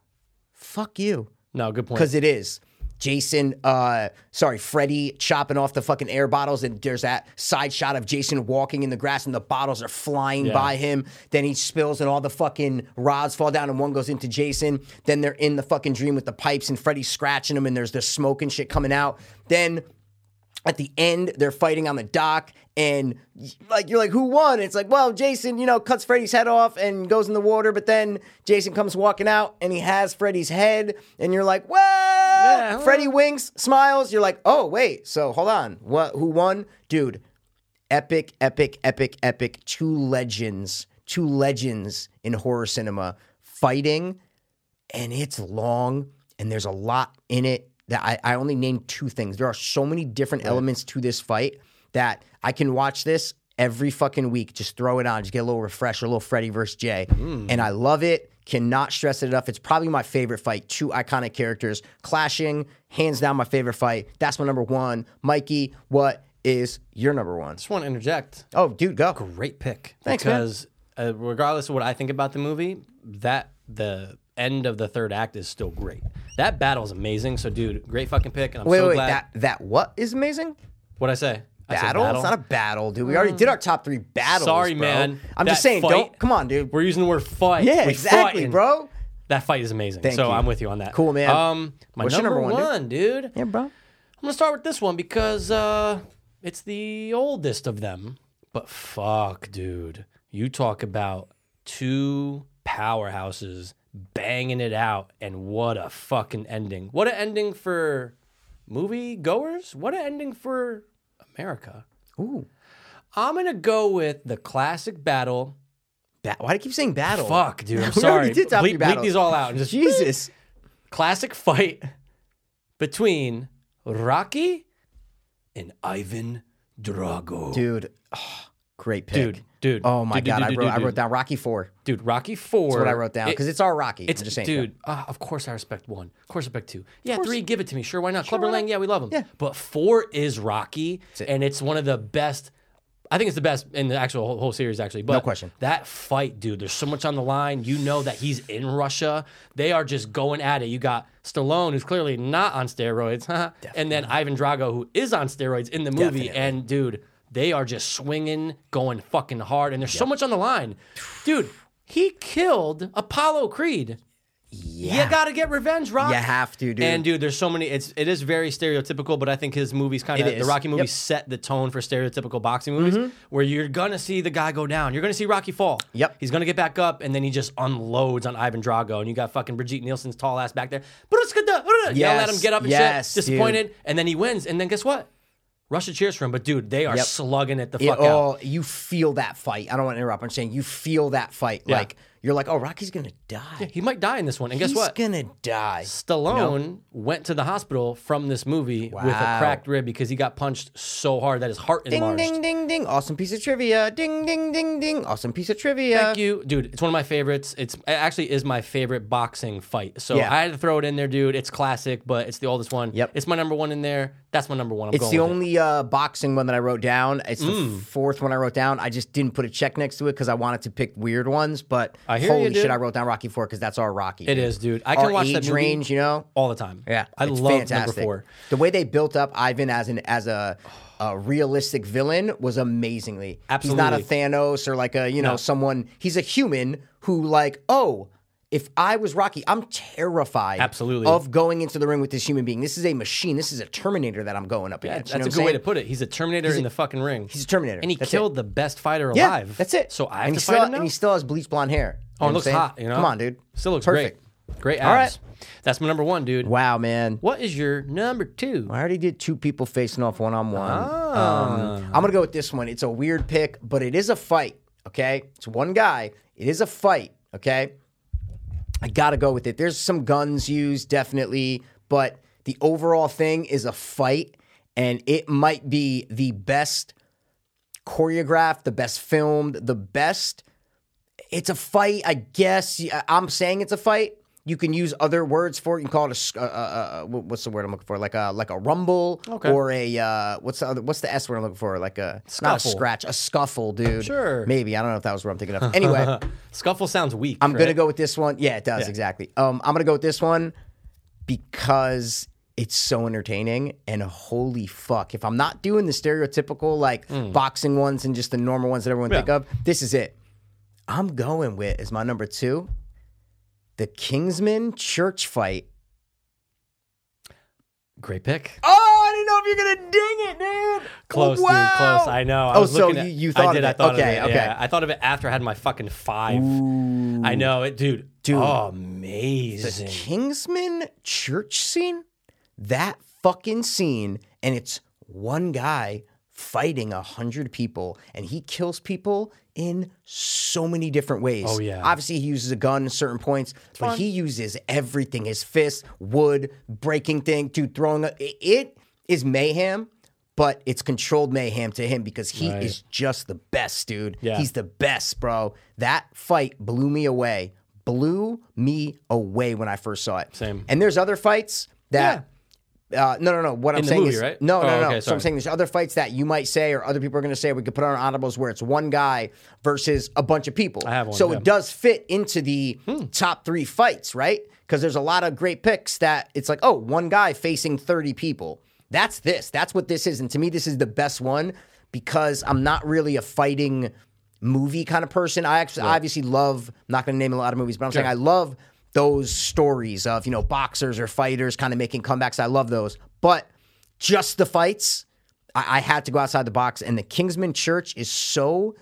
Speaker 1: fuck you.
Speaker 2: No, good point.
Speaker 1: Because it is. Jason, uh, sorry, Freddy chopping off the fucking air bottles, and there's that side shot of Jason walking in the grass, and the bottles are flying by him. Then he spills, and all the fucking rods fall down, and one goes into Jason. Then they're in the fucking dream with the pipes, and Freddy's scratching them, and there's the smoke and shit coming out. Then at the end, they're fighting on the dock, and like you're like, who won? It's like, well, Jason, you know, cuts Freddy's head off and goes in the water, but then Jason comes walking out and he has Freddy's head, and you're like, well,
Speaker 2: well-
Speaker 1: Freddy winks, smiles. You're like, oh wait, so hold on, what? Who won, dude? Epic, epic, epic, epic. Two legends, two legends in horror cinema fighting and it's long and there's a lot in it that I, I only named two things. There are so many different elements to this fight that I can watch this every fucking week. Just throw it on, just get a little refresher, a little Freddy versus Jay. And I love it. Cannot stress it enough. It's probably my favorite fight. Two iconic characters clashing, hands down my favorite fight. That's my number one. Mikey, what is your number one?
Speaker 2: just want to interject.
Speaker 1: Oh, dude, go.
Speaker 2: Great pick.
Speaker 1: Thanks, man.
Speaker 2: because Uh, regardless of what I think about the movie, that the end of the third act is still great. That battle is amazing. So, dude, great fucking pick. And I'm
Speaker 1: Wait,
Speaker 2: so
Speaker 1: wait,
Speaker 2: glad.
Speaker 1: that that what is amazing?
Speaker 2: What I say? I said
Speaker 1: Battle? It's not a battle, dude. We already did our top three battles.
Speaker 2: Mm. Sorry,
Speaker 1: bro.
Speaker 2: man.
Speaker 1: I'm just
Speaker 2: That
Speaker 1: saying,
Speaker 2: fight-
Speaker 1: don't come on, dude.
Speaker 2: We're using the word fight.
Speaker 1: Yeah,
Speaker 2: We
Speaker 1: exactly,
Speaker 2: fightin'.
Speaker 1: bro.
Speaker 2: That fight is amazing. so
Speaker 1: you.
Speaker 2: I'm with you on that.
Speaker 1: Cool, man.
Speaker 2: Um, my
Speaker 1: What's your
Speaker 2: number,
Speaker 1: number one,
Speaker 2: one, dude.
Speaker 1: Yeah, bro.
Speaker 2: I'm gonna start with this one because uh, it's the oldest of them. But fuck, dude, you talk about two powerhouses banging it out, and what a fucking ending! What an ending for movie goers! What an ending for America!
Speaker 1: Ooh.
Speaker 2: I'm gonna go with the classic battle.
Speaker 1: Ba- Why do you keep saying battle?
Speaker 2: Fuck, dude, I'm
Speaker 1: We
Speaker 2: sorry.
Speaker 1: already did top
Speaker 2: bleep,
Speaker 1: three
Speaker 2: bleep
Speaker 1: battles.
Speaker 2: these all out and just
Speaker 1: Jesus.
Speaker 2: classic fight between Rocky and Ivan Drago.
Speaker 1: Dude, ah, great pick.
Speaker 2: Dude, dude.
Speaker 1: Oh my
Speaker 2: Dude, dude,
Speaker 1: god, I
Speaker 2: dude,
Speaker 1: wrote
Speaker 2: dude,
Speaker 1: I wrote
Speaker 2: dude.
Speaker 1: down Rocky Four.
Speaker 2: Dude, Rocky 4.
Speaker 1: That's what I wrote down. Because it's our Rocky.
Speaker 2: It's
Speaker 1: I'm just saying.
Speaker 2: dude. ah, of course, I respect one. Of course, I respect two. Yeah, three. Give it to me. Sure, why not? Clubber Lang. Yeah, we love him.
Speaker 1: Yeah.
Speaker 2: but four is Rocky,
Speaker 1: it.
Speaker 2: and it's one of the best. I think it's the best in the actual whole, whole series, actually. But
Speaker 1: question.
Speaker 2: That fight, dude. There's so much on the line. You know that he's in Russia. They are just going at it. You got Stallone, who's clearly not on steroids, and then Ivan Drago, who is on steroids in the movie. And dude, they are just swinging, going fucking hard, and there's so much on the line, dude. He killed Apollo Creed. You gotta get revenge, Rock.
Speaker 1: You have to, dude.
Speaker 2: And dude, there's so many. It's it is very stereotypical, but I think his movies kind
Speaker 1: It
Speaker 2: of the
Speaker 1: is.
Speaker 2: Rocky movies
Speaker 1: Yep. Mm-hmm.
Speaker 2: set the tone for stereotypical boxing movies, where you're gonna see the guy go down, you're gonna see Rocky fall.
Speaker 1: Yep.
Speaker 2: He's gonna get back up, and then he just unloads on Ivan Drago, and you got fucking Brigitte Nielsen's tall ass back there. Yes, Yell at him,
Speaker 1: Yes,
Speaker 2: get up and
Speaker 1: yes,
Speaker 2: shit. Disappointed, and then he wins, and then guess what? Russia cheers for him, but dude, they are
Speaker 1: Yep.
Speaker 2: slugging it the
Speaker 1: Yeah,
Speaker 2: fuck out.
Speaker 1: oh, you feel that fight. I don't want to interrupt. I'm saying you feel that fight.
Speaker 2: Yeah.
Speaker 1: Like you're like, oh, Rocky's gonna die.
Speaker 2: He might die in this one, and guess
Speaker 1: He's
Speaker 2: what?
Speaker 1: gonna die.
Speaker 2: Stallone went to the hospital from this movie with a
Speaker 1: Wow.
Speaker 2: cracked rib because he got punched so hard that his heart
Speaker 1: Ding,
Speaker 2: enlarged.
Speaker 1: ding, ding, ding. Awesome piece of trivia. Ding, ding, ding, ding. Awesome piece of trivia.
Speaker 2: Thank you, dude. It's one of my favorites. It's it actually is my favorite boxing fight. So
Speaker 1: Yeah.
Speaker 2: I had to throw it in there, dude. It's classic, but it's the oldest one.
Speaker 1: Yep.
Speaker 2: It's my number one in there. That's my number one. I'm
Speaker 1: It's
Speaker 2: going
Speaker 1: the
Speaker 2: with it.
Speaker 1: only uh, boxing one that I wrote down. It's
Speaker 2: Mm.
Speaker 1: the fourth one I wrote down. I just didn't put a check next to it because I wanted to pick weird ones. But
Speaker 2: I hear
Speaker 1: holy
Speaker 2: you, dude.
Speaker 1: shit, I wrote down Rocky Four because that's our Rocky.
Speaker 2: It is, dude. I can
Speaker 1: Our
Speaker 2: watch
Speaker 1: age
Speaker 2: that movie
Speaker 1: range, you know.
Speaker 2: all the time.
Speaker 1: Yeah,
Speaker 2: I
Speaker 1: it's
Speaker 2: love
Speaker 1: fantastic.
Speaker 2: number four.
Speaker 1: The way they built up Ivan as an as a, a realistic villain was amazingly. he's not a
Speaker 2: Absolutely.
Speaker 1: Thanos or like a you know someone. He's a human who like oh. If I was Rocky, I'm terrified
Speaker 2: Absolutely.
Speaker 1: of going into the ring with this human being. This is a machine. This is a Terminator that I'm going up against.
Speaker 2: That's
Speaker 1: you know
Speaker 2: a
Speaker 1: what
Speaker 2: good
Speaker 1: I'm
Speaker 2: way
Speaker 1: saying?
Speaker 2: to put it. He's a Terminator in the fucking ring.
Speaker 1: He's a Terminator.
Speaker 2: and he
Speaker 1: That's it.
Speaker 2: killed the best fighter
Speaker 1: Yeah,
Speaker 2: alive.
Speaker 1: that's it.
Speaker 2: So I have
Speaker 1: and he
Speaker 2: to fight
Speaker 1: still,
Speaker 2: him now?
Speaker 1: And he still has bleach blonde hair. You know
Speaker 2: oh,
Speaker 1: what
Speaker 2: it
Speaker 1: I'm
Speaker 2: looks
Speaker 1: saying?
Speaker 2: hot. You know,
Speaker 1: Come on, dude.
Speaker 2: Still looks
Speaker 1: Perfect.
Speaker 2: great. Great abs.
Speaker 1: All right.
Speaker 2: That's my number one, dude.
Speaker 1: Wow, man.
Speaker 2: What is your number two?
Speaker 1: I already did two people facing off one on one. I'm gonna go with this one. It's a weird pick, but it is a fight. Okay, it's one guy. It is a fight. Okay, I gotta go with it. There's some guns used, definitely, but the overall thing is a fight, and it might be the best choreographed, the best filmed, the best. It's a fight, I guess. I- I'm saying it's a fight. You can use other words for it. You can call it a s- uh, uh, uh, wh- what's the word I'm looking for? Like a like a rumble or a uh, what's the other, what's the S word I'm looking for? Like a not a
Speaker 2: Scuffle.
Speaker 1: scratch, a scuffle, dude.
Speaker 2: Sure.
Speaker 1: maybe I don't know if that was what I'm thinking of. Anyway,
Speaker 2: Scuffle sounds weak.
Speaker 1: I'm gonna go with this one. Yeah, it does exactly. Um, I'm gonna go with this one because it's so entertaining and holy fuck. If I'm not doing the stereotypical like
Speaker 2: Hmm.
Speaker 1: boxing ones and just the normal ones that everyone think of, this is it. I'm going with is my number two, the Kingsman church fight.
Speaker 2: Great pick.
Speaker 1: Oh, I didn't know if you're gonna ding it, dude.
Speaker 2: Close, dude. Close. I know. I
Speaker 1: Oh,
Speaker 2: was
Speaker 1: so
Speaker 2: looking at-
Speaker 1: you- you
Speaker 2: I
Speaker 1: thought
Speaker 2: did.
Speaker 1: of
Speaker 2: I
Speaker 1: it.
Speaker 2: thought
Speaker 1: Okay,
Speaker 2: of it.
Speaker 1: okay.
Speaker 2: Yeah. I thought of it after I had my fucking five. I know it, dude. Dude, amazing.
Speaker 1: Kingsman church scene, that fucking scene, and it's one guy fighting a hundred people, and he kills people in so many different ways.
Speaker 2: Oh, yeah.
Speaker 1: Obviously, he uses a gun at certain points, but he uses everything: his fists, wood, breaking thing, dude, throwing. A, it- it is mayhem. But it's controlled mayhem to him because he
Speaker 2: Right.
Speaker 1: is just the best, dude.
Speaker 2: Yeah.
Speaker 1: He's the best, bro. That fight blew me away. blew me away when I first saw it.
Speaker 2: Same.
Speaker 1: And there's other fights that. Uh, no, no, no. What I'm
Speaker 2: the
Speaker 1: saying
Speaker 2: movie,
Speaker 1: is
Speaker 2: right?
Speaker 1: no, no,
Speaker 2: Oh,
Speaker 1: no.
Speaker 2: okay,
Speaker 1: so I'm
Speaker 2: sorry.
Speaker 1: saying there's other fights that you might say or other people are going to say we could put on audibles where it's one guy versus a bunch of people. I
Speaker 2: have one,
Speaker 1: so
Speaker 2: yeah.
Speaker 1: it does fit into the top three fights, right? Because there's a lot of great picks that it's like, oh, one guy facing 30 people. That's this. That's what this is. And to me, this is the best one because I'm not really a fighting movie kind of person. I actually I obviously love, I'm not going to name a lot of movies, but I'm saying I love those stories of, you know, boxers or fighters kind of making comebacks. I love those. But just the fights, I, I had to go outside the box. And the Kingsman Church is so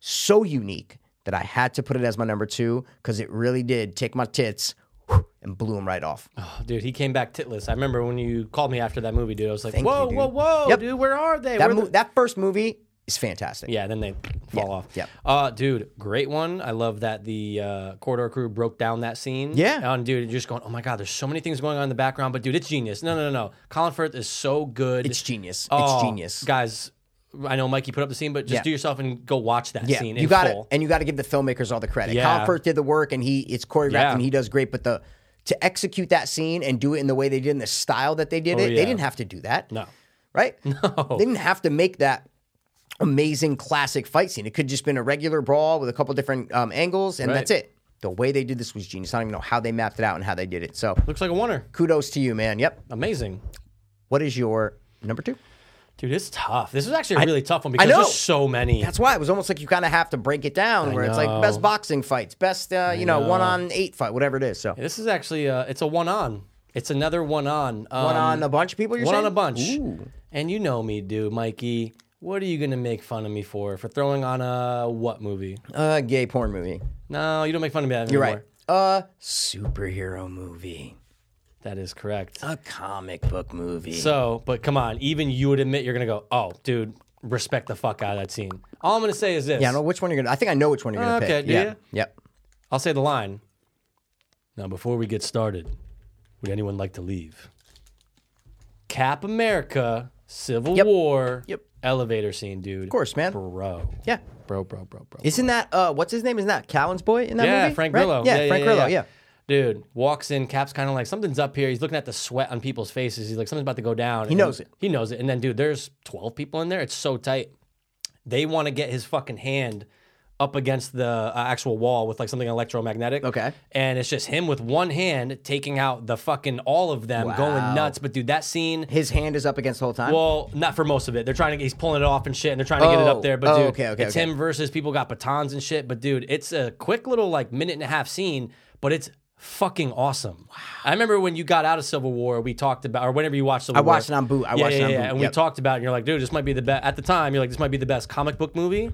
Speaker 1: so unique that I had to put it as my number two because it really did take my tits whew, and blew them right off.
Speaker 2: Oh, dude, he came back titless. I remember when you called me after that movie, dude. I was like,
Speaker 1: Thank you,
Speaker 2: whoa,
Speaker 1: dude.
Speaker 2: whoa, whoa,
Speaker 1: Yep.
Speaker 2: dude, where are they?
Speaker 1: that
Speaker 2: Where
Speaker 1: mo-
Speaker 2: the-
Speaker 1: that first movie is fantastic.
Speaker 2: Yeah, then they fall off.
Speaker 1: yep.
Speaker 2: Uh, dude, great one. I love that the uh, corridor crew broke down that scene.
Speaker 1: Yeah.
Speaker 2: And dude, just going, oh my god, there's so many things going on in the background, but dude, it's genius. No, no, no, no. Colin Firth is so good.
Speaker 1: It's genius.
Speaker 2: Oh,
Speaker 1: it's genius.
Speaker 2: guys. I know Mikey put up the scene, but just
Speaker 1: Yeah.
Speaker 2: do yourself and go watch that
Speaker 1: yeah,
Speaker 2: scene.
Speaker 1: you
Speaker 2: in
Speaker 1: got it,
Speaker 2: full.
Speaker 1: and you got to give the filmmakers all the credit.
Speaker 2: Yeah.
Speaker 1: Colin Firth did the work, and he it's choreographed,
Speaker 2: Yeah.
Speaker 1: and he does great. But the to execute that scene and do it in the way they did, in the style that they did it,
Speaker 2: Oh, yeah.
Speaker 1: they didn't have to do that.
Speaker 2: No.
Speaker 1: right? No, they didn't have to make that amazing classic fight scene. It could just been a regular brawl with a couple different um, angles, and
Speaker 2: Right.
Speaker 1: that's it. The way they did this was genius. I don't even know how they mapped it out and how they did it. So
Speaker 2: Looks like a winner.
Speaker 1: kudos to you, man. Yep.
Speaker 2: Amazing.
Speaker 1: What is your number two?
Speaker 2: Dude, it's tough. This is actually a really tough one because
Speaker 1: know.
Speaker 2: there's so many.
Speaker 1: That's why it was almost like you kind of have to break it down, where it's like
Speaker 2: know.
Speaker 1: best boxing fights, best uh, you know, one on eight fight, whatever it is. So
Speaker 2: this is actually uh, it's a one on. It's another one on. Um,
Speaker 1: one on a bunch of people. You're
Speaker 2: one
Speaker 1: saying?
Speaker 2: on a bunch.
Speaker 1: Ooh.
Speaker 2: And you know me, dude, Mikey. What are you gonna make fun of me for? For throwing on a what movie?
Speaker 1: Uh, gay porn movie.
Speaker 2: No, you don't make fun of me anymore.
Speaker 1: You're right. A superhero movie.
Speaker 2: That is correct.
Speaker 1: A comic book movie.
Speaker 2: So, but come on, even you would admit you're gonna go, oh, dude, respect the fuck out of that scene. All I'm gonna say is this.
Speaker 1: yeah, I don't know which one you're gonna. I think I know which one you're gonna
Speaker 2: Oh, Okay,
Speaker 1: pick.
Speaker 2: do
Speaker 1: yeah.
Speaker 2: ya?
Speaker 1: Yep.
Speaker 2: I'll say the line. Now, before we get started, would anyone like to leave? Cap America, Civil
Speaker 1: Yep.
Speaker 2: War,
Speaker 1: Yep.
Speaker 2: elevator scene, dude. Of
Speaker 1: course, man.
Speaker 2: Bro.
Speaker 1: Yeah.
Speaker 2: Bro, bro, bro, bro.
Speaker 1: Isn't that uh what's his name? Isn't that Callan's boy in that
Speaker 2: yeah,
Speaker 1: movie?
Speaker 2: Frank
Speaker 1: right?
Speaker 2: Grillo.
Speaker 1: Yeah, Frank Grillo, yeah.
Speaker 2: Dude walks in, Cap's kind of like something's up here. He's looking at the sweat on people's faces. He's like something's about to go down. He
Speaker 1: knows it.
Speaker 2: He knows it. And then, dude, there's 12 people in there. It's so tight. They want to get his fucking hand up against the uh, actual wall with like something electromagnetic.
Speaker 1: Okay.
Speaker 2: And it's just him with one hand taking out the fucking all of them,
Speaker 1: Wow.
Speaker 2: going nuts. But dude, that scene.
Speaker 1: His hand is up against the whole time.
Speaker 2: Well, not for most of it. They're trying to. He's pulling it off and shit, and they're trying to get it
Speaker 1: Oh.
Speaker 2: up there. But
Speaker 1: Oh,
Speaker 2: dude,
Speaker 1: okay, okay,
Speaker 2: it's
Speaker 1: okay.
Speaker 2: him versus people got batons and shit. But dude, it's a quick little like minute and a half scene, but it's fucking awesome. I remember when you got out of Civil War, we talked about, or whenever you watched Civil
Speaker 1: I
Speaker 2: War,
Speaker 1: watched it on boot. I
Speaker 2: yeah,
Speaker 1: watched it
Speaker 2: yeah,
Speaker 1: on
Speaker 2: yeah,
Speaker 1: boot.
Speaker 2: and
Speaker 1: Yep.
Speaker 2: we talked about, it, and you're like, dude, this might be the best. At the time, you're like, this might be the best comic book movie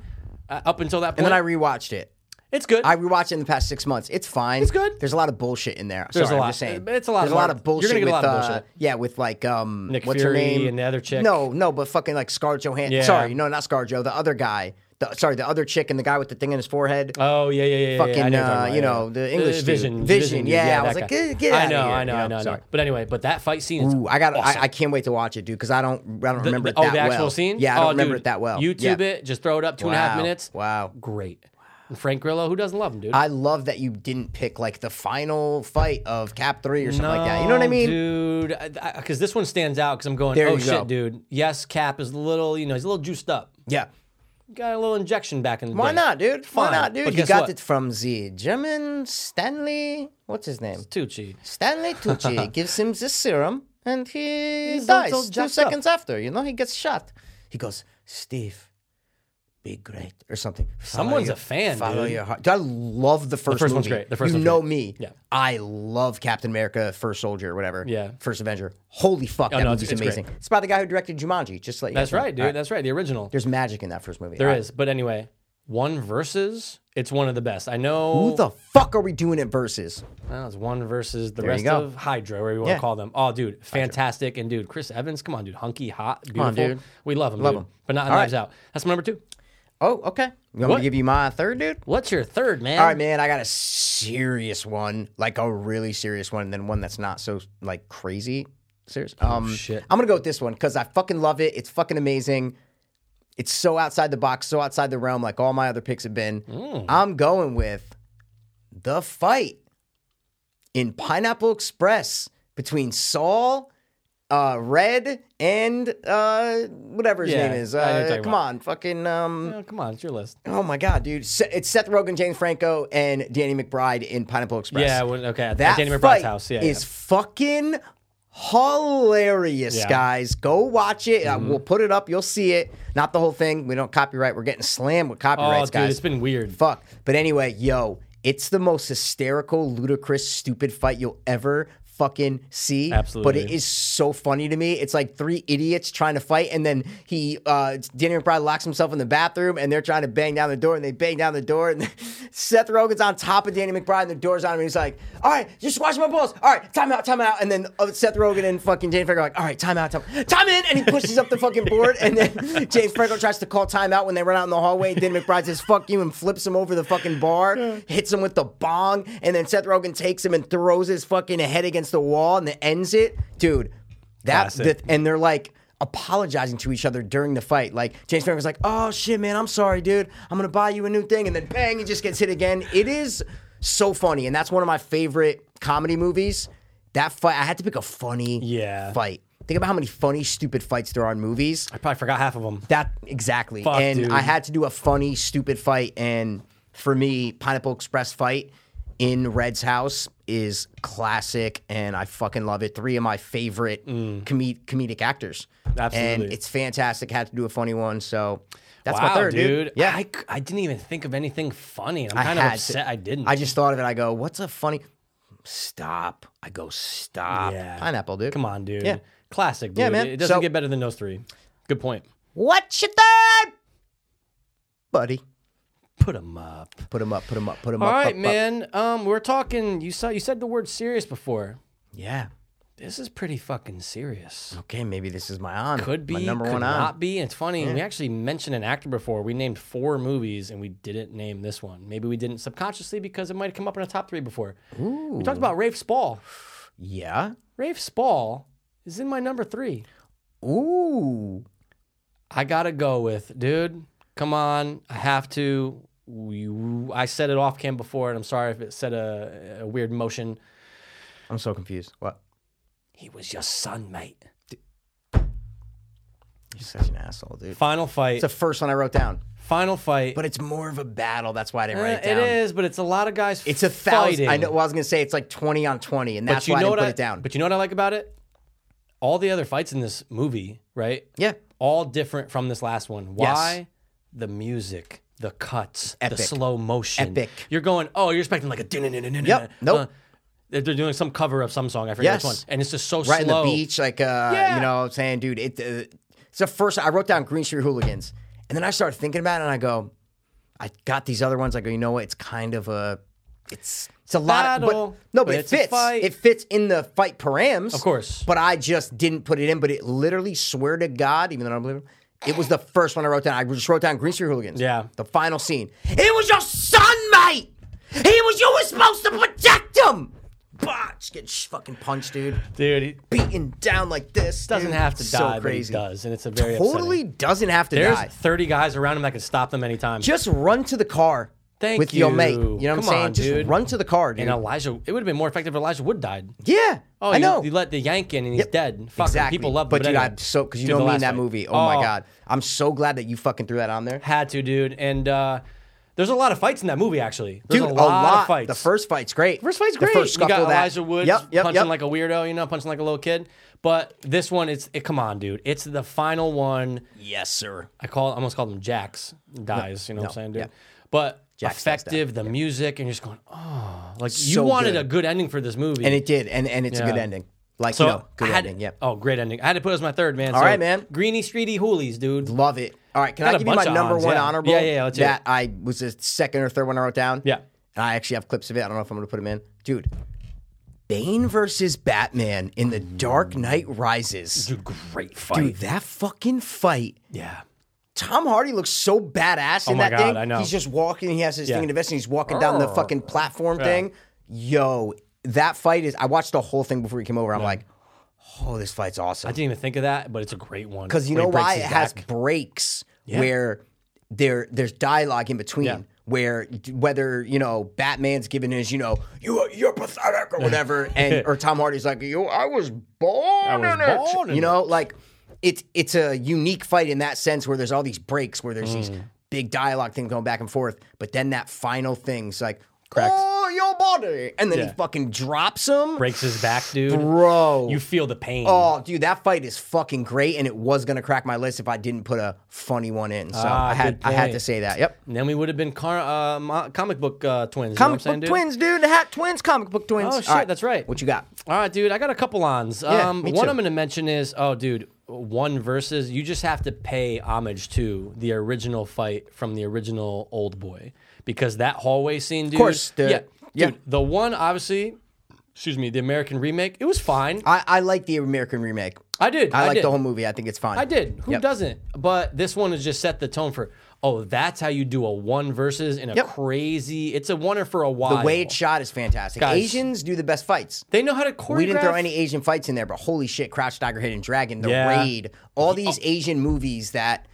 Speaker 2: uh, up until that
Speaker 1: and
Speaker 2: point.
Speaker 1: then I rewatched it.
Speaker 2: it's good.
Speaker 1: I rewatched it in the past six months. It's fine. It's
Speaker 2: good.
Speaker 1: There's a lot of bullshit in there.
Speaker 2: There's
Speaker 1: Sorry,
Speaker 2: a
Speaker 1: I'm
Speaker 2: lot.
Speaker 1: just saying.
Speaker 2: It's a lot
Speaker 1: There's a
Speaker 2: more-
Speaker 1: lot of bullshit.
Speaker 2: you're gonna get a
Speaker 1: with,
Speaker 2: lot of
Speaker 1: uh,
Speaker 2: bullshit.
Speaker 1: yeah, with like um,
Speaker 2: Nick
Speaker 1: what's her
Speaker 2: Fury
Speaker 1: name?
Speaker 2: and the other chick.
Speaker 1: No, no, but fucking like ScarJo Han.
Speaker 2: Yeah.
Speaker 1: Sorry, no, not ScarJo. The other guy. The, sorry, the other chick and the guy with the thing in his forehead.
Speaker 2: Oh yeah, yeah, yeah, yeah.
Speaker 1: Fucking,
Speaker 2: yeah, I know what you're
Speaker 1: uh,
Speaker 2: talking about,
Speaker 1: you
Speaker 2: yeah.
Speaker 1: know, the English dude.
Speaker 2: vision,
Speaker 1: Vision,
Speaker 2: dude,
Speaker 1: yeah, I
Speaker 2: that
Speaker 1: was like,
Speaker 2: guy.
Speaker 1: get- get
Speaker 2: I
Speaker 1: outta
Speaker 2: know,
Speaker 1: here,
Speaker 2: I know,
Speaker 1: you know,
Speaker 2: I know, I know.
Speaker 1: sorry.
Speaker 2: But anyway, but that fight scene. Is
Speaker 1: Ooh, I got.
Speaker 2: awesome.
Speaker 1: I, I can't wait to watch it, dude, because I don't. I don't remember it
Speaker 2: The-
Speaker 1: that
Speaker 2: oh, the actual
Speaker 1: well.
Speaker 2: scene.
Speaker 1: Yeah, I don't
Speaker 2: Oh,
Speaker 1: remember
Speaker 2: dude,
Speaker 1: it that well.
Speaker 2: YouTube
Speaker 1: Yeah.
Speaker 2: it, just throw it up two and a half
Speaker 1: Wow.
Speaker 2: minutes.
Speaker 1: Wow.
Speaker 2: great. And Frank Grillo, who doesn't love him, dude?
Speaker 1: I love that you didn't pick like the final fight of Cap Three or something like that. You know what I
Speaker 2: No,
Speaker 1: mean?
Speaker 2: dude? Because this one stands out. Because I'm going,
Speaker 1: There
Speaker 2: oh
Speaker 1: you
Speaker 2: shit,
Speaker 1: go.
Speaker 2: dude. Yes, Cap is a little, you know, he's a little juiced up.
Speaker 1: Yeah.
Speaker 2: Got a little injection back in the
Speaker 1: Why
Speaker 2: day.
Speaker 1: not, dude? Why
Speaker 2: Fine.
Speaker 1: not, dude?
Speaker 2: But
Speaker 1: you
Speaker 2: guess
Speaker 1: got
Speaker 2: what?
Speaker 1: it from the German Stanley. What's his name?
Speaker 2: Tucci.
Speaker 1: Stanley Tucci gives him the serum, and he
Speaker 2: He's all- all
Speaker 1: dies two
Speaker 2: jacked
Speaker 1: seconds after. You know, he gets shot. He goes, Steve. Be great or something. Follow
Speaker 2: Someone's
Speaker 1: your-
Speaker 2: a fan,
Speaker 1: Follow
Speaker 2: dude.
Speaker 1: your heart. Dude, I love the first.
Speaker 2: first
Speaker 1: movie.
Speaker 2: one's great. The first
Speaker 1: you
Speaker 2: one's
Speaker 1: know
Speaker 2: great.
Speaker 1: me.
Speaker 2: Yeah.
Speaker 1: I love Captain America, First Soldier, or whatever.
Speaker 2: Yeah. Oh,
Speaker 1: First Avenger. Holy fuck, that
Speaker 2: no, it's-
Speaker 1: movie's
Speaker 2: it's
Speaker 1: amazing.
Speaker 2: great.
Speaker 1: It's by the guy who directed Jumanji. Just to let you.
Speaker 2: That's
Speaker 1: guys know.
Speaker 2: right, dude.
Speaker 1: All
Speaker 2: That's right. The original.
Speaker 1: There's magic in that first movie.
Speaker 2: There
Speaker 1: All right.
Speaker 2: is. But anyway, one versus. It's one of the best. I know.
Speaker 1: Who the fuck are we doing it versus?
Speaker 2: Well, it's one versus the
Speaker 1: you
Speaker 2: rest
Speaker 1: go.
Speaker 2: of Hydra, whatever you want
Speaker 1: Yeah.
Speaker 2: to call them. Oh, dude, fantastic. And dude, Chris Evans, come on, dude. Hunky, hot, beautiful.
Speaker 1: on, dude.
Speaker 2: We love him.
Speaker 1: Love
Speaker 2: dude.
Speaker 1: him.
Speaker 2: But not in
Speaker 1: All
Speaker 2: Knives
Speaker 1: right.
Speaker 2: Out. That's my number two.
Speaker 1: Oh, okay. You want me
Speaker 2: What?
Speaker 1: to give you my third, dude?
Speaker 2: What's your third, man?
Speaker 1: All right, man. I got a serious one, like a really serious one, and then one that's not so like crazy serious. Um,
Speaker 2: Oh, shit.
Speaker 1: I'm gonna go with this one because I fucking love it. It's fucking amazing. It's
Speaker 2: Mm.
Speaker 1: so outside the box, so outside the realm, like all my other picks have been. I'm going with the fight in Pineapple Express between Saul, uh, Red, and uh, whatever his
Speaker 2: Yeah,
Speaker 1: name is.
Speaker 2: I know what you're
Speaker 1: Uh,
Speaker 2: talking
Speaker 1: come
Speaker 2: about.
Speaker 1: on, fucking. Um,
Speaker 2: Oh, come on, it's your list.
Speaker 1: oh my God, dude. Se- It's Seth Rogen, James Franco, and Danny McBride in Pineapple Express.
Speaker 2: Yeah, when, okay. At
Speaker 1: that
Speaker 2: Danny McBride's
Speaker 1: fight
Speaker 2: house. Yeah,
Speaker 1: is fucking hilarious,
Speaker 2: Yeah. Mm-hmm.
Speaker 1: guys. Go watch it. Uh, we'll put it up. You'll see it. Not the whole thing. We don't copyright. We're getting slammed with
Speaker 2: yeah. Oh,
Speaker 1: copyrights,
Speaker 2: dude,
Speaker 1: guys.
Speaker 2: it's been weird.
Speaker 1: Fuck. But anyway, yo, it's the most hysterical, ludicrous, stupid fight you'll ever fucking see. But it
Speaker 2: Absolutely.
Speaker 1: is so funny to me. It's like three idiots trying to fight, and then he, uh, Danny McBride locks himself in the bathroom, and they're trying to bang down the door, and they bang down the door, and Seth Rogen's on top of Danny McBride, and the door's on him, and he's like, "All right, just watch my balls. All right, time out, time out." And then uh, Seth Rogen and fucking Danny Franco are like, "All right, time out, time, time in," and he pushes up the fucking board, and then James Franco tries to call time out when they run out in the hallway. And Danny McBride says, "Fuck you," and flips him over the fucking bar, hits him with the bong, and then Seth Rogen takes him and throws his fucking head against the wall, and then ends it, dude. That
Speaker 2: Classic.
Speaker 1: the- and they're like apologizing to each other during the fight. Like James Franco's like, "Oh shit, man, I'm sorry, dude. I'm gonna buy you a new thing," and then bang, he just gets hit again. It is so funny, and that's one of my favorite comedy movies. That fight, I had to pick a funny
Speaker 2: Yeah.
Speaker 1: fight. Think about how many funny, stupid fights there are in movies.
Speaker 2: I probably forgot half of them.
Speaker 1: That exactly.
Speaker 2: Fuck,
Speaker 1: and
Speaker 2: dude.
Speaker 1: I had to do a funny, stupid fight. And for me, Pineapple Express fight in Red's house is classic, and I fucking love it. Three of my favorite comed- comedic actors. And
Speaker 2: Mm. Absolutely.
Speaker 1: it's fantastic. Had to do a funny one, so that's
Speaker 2: wow,
Speaker 1: my third,
Speaker 2: dude.
Speaker 1: Yeah,
Speaker 2: I, c- I didn't even think of anything funny. I'm
Speaker 1: I
Speaker 2: kind of
Speaker 1: had to.
Speaker 2: upset I didn't.
Speaker 1: I just thought of it. I go, what's a funny? Stop. I go, stop. Pineapple, dude.
Speaker 2: Come on, dude.
Speaker 1: Yeah.
Speaker 2: Classic, dude.
Speaker 1: Yeah, man.
Speaker 2: It doesn't
Speaker 1: So-
Speaker 2: get better than those three. Good point.
Speaker 1: What's your third, buddy?
Speaker 2: Put them up.
Speaker 1: Put him up. Put him up. Put him
Speaker 2: All
Speaker 1: up.
Speaker 2: right,
Speaker 1: up, up.
Speaker 2: man. Um, we're talking. You saw. You said the word serious before.
Speaker 1: Yeah.
Speaker 2: This is pretty fucking serious.
Speaker 1: Okay, maybe this is my on.
Speaker 2: Could be.
Speaker 1: my number
Speaker 2: could
Speaker 1: one on.
Speaker 2: Not be. And it's funny. We actually mentioned an actor before. We named four movies, and we didn't name this one. Maybe we didn't subconsciously because it might have come up in a top three before. We talked about Rafe Spall.
Speaker 1: Yeah.
Speaker 2: Rafe Spall is in my number three.
Speaker 1: Ooh.
Speaker 2: I gotta go with, dude. Come on, I have to. We, I said it off cam before, and I'm sorry if it said a, a weird motion.
Speaker 1: I'm so confused. What?
Speaker 2: He was your son, mate.
Speaker 1: You're such an asshole, dude.
Speaker 2: Final fight.
Speaker 1: It's the first one I wrote down,
Speaker 2: final fight.
Speaker 1: but it's more of a battle. That's why I didn't
Speaker 2: Eh,
Speaker 1: write it
Speaker 2: it
Speaker 1: down.
Speaker 2: is, but it's a lot of guys.
Speaker 1: It's a
Speaker 2: fighting.
Speaker 1: thousand. I know. Well, I was gonna say it's like twenty on twenty, and that's
Speaker 2: you
Speaker 1: why I
Speaker 2: know
Speaker 1: didn't
Speaker 2: what
Speaker 1: put it down.
Speaker 2: But you know what I like about it? All the other fights in this movie, right?
Speaker 1: yeah,
Speaker 2: all different from this last one.
Speaker 1: Yes.
Speaker 2: Why? The music, the cuts,
Speaker 1: Epic.
Speaker 2: the slow motion.
Speaker 1: Epic.
Speaker 2: You're going, oh, you're expecting like a din
Speaker 1: Yep. Nope.
Speaker 2: uh, They're they're doing some cover of some song. I forget which one.
Speaker 1: Yes.
Speaker 2: And it's just so
Speaker 1: right
Speaker 2: slow.
Speaker 1: on the beach, like uh,
Speaker 2: Yeah.
Speaker 1: you know, what I'm saying, dude, it. Uh, it's the first. I wrote down Green Street Hooligans, and then I started thinking about it, and I go, I got these other ones. I go, you know what? It's kind of a. It's it's a lot.
Speaker 2: Battle,
Speaker 1: of, but, no, but,
Speaker 2: but
Speaker 1: it
Speaker 2: it's a
Speaker 1: fits.
Speaker 2: fight.
Speaker 1: It fits in the fight params, of
Speaker 2: course.
Speaker 1: But I just didn't put it in. But it literally, swear to God, even though I don't believe it, it was the first one I wrote down. I just wrote down Green Street Hooligans.
Speaker 2: Yeah.
Speaker 1: the final scene. It was your son, mate. He was you were supposed to protect him. Bah, just getting sh- fucking punched, dude
Speaker 2: Dude, he
Speaker 1: beaten down like this.
Speaker 2: doesn't
Speaker 1: dude.
Speaker 2: have to
Speaker 1: so
Speaker 2: die,
Speaker 1: Crazy.
Speaker 2: but he does. And it's a very
Speaker 1: Totally
Speaker 2: upsetting.
Speaker 1: doesn't have to
Speaker 2: There's
Speaker 1: die.
Speaker 2: 30 guys around him that can stop them anytime.
Speaker 1: Just run to the car.
Speaker 2: Thank
Speaker 1: with your
Speaker 2: you.
Speaker 1: mate. You know what I'm
Speaker 2: Come
Speaker 1: saying?
Speaker 2: on,
Speaker 1: Just
Speaker 2: dude.
Speaker 1: run to the car, dude.
Speaker 2: and Elijah, it would have been more effective if Elijah Wood died.
Speaker 1: yeah.
Speaker 2: Oh,
Speaker 1: I
Speaker 2: you-
Speaker 1: know.
Speaker 2: You, let the yank in and he's
Speaker 1: Yep.
Speaker 2: dead. Fuck,
Speaker 1: exactly.
Speaker 2: people love him,
Speaker 1: But, dude,
Speaker 2: anyway.
Speaker 1: I'm so because you
Speaker 2: Dude, the
Speaker 1: know me
Speaker 2: last
Speaker 1: in that
Speaker 2: fight.
Speaker 1: movie. Oh, my
Speaker 2: Oh.
Speaker 1: god, I'm so glad that you fucking threw that on there.
Speaker 2: Had to, dude. And uh, there's a lot of fights in that movie, actually. There's
Speaker 1: dude,
Speaker 2: a lot, of fights.
Speaker 1: The first fight's great.
Speaker 2: first fight's great.
Speaker 1: The first
Speaker 2: you
Speaker 1: scuffle
Speaker 2: got
Speaker 1: that.
Speaker 2: Elijah Woods
Speaker 1: yep, yep,
Speaker 2: punching
Speaker 1: yep.
Speaker 2: like a weirdo, you know, punching like a little kid. But this one, it's it, come on, dude. It's the final one.
Speaker 1: yes, sir.
Speaker 2: I call I almost called him Jax dies. you know what I'm saying, dude.
Speaker 1: yeah.
Speaker 2: But
Speaker 1: Jax does
Speaker 2: effective, the music, and you're just going, oh, like you
Speaker 1: So
Speaker 2: wanted
Speaker 1: good.
Speaker 2: a good ending for this movie,
Speaker 1: And it did, and and it's a good
Speaker 2: Yeah.
Speaker 1: ending. Like
Speaker 2: So
Speaker 1: you know, good
Speaker 2: I had,
Speaker 1: ending. Yep.
Speaker 2: Oh, great ending. I had to put it as my third man.
Speaker 1: All
Speaker 2: All right,
Speaker 1: right, man.
Speaker 2: Greeny Streety Hoolies, dude.
Speaker 1: Love it. All right, can
Speaker 2: Got
Speaker 1: I
Speaker 2: a
Speaker 1: give you my
Speaker 2: bunch of
Speaker 1: number
Speaker 2: ons,
Speaker 1: one
Speaker 2: yeah.
Speaker 1: honorable?
Speaker 2: Yeah, yeah, yeah, let's hear
Speaker 1: That I was the second or third one I wrote down.
Speaker 2: Yeah.
Speaker 1: And I actually have clips of it. I don't know if I'm going to put them in. Dude, Bane versus Batman in The Dark Knight Rises.
Speaker 2: Dude, great fight.
Speaker 1: Dude, that fucking fight.
Speaker 2: Yeah.
Speaker 1: Tom Hardy looks so badass in
Speaker 2: Oh my
Speaker 1: that
Speaker 2: God,
Speaker 1: thing.
Speaker 2: I know.
Speaker 1: He's just walking. He has his
Speaker 2: Yeah.
Speaker 1: thing in the vest, and he's walking down the
Speaker 2: Arr.
Speaker 1: fucking platform thing. Yo, that fight is. I watched the whole thing before he came over. I'm like, oh, this fight's awesome.
Speaker 2: I didn't even think of that, but it's a great one.
Speaker 1: because you
Speaker 2: When he
Speaker 1: know
Speaker 2: breaks
Speaker 1: why it
Speaker 2: his
Speaker 1: has
Speaker 2: back.
Speaker 1: breaks where there there's dialogue in between.
Speaker 2: Yeah.
Speaker 1: where d- whether you know Batman's giving his you know you are- you're pathetic or whatever, and or Tom Hardy's like you I was born
Speaker 6: I was
Speaker 1: in it,"
Speaker 6: born in
Speaker 1: you know, like it's it's a unique fight in that sense where there's all these breaks where there's these
Speaker 2: Mm.
Speaker 1: big dialogue things going back and forth, but then that final thing's like
Speaker 2: Cracks.
Speaker 1: oh your body, and then he
Speaker 2: Yeah.
Speaker 1: fucking drops him,
Speaker 2: breaks his back, dude.
Speaker 1: bro.
Speaker 2: You feel the pain.
Speaker 1: Oh, dude, that fight is fucking great, and it was gonna crack my list if I didn't put a funny one in. So
Speaker 2: Ah,
Speaker 1: I had
Speaker 2: good
Speaker 1: I had
Speaker 2: point.
Speaker 1: to say that. Yep.
Speaker 2: And then we would have been car- uh, mo- comic book uh, twins.
Speaker 1: Comic
Speaker 2: you know what I'm saying,
Speaker 1: book
Speaker 2: dude?
Speaker 1: twins, dude. The hat twins, comic book twins.
Speaker 2: Oh, shit, that's right.
Speaker 1: What you got?
Speaker 2: All right, dude. I got a couple ons.
Speaker 1: Yeah,
Speaker 2: um,
Speaker 1: me
Speaker 2: one
Speaker 1: too.
Speaker 2: I'm going to mention is oh, dude, one versus you just have to pay homage to the original fight from the original Old Boy because that hallway scene, dude.
Speaker 1: course, the-
Speaker 2: yeah,
Speaker 1: yeah.
Speaker 2: Dude, the one obviously, excuse me, the American remake. It was fine. I,
Speaker 1: I, I like the American remake.
Speaker 2: did.
Speaker 1: I, like
Speaker 2: did.
Speaker 1: the whole movie. I think it's fine.
Speaker 2: I did. Who
Speaker 1: Yep.
Speaker 2: doesn't? But this one has just set the tone for. Oh, that's how you do a one versus in a
Speaker 1: Yep.
Speaker 2: crazy. It's a oneer for a while.
Speaker 1: The way it's shot is fantastic.
Speaker 2: Guys.
Speaker 1: Asians do the best fights.
Speaker 2: They know how to choreograph.
Speaker 1: We didn't throw any Asian fights in there, but holy shit, Crouch Tiger Hidden Dragon, The
Speaker 2: Yeah.
Speaker 1: Raid, all these Asian movies that.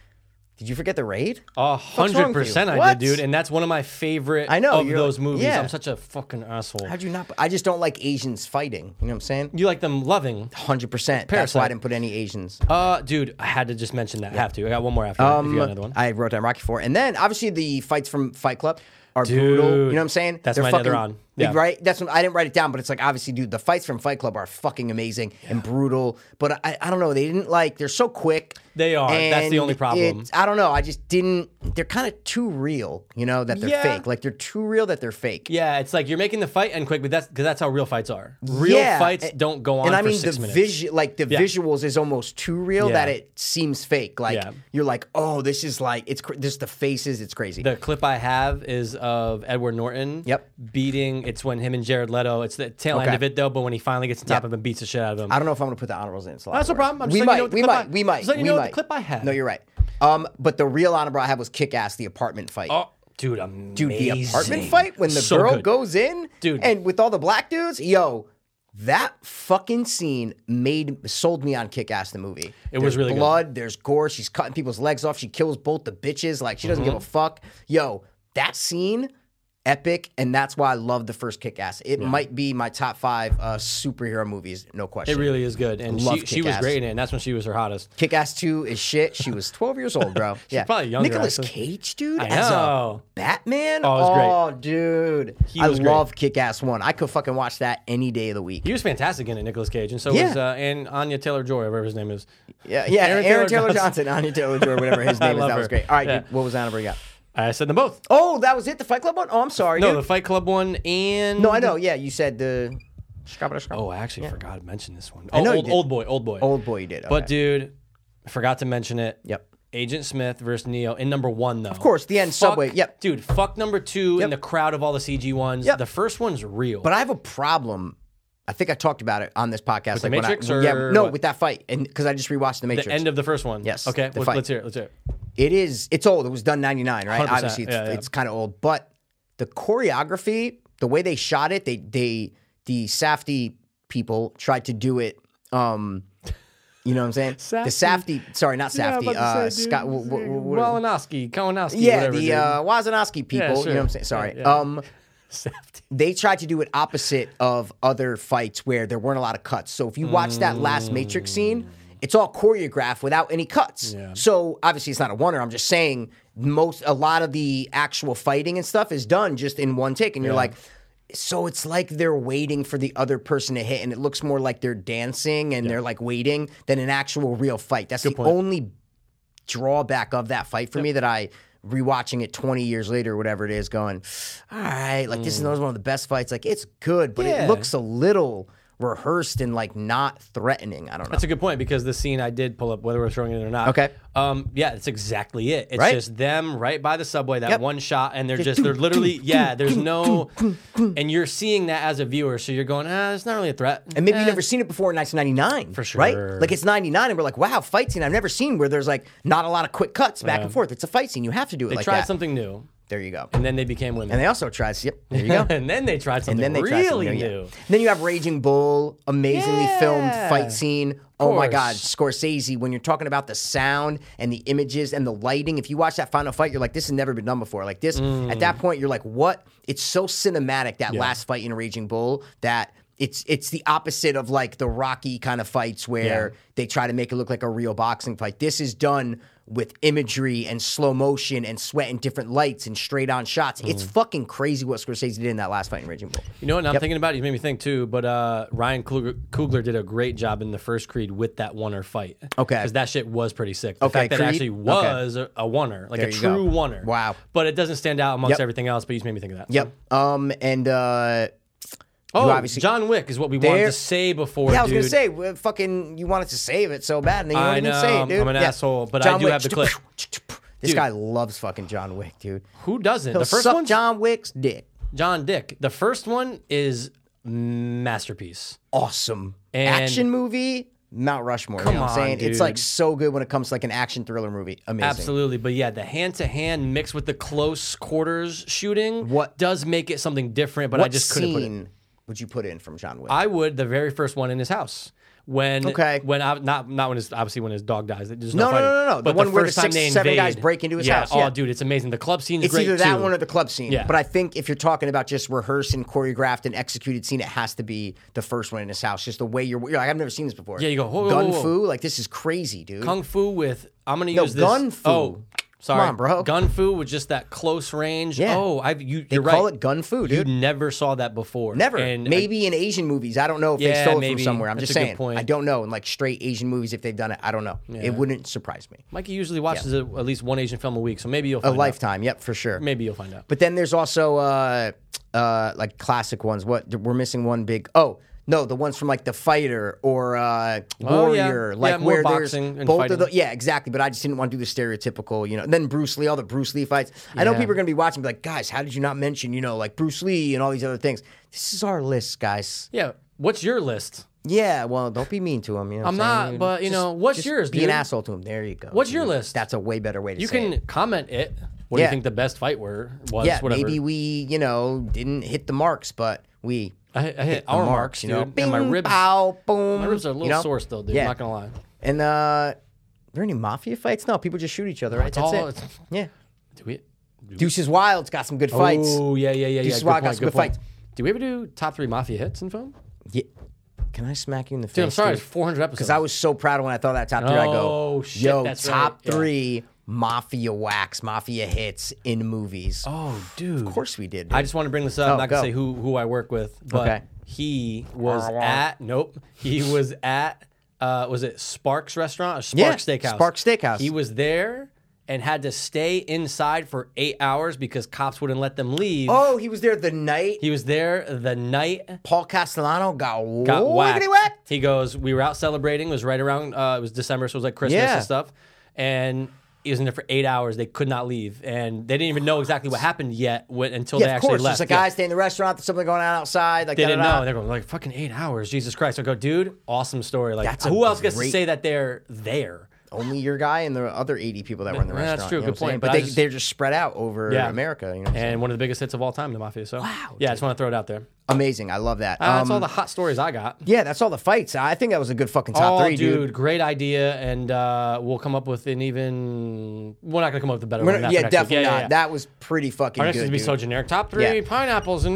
Speaker 1: Did you forget The Raid?
Speaker 2: A
Speaker 1: wrong
Speaker 2: hundred
Speaker 1: with you?
Speaker 2: percent, I
Speaker 1: What?
Speaker 2: did, dude, and that's one of my favorite.
Speaker 1: I know,
Speaker 2: of
Speaker 1: you're
Speaker 2: those
Speaker 1: like-
Speaker 2: movies.
Speaker 1: yeah.
Speaker 2: I'm such a fucking asshole.
Speaker 1: How'd you not? I just don't like Asians fighting. You know what I'm saying?
Speaker 2: you like them loving?
Speaker 1: 100%. That's why I
Speaker 2: Parasite.
Speaker 1: didn't put any Asians.
Speaker 2: Uh, dude, I had to just mention that. I have to. I got one more after. that, if you got another one.
Speaker 1: Um, I wrote down Rocky Four, and then obviously the fights from Fight Club are brutal. You know what I'm saying?
Speaker 2: That's my other on. Yeah.
Speaker 1: Right? That's what, I didn't write it down, but it's like obviously, dude, the fights from Fight Club are fucking amazing and brutal. But I, I don't know. They didn't like. They're so quick.
Speaker 2: They are. That's
Speaker 1: and
Speaker 2: the only problem.
Speaker 1: it's- I don't know. I just didn't. They're kind of too real. You know that they're
Speaker 2: Yeah.
Speaker 1: fake. Like they're too real that they're fake.
Speaker 2: yeah, it's like you're making the fight end quick, but that's because that's how real fights are. Real
Speaker 1: Yeah,
Speaker 2: fights
Speaker 1: and-
Speaker 2: don't go on.
Speaker 1: and I
Speaker 2: for
Speaker 1: mean
Speaker 2: six
Speaker 1: the
Speaker 2: minutes.
Speaker 1: visu- like the
Speaker 2: Yeah.
Speaker 1: visuals is almost too real
Speaker 2: Yeah.
Speaker 1: that it seems fake. Like
Speaker 2: Yeah.
Speaker 1: you're like, oh, this is like it's cr- this the faces, it's crazy.
Speaker 2: The clip I have is of Edward Norton.
Speaker 1: Yep.
Speaker 2: Beating. It's when him and Jared Leto. It's the tail end
Speaker 1: Okay.
Speaker 2: of it though, but when he finally gets on top
Speaker 1: Yep.
Speaker 2: of him, beats the shit out of him.
Speaker 1: I don't know if I'm gonna put the honorables in. It's a lot
Speaker 2: That's
Speaker 1: of work.
Speaker 2: no problem. I'm just
Speaker 1: we
Speaker 2: letting
Speaker 1: might,
Speaker 2: you know what
Speaker 1: we
Speaker 2: the clip
Speaker 1: might,
Speaker 2: I-
Speaker 1: we might,
Speaker 2: just letting
Speaker 1: we
Speaker 2: you know
Speaker 1: might.
Speaker 2: what the clip I had.
Speaker 1: No, you're right. Um, but the real honorable I had was kick ass the apartment fight.
Speaker 2: Oh, dude, amazing.
Speaker 1: Dude, the apartment fight when the
Speaker 2: So
Speaker 1: girl
Speaker 2: good.
Speaker 1: goes in,
Speaker 2: Dude.
Speaker 1: and with all the black dudes, yo, that fucking scene made sold me on Kick Ass the movie. It
Speaker 2: was really good.
Speaker 1: blood. There's gore. She's cutting people's legs off. She kills both the bitches. Like she doesn't
Speaker 2: Mm-hmm.
Speaker 1: give a fuck. Yo, that scene. Epic, and that's why I love the first Kick Ass. It might be my top five uh, superhero movies, no question.
Speaker 2: It really is good, and
Speaker 1: Love
Speaker 2: she, she was
Speaker 1: Kick-Ass.
Speaker 2: great in it. And that's when she was her hottest.
Speaker 1: Kick Ass 2 is shit. She was 12 years old, bro. yeah.
Speaker 2: probably younger,
Speaker 1: Nicholas
Speaker 2: actually.
Speaker 1: Cage, dude,
Speaker 2: I
Speaker 1: as a
Speaker 2: know.
Speaker 1: Batman.
Speaker 2: Oh, it was
Speaker 1: great. dude.
Speaker 2: He
Speaker 1: I
Speaker 2: was great.
Speaker 1: love Kick Ass 1. I could fucking watch that any day of the week.
Speaker 2: He was fantastic in it, Nicolas Cage, and so
Speaker 1: Yeah.
Speaker 2: was uh, and Anya Taylor Joy, whatever his name is.
Speaker 1: Yeah, yeah.
Speaker 2: Aaron
Speaker 1: Aaron,
Speaker 2: Taylor
Speaker 1: Taylor,
Speaker 2: Johnson.
Speaker 1: Johnson, Anya Taylor Joy, whatever his
Speaker 2: I
Speaker 1: name is.
Speaker 2: love
Speaker 1: That was
Speaker 2: her.
Speaker 1: great. All right,
Speaker 2: Yeah.
Speaker 1: dude, what was that number you got?
Speaker 2: I said them both.
Speaker 1: Oh, that was it? The Fight Club one? Oh, I'm sorry.
Speaker 2: No,
Speaker 1: dude.
Speaker 2: the Fight Club one and
Speaker 1: no, I know. Yeah, you said the.
Speaker 2: Oh, I actually forgot to mention this one. Oh,
Speaker 1: know you
Speaker 2: old,
Speaker 1: did.
Speaker 2: old boy, old boy,
Speaker 1: Old boy, you did.
Speaker 2: But
Speaker 1: okay.
Speaker 2: dude, I forgot to mention it.
Speaker 1: Yep.
Speaker 2: Agent Smith versus Neo in number one though. Of
Speaker 1: course, the end subway, yep.
Speaker 2: Dude, fuck number two in the crowd of all the CG ones.
Speaker 1: Yep.
Speaker 2: The first one's real.
Speaker 1: But I have a problem. I think I talked about it on this podcast.
Speaker 2: the
Speaker 1: when I-
Speaker 2: Matrix or
Speaker 1: yeah, no,
Speaker 2: what?
Speaker 1: with that fight, and because I just rewatched the Matrix.
Speaker 2: the end of the first one.
Speaker 1: Yes,
Speaker 2: Okay.
Speaker 1: the
Speaker 2: let-
Speaker 1: fight.
Speaker 2: Let's hear it. Let's hear it.
Speaker 1: it is it's old it was done 99 right
Speaker 2: 100%,
Speaker 1: obviously it's,
Speaker 2: yeah, yeah.
Speaker 1: it's kind of old but the choreography the way they shot it they they the safty people tried to do it um you know what i'm saying the safty sorry not safty uh scott wh- wh- wh- what-
Speaker 2: Walanowski, Kalinowski,
Speaker 1: yeah
Speaker 2: whatever.
Speaker 1: the
Speaker 2: dude.
Speaker 1: uh wazanowski people
Speaker 2: Yeah,
Speaker 1: you know what i'm
Speaker 2: sure.
Speaker 1: saying sorry
Speaker 2: Yeah, yeah.
Speaker 1: um
Speaker 2: Safety.
Speaker 1: they tried to do it opposite of other fights where there weren't a lot of cuts. So if you watch that last Matrix scene, it's all choreographed without any cuts. So obviously it's not a wonder. I'm just saying most a lot of the actual fighting and stuff is done just in one take, and you're like. So it's like they're waiting for the other person to hit, and it looks more like they're dancing and they're like waiting than an actual real fight. That's the only drawback of that fight for me that I rewatching it 20 years later, whatever it is, going, all right, like this is another one of the best fights. Like it's good, but
Speaker 2: Mm. Yeah.
Speaker 1: it looks a little rehearsed and like not threatening. I don't know.
Speaker 2: That's a good point because the scene I did pull up, whether we're throwing it in or not.
Speaker 1: Okay.
Speaker 2: Um, yeah, it's exactly it. It's
Speaker 1: Right.
Speaker 2: just them right by the subway, that
Speaker 1: Yep.
Speaker 2: one shot, and they're just, they're literally, yeah, there's no, and you're seeing that as a viewer. So you're going, ah, it's not really a threat.
Speaker 1: and maybe
Speaker 2: Eh,
Speaker 1: you've never seen it before in 1999, for
Speaker 2: sure.
Speaker 1: Right? Like it's 99, and we're like, wow, fight scene I've never seen where there's like not a lot of quick cuts back and forth. It's a fight scene. You have to do it
Speaker 2: They
Speaker 1: like
Speaker 2: tried
Speaker 1: that.
Speaker 2: something new.
Speaker 1: There you go.
Speaker 2: and then they became women.
Speaker 1: And they also tried. Yep. There you go.
Speaker 2: and then they tried something
Speaker 1: then they tried
Speaker 2: really
Speaker 1: something
Speaker 2: new.
Speaker 1: Yeah. Then you have Raging Bull, amazingly filmed
Speaker 2: Yeah.
Speaker 1: fight scene. Oh my
Speaker 2: course.
Speaker 1: God, Scorsese! When you're talking about the sound and the images and the lighting, if you watch that final fight, you're like, this has never been done before. Like this, at
Speaker 2: Mm.
Speaker 1: that point, you're like, what? It's so cinematic that last fight in Raging Bull that. It's it's the opposite of like the Rocky kind of fights where
Speaker 2: Yeah.
Speaker 1: they try to make it look like a real boxing fight. This is done with imagery and slow motion and sweat and different lights and straight on shots.
Speaker 2: Mm.
Speaker 1: It's fucking crazy what Scorsese did in that last fight in Raging Bull.
Speaker 2: You know what? Now I'm thinking about it. You made me think too. But uh, Ryan Coogler, Coogler did a great job in the first Creed with that oneer fight.
Speaker 1: Okay.
Speaker 2: because that shit was pretty sick. The
Speaker 1: Okay,
Speaker 2: fact that it
Speaker 1: Creed?
Speaker 2: actually was a, a oneer, like
Speaker 1: There
Speaker 2: a
Speaker 1: you go.
Speaker 2: true oneer.
Speaker 1: Wow.
Speaker 2: But it doesn't stand out amongst
Speaker 1: Yep.
Speaker 2: everything else. But you just made me think of that.
Speaker 1: Yep. Um, and uh,
Speaker 2: Oh,
Speaker 1: obviously-
Speaker 2: John Wick is what we wanted
Speaker 1: There-
Speaker 2: to say before.
Speaker 1: yeah, I was
Speaker 2: dude.
Speaker 1: gonna say, well, fucking, you wanted to save it so bad, and then you
Speaker 2: I
Speaker 1: won't even
Speaker 2: know,
Speaker 1: say it, dude.
Speaker 2: I'm an
Speaker 1: Yeah.
Speaker 2: asshole, but I do have the clip.
Speaker 1: This
Speaker 2: Dude.
Speaker 1: guy loves fucking John Wick, dude.
Speaker 2: who doesn't?
Speaker 1: He'll
Speaker 2: the first
Speaker 1: suck
Speaker 2: one,
Speaker 1: John Wick's dick.
Speaker 2: John Dick. The first one is masterpiece.
Speaker 1: Awesome
Speaker 2: And-
Speaker 1: action movie. Mount Rushmore. you know
Speaker 2: Come
Speaker 1: what I'm saying?
Speaker 2: on,
Speaker 1: It's
Speaker 2: dude.
Speaker 1: like so good when it comes to like an action thriller movie. Amazing.
Speaker 2: Absolutely, but yeah, the hand to hand mixed with the close quarters shooting
Speaker 1: What-
Speaker 2: does make it something different. But
Speaker 1: What
Speaker 2: I just couldn't
Speaker 1: scene
Speaker 2: put it.
Speaker 1: would you put in from John Wick?
Speaker 2: I would the very first one in his house when
Speaker 1: Okay.
Speaker 2: when I, not not when his obviously when his dog dies. There's
Speaker 1: No, no,
Speaker 2: no, fighting.
Speaker 1: no, no, no. The
Speaker 2: But
Speaker 1: one where the
Speaker 2: first time
Speaker 1: six,
Speaker 2: they
Speaker 1: seven guys
Speaker 2: invade-
Speaker 1: break into his
Speaker 2: yeah,
Speaker 1: house, yeah.
Speaker 2: Oh, dude, it's amazing. The club scene is
Speaker 1: It's
Speaker 2: great
Speaker 1: either that
Speaker 2: too.
Speaker 1: one or the club scene.
Speaker 2: Yeah.
Speaker 1: But I think if you're talking about just rehearsed and choreographed and executed scene, it has to be the first one in his house. Just the way you're, you're like, I've never seen this before.
Speaker 2: Yeah, you go, whoa, whoa,
Speaker 1: gun
Speaker 2: whoa, whoa.
Speaker 1: fu, like this is crazy, dude.
Speaker 2: kung fu with I'm gonna
Speaker 1: No,
Speaker 2: use this
Speaker 1: gun fu.
Speaker 2: Oh, sorry,
Speaker 1: on, bro.
Speaker 2: Gun fu with just that close range.
Speaker 1: Yeah.
Speaker 2: Oh, I've you.
Speaker 1: they
Speaker 2: you're
Speaker 1: call
Speaker 2: right.
Speaker 1: it gun fu,
Speaker 2: You
Speaker 1: dude.
Speaker 2: never saw that before.
Speaker 1: Never.
Speaker 2: And I-
Speaker 1: maybe in Asian movies, I don't know if
Speaker 2: Yeah,
Speaker 1: they stole it
Speaker 2: maybe.
Speaker 1: from somewhere. I'm
Speaker 2: That's
Speaker 1: just
Speaker 2: a good
Speaker 1: saying,
Speaker 2: point.
Speaker 1: I don't know. In like straight Asian movies, if they've done it, I don't know. It wouldn't surprise me.
Speaker 2: Mikey usually watches a- at least one Asian film a week, so maybe you'll
Speaker 1: A
Speaker 2: find out.
Speaker 1: lifetime, yep, for sure.
Speaker 2: Maybe you'll find out.
Speaker 1: But then there's also uh, uh, like classic ones. What we're missing one big. Oh no, the ones from like the fighter or uh,
Speaker 2: Oh, yeah.
Speaker 1: warrior,
Speaker 2: Yeah,
Speaker 1: like
Speaker 2: more
Speaker 1: where
Speaker 2: boxing
Speaker 1: there's
Speaker 2: and
Speaker 1: both
Speaker 2: fighting.
Speaker 1: of the yeah exactly. But I just didn't want to do the stereotypical, you know. And then Bruce Lee, all the Bruce Lee fights. I know
Speaker 2: Yeah.
Speaker 1: people are gonna be watching, be like, guys, how did you not mention you know like Bruce Lee and all these other things? This is our list, guys.
Speaker 2: Yeah. What's your list?
Speaker 1: Yeah, well, don't be mean to him. You know, what
Speaker 2: I'm
Speaker 1: saying?
Speaker 2: not, but, you know, what's
Speaker 1: just
Speaker 2: yours,
Speaker 1: Be
Speaker 2: dude?
Speaker 1: an asshole to him. There you go.
Speaker 2: What's your
Speaker 1: dude.
Speaker 2: list?
Speaker 1: That's a way better way to
Speaker 2: You
Speaker 1: say it.
Speaker 2: can comment it. What do you
Speaker 1: Yeah.
Speaker 2: think the best fight were was?
Speaker 1: Yeah,
Speaker 2: whatever.
Speaker 1: maybe we, you know, didn't hit the marks, but we
Speaker 2: I, hit- I hit our marks,
Speaker 1: you
Speaker 2: dude.
Speaker 1: know.
Speaker 2: and my
Speaker 1: Bing,
Speaker 2: ribs,
Speaker 1: pow, boom.
Speaker 2: my ribs are a little
Speaker 1: you know?
Speaker 2: sore still, dude.
Speaker 1: Yeah.
Speaker 2: I'm not gonna lie.
Speaker 1: And uh, are there any mafia fights? No, people just shoot each other, right?
Speaker 2: It's
Speaker 1: That's
Speaker 2: all-
Speaker 1: it.
Speaker 2: it's-
Speaker 1: Yeah.
Speaker 2: Do we? Do we
Speaker 1: Deuces Wild's got some good fights.
Speaker 2: Oh yeah, yeah, yeah, yeah.
Speaker 1: Deuces
Speaker 2: Good
Speaker 1: Wild got
Speaker 2: point,
Speaker 1: some
Speaker 2: good
Speaker 1: good
Speaker 2: point.
Speaker 1: fights.
Speaker 2: Do we ever do top three mafia hits in film?
Speaker 1: Yeah. Can I smack you in the face?
Speaker 2: Dude, I'm sorry, it's
Speaker 1: Because
Speaker 2: 400 episodes.
Speaker 1: I was so proud when I thought that top three. I go,
Speaker 2: Oh, shit,
Speaker 1: yo,
Speaker 2: that's
Speaker 1: top
Speaker 2: right, yeah.
Speaker 1: three mafia wax, mafia hits in movies.
Speaker 2: Oh, dude.
Speaker 1: Of course we did.
Speaker 2: I just want to bring this up. I'm
Speaker 1: Oh,
Speaker 2: not gonna
Speaker 1: go.
Speaker 2: say who who I work with, but
Speaker 1: Okay.
Speaker 2: he was at nope. He was at uh, was it Sparks Restaurant or Sparks
Speaker 1: Yeah,
Speaker 2: Steakhouse?
Speaker 1: Sparks Steakhouse.
Speaker 2: He was there and had to stay inside for eight hours because cops wouldn't let them leave.
Speaker 1: oh, he was there the night
Speaker 2: He was there the night
Speaker 1: Paul Castellano got,
Speaker 2: got whacked.
Speaker 1: wiggity whacked.
Speaker 2: He goes, we were out celebrating. It was right around. Uh, it was December, so it was like Christmas
Speaker 1: Yeah.
Speaker 2: and stuff. And he was in there for eight hours. They could not leave, and they didn't even know exactly what happened yet when, until they
Speaker 1: Yeah, of
Speaker 2: actually
Speaker 1: course.
Speaker 2: left.
Speaker 1: There's a
Speaker 2: Yeah.
Speaker 1: guy staying in the restaurant. There's something going on outside. Like
Speaker 2: They didn't
Speaker 1: da-da-da.
Speaker 2: know. And they're going like fucking eight hours. Jesus Christ! I go, dude, awesome story. Like,
Speaker 1: That's a
Speaker 2: who else gets to
Speaker 1: great-
Speaker 2: say that they're there?
Speaker 1: Only your guy and the other 80 people that were in the
Speaker 2: Yeah,
Speaker 1: restaurant.
Speaker 2: that's true.
Speaker 1: you know
Speaker 2: Good
Speaker 1: what I'm
Speaker 2: point,
Speaker 1: saying?
Speaker 2: but
Speaker 1: But,
Speaker 2: I
Speaker 1: they,
Speaker 2: just-
Speaker 1: they're just spread out over
Speaker 2: Yeah.
Speaker 1: America. You know, what I'm saying?
Speaker 2: And one of the biggest hits of all time, The Mafia. So, wow, yeah, I just want to throw it out there.
Speaker 1: amazing. I love that.
Speaker 2: Uh, that's
Speaker 1: Um,
Speaker 2: all the hot stories I got.
Speaker 1: yeah, that's all the fights. I think that was a good fucking top
Speaker 2: oh,
Speaker 1: three, dude.
Speaker 2: great idea, and uh, we'll come up with an even. We're not gonna come up with a better
Speaker 1: We're
Speaker 2: one.
Speaker 1: not-
Speaker 2: than that
Speaker 1: yeah,
Speaker 2: for next week.
Speaker 1: definitely
Speaker 2: yeah,
Speaker 1: not.
Speaker 2: yeah.
Speaker 1: That was pretty fucking
Speaker 2: Our next
Speaker 1: good.
Speaker 2: is gonna be
Speaker 1: dude.
Speaker 2: so generic. Top three
Speaker 1: Yeah.
Speaker 2: pineapples in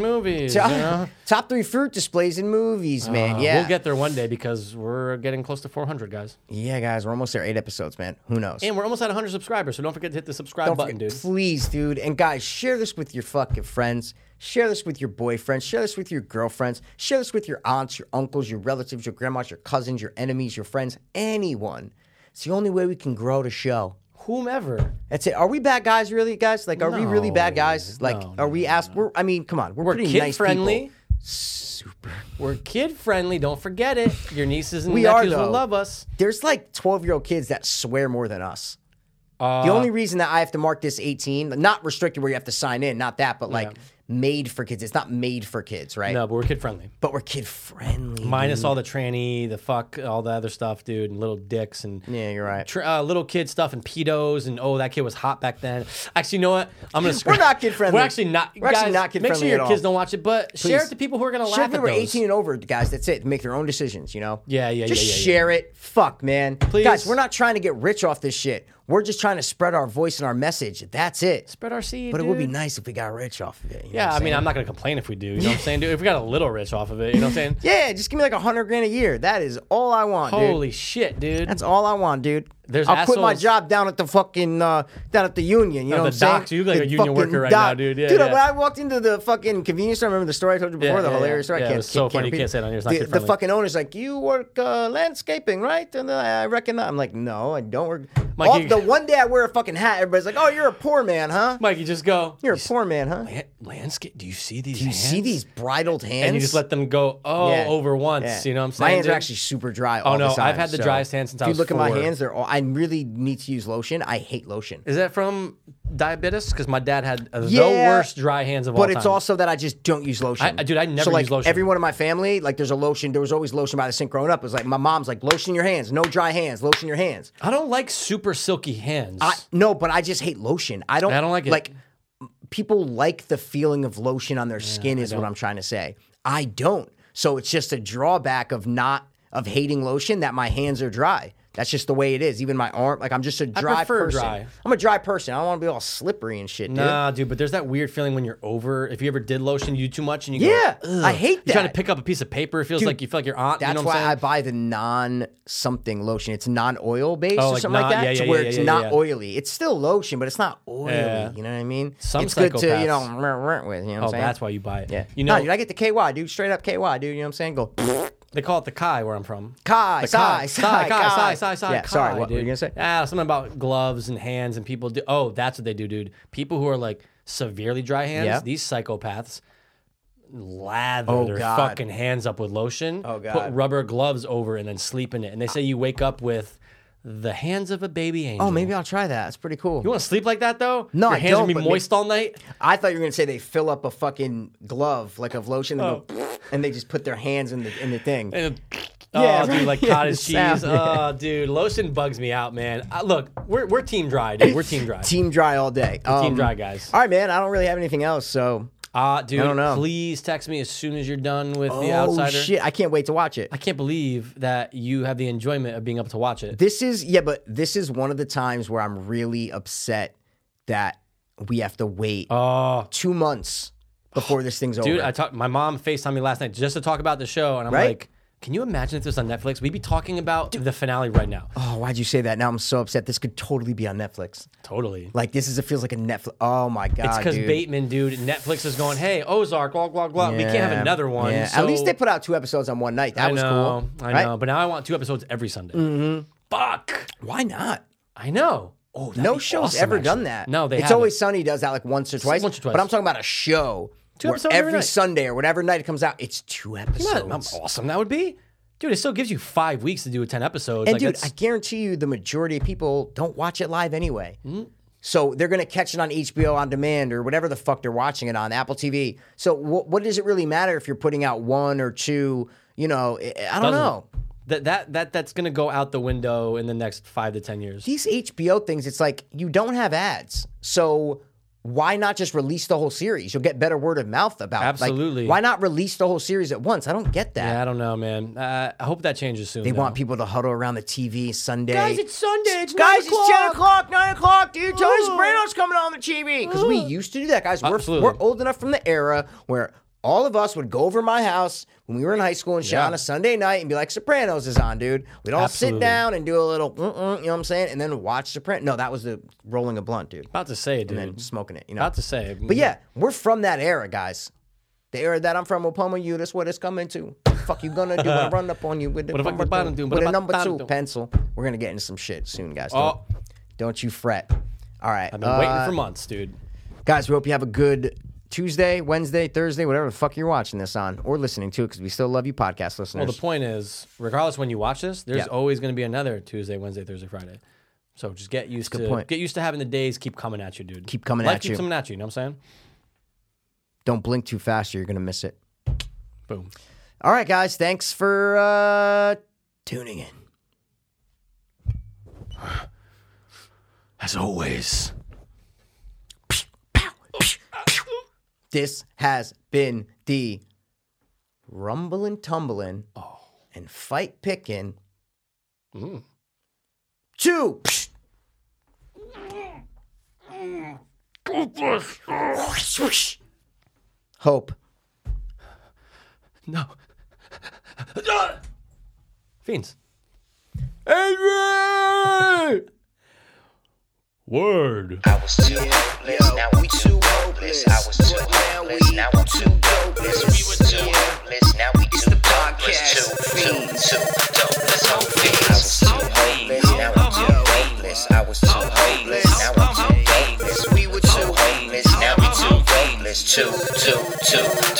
Speaker 2: movies.
Speaker 1: Top-
Speaker 2: you know?
Speaker 1: Top three fruit displays in movies, man.
Speaker 2: Uh,
Speaker 1: yeah,
Speaker 2: We'll get there one day because we're getting close to 400, guys.
Speaker 1: yeah, guys. We're almost there. Eight episodes, man. Who knows?
Speaker 2: And we're almost at 100 subscribers, so don't forget to hit the subscribe
Speaker 1: Don't
Speaker 2: button,
Speaker 1: forget-
Speaker 2: dude.
Speaker 1: Please, dude. And guys, share this with your fucking friends. Share this with your boyfriends. Share this with your girlfriends. Share this with your aunts, your uncles, your relatives, your grandmas, your cousins, your enemies, your friends, anyone. It's the only way we can grow the show.
Speaker 2: Whomever.
Speaker 1: That's it. Are we bad guys, really, guys? Like, are we really bad guys? Like,
Speaker 2: no,
Speaker 1: are we asked? We're, I mean, come on. We're,
Speaker 2: We're
Speaker 1: pretty
Speaker 2: kid
Speaker 1: nice
Speaker 2: friendly.
Speaker 1: people. Super.
Speaker 2: We're kid friendly. Don't forget it. Your nieces and
Speaker 1: We are,
Speaker 2: nephews will
Speaker 1: though.
Speaker 2: love us.
Speaker 1: There's like 12 year old kids that swear more than us.
Speaker 2: Uh,
Speaker 1: the only reason that I have to mark this 18, not restricted where you have to sign in, not that, but like made for kids. It's not made for kids, right?
Speaker 2: No, but we're kid friendly.
Speaker 1: But we're kid friendly.
Speaker 2: Minus all the tranny, the fuck, all the other stuff, dude, and little dicks and
Speaker 1: Yeah, you're right.
Speaker 2: tr- uh, little kid stuff and pedos and oh that kid was hot back then. Actually, you know what? I'm gonna. Scream.
Speaker 1: not kid-friendly.
Speaker 2: We're actually not.
Speaker 1: We're actually
Speaker 2: guys,
Speaker 1: not
Speaker 2: Make
Speaker 1: kid-friendly
Speaker 2: sure your
Speaker 1: at
Speaker 2: kids
Speaker 1: all.
Speaker 2: don't watch it, but share
Speaker 1: Please.
Speaker 2: it to people who are gonna
Speaker 1: Share
Speaker 2: laugh
Speaker 1: if they
Speaker 2: at
Speaker 1: were
Speaker 2: those.
Speaker 1: 18 and over, guys. That's it. Make their own decisions, you know?
Speaker 2: Yeah, yeah,
Speaker 1: Just
Speaker 2: yeah, yeah, yeah.
Speaker 1: share it. Fuck, man.
Speaker 2: Please.
Speaker 1: Guys, we're not trying to get rich off this shit. We're just trying to spread our voice and our message. That's it.
Speaker 2: Spread our seed.
Speaker 1: But it would be
Speaker 2: dude.
Speaker 1: nice if we got rich off of it. you know
Speaker 2: Yeah,
Speaker 1: what
Speaker 2: I
Speaker 1: I'm
Speaker 2: mean,
Speaker 1: saying?
Speaker 2: I'm not gonna complain if we do. You know what I'm saying, dude? If we got a little rich off of it, you know what I'm saying?
Speaker 1: Yeah, just give me like a hundred grand a year. That is all I want, dude.
Speaker 2: Holy shit, dude!
Speaker 1: That's all I want, dude.
Speaker 2: There's
Speaker 1: I'll quit my
Speaker 2: assholes-
Speaker 1: job down at the fucking uh, down at the union. You know
Speaker 2: the
Speaker 1: what I'm saying?
Speaker 2: docks. You look like
Speaker 1: The
Speaker 2: a union
Speaker 1: fucking
Speaker 2: worker right now, dude. Yeah,
Speaker 1: dude,
Speaker 2: yeah.
Speaker 1: when I walked into the fucking convenience store, remember the story I told you before?
Speaker 2: Yeah,
Speaker 1: the
Speaker 2: yeah,
Speaker 1: hilarious
Speaker 2: yeah.
Speaker 1: story. I
Speaker 2: Yeah, it
Speaker 1: can't,
Speaker 2: was so
Speaker 1: can't-
Speaker 2: funny.
Speaker 1: can't
Speaker 2: You can't
Speaker 1: repeat-
Speaker 2: say it on here. It's not
Speaker 1: the, the
Speaker 2: kid-friendly.
Speaker 1: fucking owner's like, "You work uh, landscaping, right?" And I reckon that. I'm like, "No, I don't work."
Speaker 2: Mike,
Speaker 1: All-
Speaker 2: you-
Speaker 1: the one day I wear a fucking hat, everybody's like, "Oh, you're a poor man, huh?
Speaker 2: Mikey, just go.
Speaker 1: You're a poor man, huh?"
Speaker 2: Lan- landscape. Do you see these?
Speaker 1: You
Speaker 2: hands?
Speaker 1: see these bridled hands?
Speaker 2: And you just let them go. Oh,
Speaker 1: Yeah.
Speaker 2: over once.
Speaker 1: Yeah.
Speaker 2: You know what I'm saying?
Speaker 1: My hands
Speaker 2: dude?
Speaker 1: are actually super dry.
Speaker 2: Oh,
Speaker 1: all
Speaker 2: no,
Speaker 1: the time,
Speaker 2: I've had the
Speaker 1: so-
Speaker 2: driest hands since I
Speaker 1: If you
Speaker 2: was
Speaker 1: look at
Speaker 2: four.
Speaker 1: my hands; they're all. I really need to use lotion. I hate lotion.
Speaker 2: Is that from diabetes? Because my dad had uh, the
Speaker 1: Yeah.
Speaker 2: worst dry hands of all
Speaker 1: But
Speaker 2: time.
Speaker 1: it's also that I just don't use lotion.
Speaker 2: I- dude, I never
Speaker 1: so, like,
Speaker 2: use lotion.
Speaker 1: Everyone in my family, like, there's a lotion. There was always lotion by the sink growing up. It was like my mom's like, lotion your hands, no dry hands, lotion your hands.
Speaker 2: I don't like super silky hands.
Speaker 1: I no, but I just hate lotion. I don't.
Speaker 2: I don't like it.
Speaker 1: Like people like the feeling of lotion on their skin is what I'm trying to say. I don't. So it's just a drawback of not of hating lotion that my hands are dry. That's just the way it is. Even my arm, like I'm just a dry
Speaker 2: prefer
Speaker 1: person.
Speaker 2: dry.
Speaker 1: I'm a dry person. I don't want to be all slippery and shit, dude.
Speaker 2: Nah, dude, but there's that weird feeling when you're over. If you ever did lotion, you too much, and you
Speaker 1: Yeah,
Speaker 2: go, "Ugh."
Speaker 1: I hate
Speaker 2: You're trying to
Speaker 1: that.
Speaker 2: pick up a piece of paper. It feels like you feel like your aunt.
Speaker 1: That's
Speaker 2: you know what
Speaker 1: why
Speaker 2: I'm saying?
Speaker 1: I buy the non something lotion. It's non oil based
Speaker 2: Oh,
Speaker 1: or
Speaker 2: like
Speaker 1: something like that,
Speaker 2: non- yeah,
Speaker 1: to
Speaker 2: yeah,
Speaker 1: where
Speaker 2: yeah,
Speaker 1: it's
Speaker 2: yeah,
Speaker 1: not
Speaker 2: yeah.
Speaker 1: oily. It's still lotion, but it's not oily.
Speaker 2: Yeah.
Speaker 1: You know what I mean?
Speaker 2: Some
Speaker 1: it's good to you know
Speaker 2: psychopaths-
Speaker 1: with. You know what
Speaker 2: Oh,
Speaker 1: I'm saying?
Speaker 2: that's why you buy it.
Speaker 1: Yeah.
Speaker 2: You know,
Speaker 1: no, dude, I get the KY, dude. Straight up KY, dude. You know what I'm saying? Go
Speaker 2: they call it the Kai where I'm from.
Speaker 1: Kai,
Speaker 2: The
Speaker 1: Sai,
Speaker 2: Kai,
Speaker 1: Sai,
Speaker 2: Kai, Sai,
Speaker 1: Kai.
Speaker 2: Sai, Sai,
Speaker 1: Yeah,
Speaker 2: Kai,
Speaker 1: sorry, what were
Speaker 2: dude.
Speaker 1: you gonna say?
Speaker 2: Ah, something about gloves and hands and people do. Oh, that's what they do, dude. People who are like severely dry hands,
Speaker 1: Yeah.
Speaker 2: these psychopaths lather
Speaker 1: Oh,
Speaker 2: their
Speaker 1: God.
Speaker 2: fucking hands up with lotion,
Speaker 1: Oh,
Speaker 2: put
Speaker 1: God.
Speaker 2: rubber gloves over, and then sleep in it. And they say you wake up with the hands of a baby angel.
Speaker 1: Oh, maybe I'll try that. It's pretty
Speaker 2: You
Speaker 1: cool.
Speaker 2: want to sleep like that though?
Speaker 1: No,
Speaker 2: Your
Speaker 1: I
Speaker 2: hands are
Speaker 1: don't,
Speaker 2: gonna
Speaker 1: but
Speaker 2: be
Speaker 1: may-
Speaker 2: moist all night.
Speaker 1: I thought you were gonna say they fill up a fucking glove like of lotion and, go, and they just put their hands in the in the thing.
Speaker 2: Oh. And-
Speaker 1: Yeah,
Speaker 2: oh, dude,
Speaker 1: right.
Speaker 2: like
Speaker 1: Yeah,
Speaker 2: cottage
Speaker 1: the
Speaker 2: cheese.
Speaker 1: sound, yeah.
Speaker 2: Oh, dude, lotion bugs me out, man. Uh, look, we're, we're team dry, dude. We're team dry.
Speaker 1: Team dry all day. Um,
Speaker 2: dry, guys.
Speaker 1: All right, man. I don't really have anything else, so
Speaker 2: Ah, dude,
Speaker 1: don't know.
Speaker 2: please text me as soon as you're done with The
Speaker 1: oh
Speaker 2: Outsider.
Speaker 1: shit, I can't wait to watch it.
Speaker 2: I can't believe that you have the enjoyment of being able to watch it.
Speaker 1: This is yeah, but this is one of the times where I'm really upset that we have to wait
Speaker 2: Oh,
Speaker 1: two months before this thing's over.
Speaker 2: dude, I talked. My mom Facetimed me last night just to talk about the show, and I'm
Speaker 1: Right?
Speaker 2: like, can you imagine if this was on Netflix? We'd be talking about the finale right now.
Speaker 1: oh, why'd you say that? Now I'm so upset. This could totally be on Netflix.
Speaker 2: Totally.
Speaker 1: Like this is it feels like a Netflix. Oh my god,
Speaker 2: It's because
Speaker 1: dude.
Speaker 2: Bateman, dude, Netflix is going, hey, Ozark, blah, blah, blah. we can't have
Speaker 1: Yeah,
Speaker 2: another one.
Speaker 1: yeah.
Speaker 2: so-
Speaker 1: At least they put out two episodes on one night. That
Speaker 2: I
Speaker 1: was
Speaker 2: know,
Speaker 1: cool.
Speaker 2: I
Speaker 1: right? Mm-hmm.
Speaker 2: know. But now I want two episodes every Sunday. Fuck.
Speaker 1: Why not?
Speaker 2: I know. Oh, that'd
Speaker 1: No
Speaker 2: be
Speaker 1: show's
Speaker 2: awesome,
Speaker 1: ever
Speaker 2: actually.
Speaker 1: done that.
Speaker 2: No, they
Speaker 1: It's
Speaker 2: haven't.
Speaker 1: always Sunny does that like once or twice.
Speaker 2: once or twice.
Speaker 1: But I'm talking about a show.
Speaker 2: Two
Speaker 1: where
Speaker 2: episodes every
Speaker 1: every
Speaker 2: night.
Speaker 1: Sunday or whatever night it comes out, it's two episodes.
Speaker 2: Not how awesome that would be. Dude, it still gives you five weeks to do ten episodes.
Speaker 1: And
Speaker 2: like,
Speaker 1: dude,
Speaker 2: that's-
Speaker 1: I guarantee you the majority of people don't watch it live anyway.
Speaker 2: Hmm.
Speaker 1: So they're going to catch it on HBO on demand or whatever the fuck they're watching it on Apple TV. So wh- what does it really matter if you're putting out one or two, you know, I I don't
Speaker 2: doesn't-
Speaker 1: know.
Speaker 2: That, that that that's gonna go out the window in the next five to ten years.
Speaker 1: These HBO things, it's like you don't have ads. So why not just release the whole series? You'll get better word of mouth about it. Like,
Speaker 2: Absolutely.
Speaker 1: why not release the whole series at once? I don't get that.
Speaker 2: Yeah, I don't know, man. Uh, I hope that changes soon.
Speaker 1: They want people to huddle around the TV Sunday.
Speaker 2: Sunday. It's
Speaker 1: Guys, it's 10 o'clock, 9 o'clock, dude. Tony Soprano's coming on the TV. Because we used to do that, guys. We're,
Speaker 2: Absolutely.
Speaker 1: we're old enough from the era where all of us would go over to my house when we were in high school and shit
Speaker 2: Yeah.
Speaker 1: on a Sunday night and be like, Sopranos is on, dude. We'd all
Speaker 2: Absolutely.
Speaker 1: sit down and do a little, mm-mm, you know what I'm saying? And then watch Sopranos. No, that was the rolling a blunt, dude.
Speaker 2: About to say, it, dude.
Speaker 1: And smoking it, you know?
Speaker 2: About to say. it.
Speaker 1: But yeah, we're from that era, guys. The era that I'm from will pummel you. That's what it's coming to. Fuck you gonna do? I run up on you with the
Speaker 2: What if I
Speaker 1: number
Speaker 2: could buy them,
Speaker 1: two,
Speaker 2: dude? What
Speaker 1: with
Speaker 2: if I
Speaker 1: a number
Speaker 2: buy them,
Speaker 1: two
Speaker 2: dude?
Speaker 1: pencil. We're gonna get into some shit soon, guys.
Speaker 2: Oh.
Speaker 1: Don't, don't you fret. All right, uh,
Speaker 2: I've been waiting for months, dude.
Speaker 1: guys. We hope you have a good Tuesday, Wednesday, Thursday, whatever the fuck you're watching this on or listening to, because we still love you, podcast listeners.
Speaker 2: Well, the point is, regardless when you watch this, there's
Speaker 1: Yeah.
Speaker 2: always going to be another Tuesday, Wednesday, Thursday, Friday. So just get used
Speaker 1: good
Speaker 2: to
Speaker 1: point.
Speaker 2: get used to having the days keep coming at you, dude.
Speaker 1: Keep coming
Speaker 2: Life
Speaker 1: at
Speaker 2: keeps
Speaker 1: you.
Speaker 2: coming at you. You know what I'm saying?
Speaker 1: Don't blink too fast or you're going to miss it.
Speaker 2: Boom.
Speaker 1: All right, guys. Thanks for uh, tuning in.
Speaker 2: As always.
Speaker 1: This has been the rumbling, tumbling, and fight picking. Two. Hope.
Speaker 2: No. Fiends. Word.
Speaker 4: I was too hopeless, now we too hopeless. I was too hopeless, now I'm too dopeless. We were too hopeless, now we too dopeless. Too, too, too dopeless. I was too hopeless, now I'm too hopeless. I was too hopeless, now I'm too hopeless. We were too hopeless, now we too hopeless. Too, too, too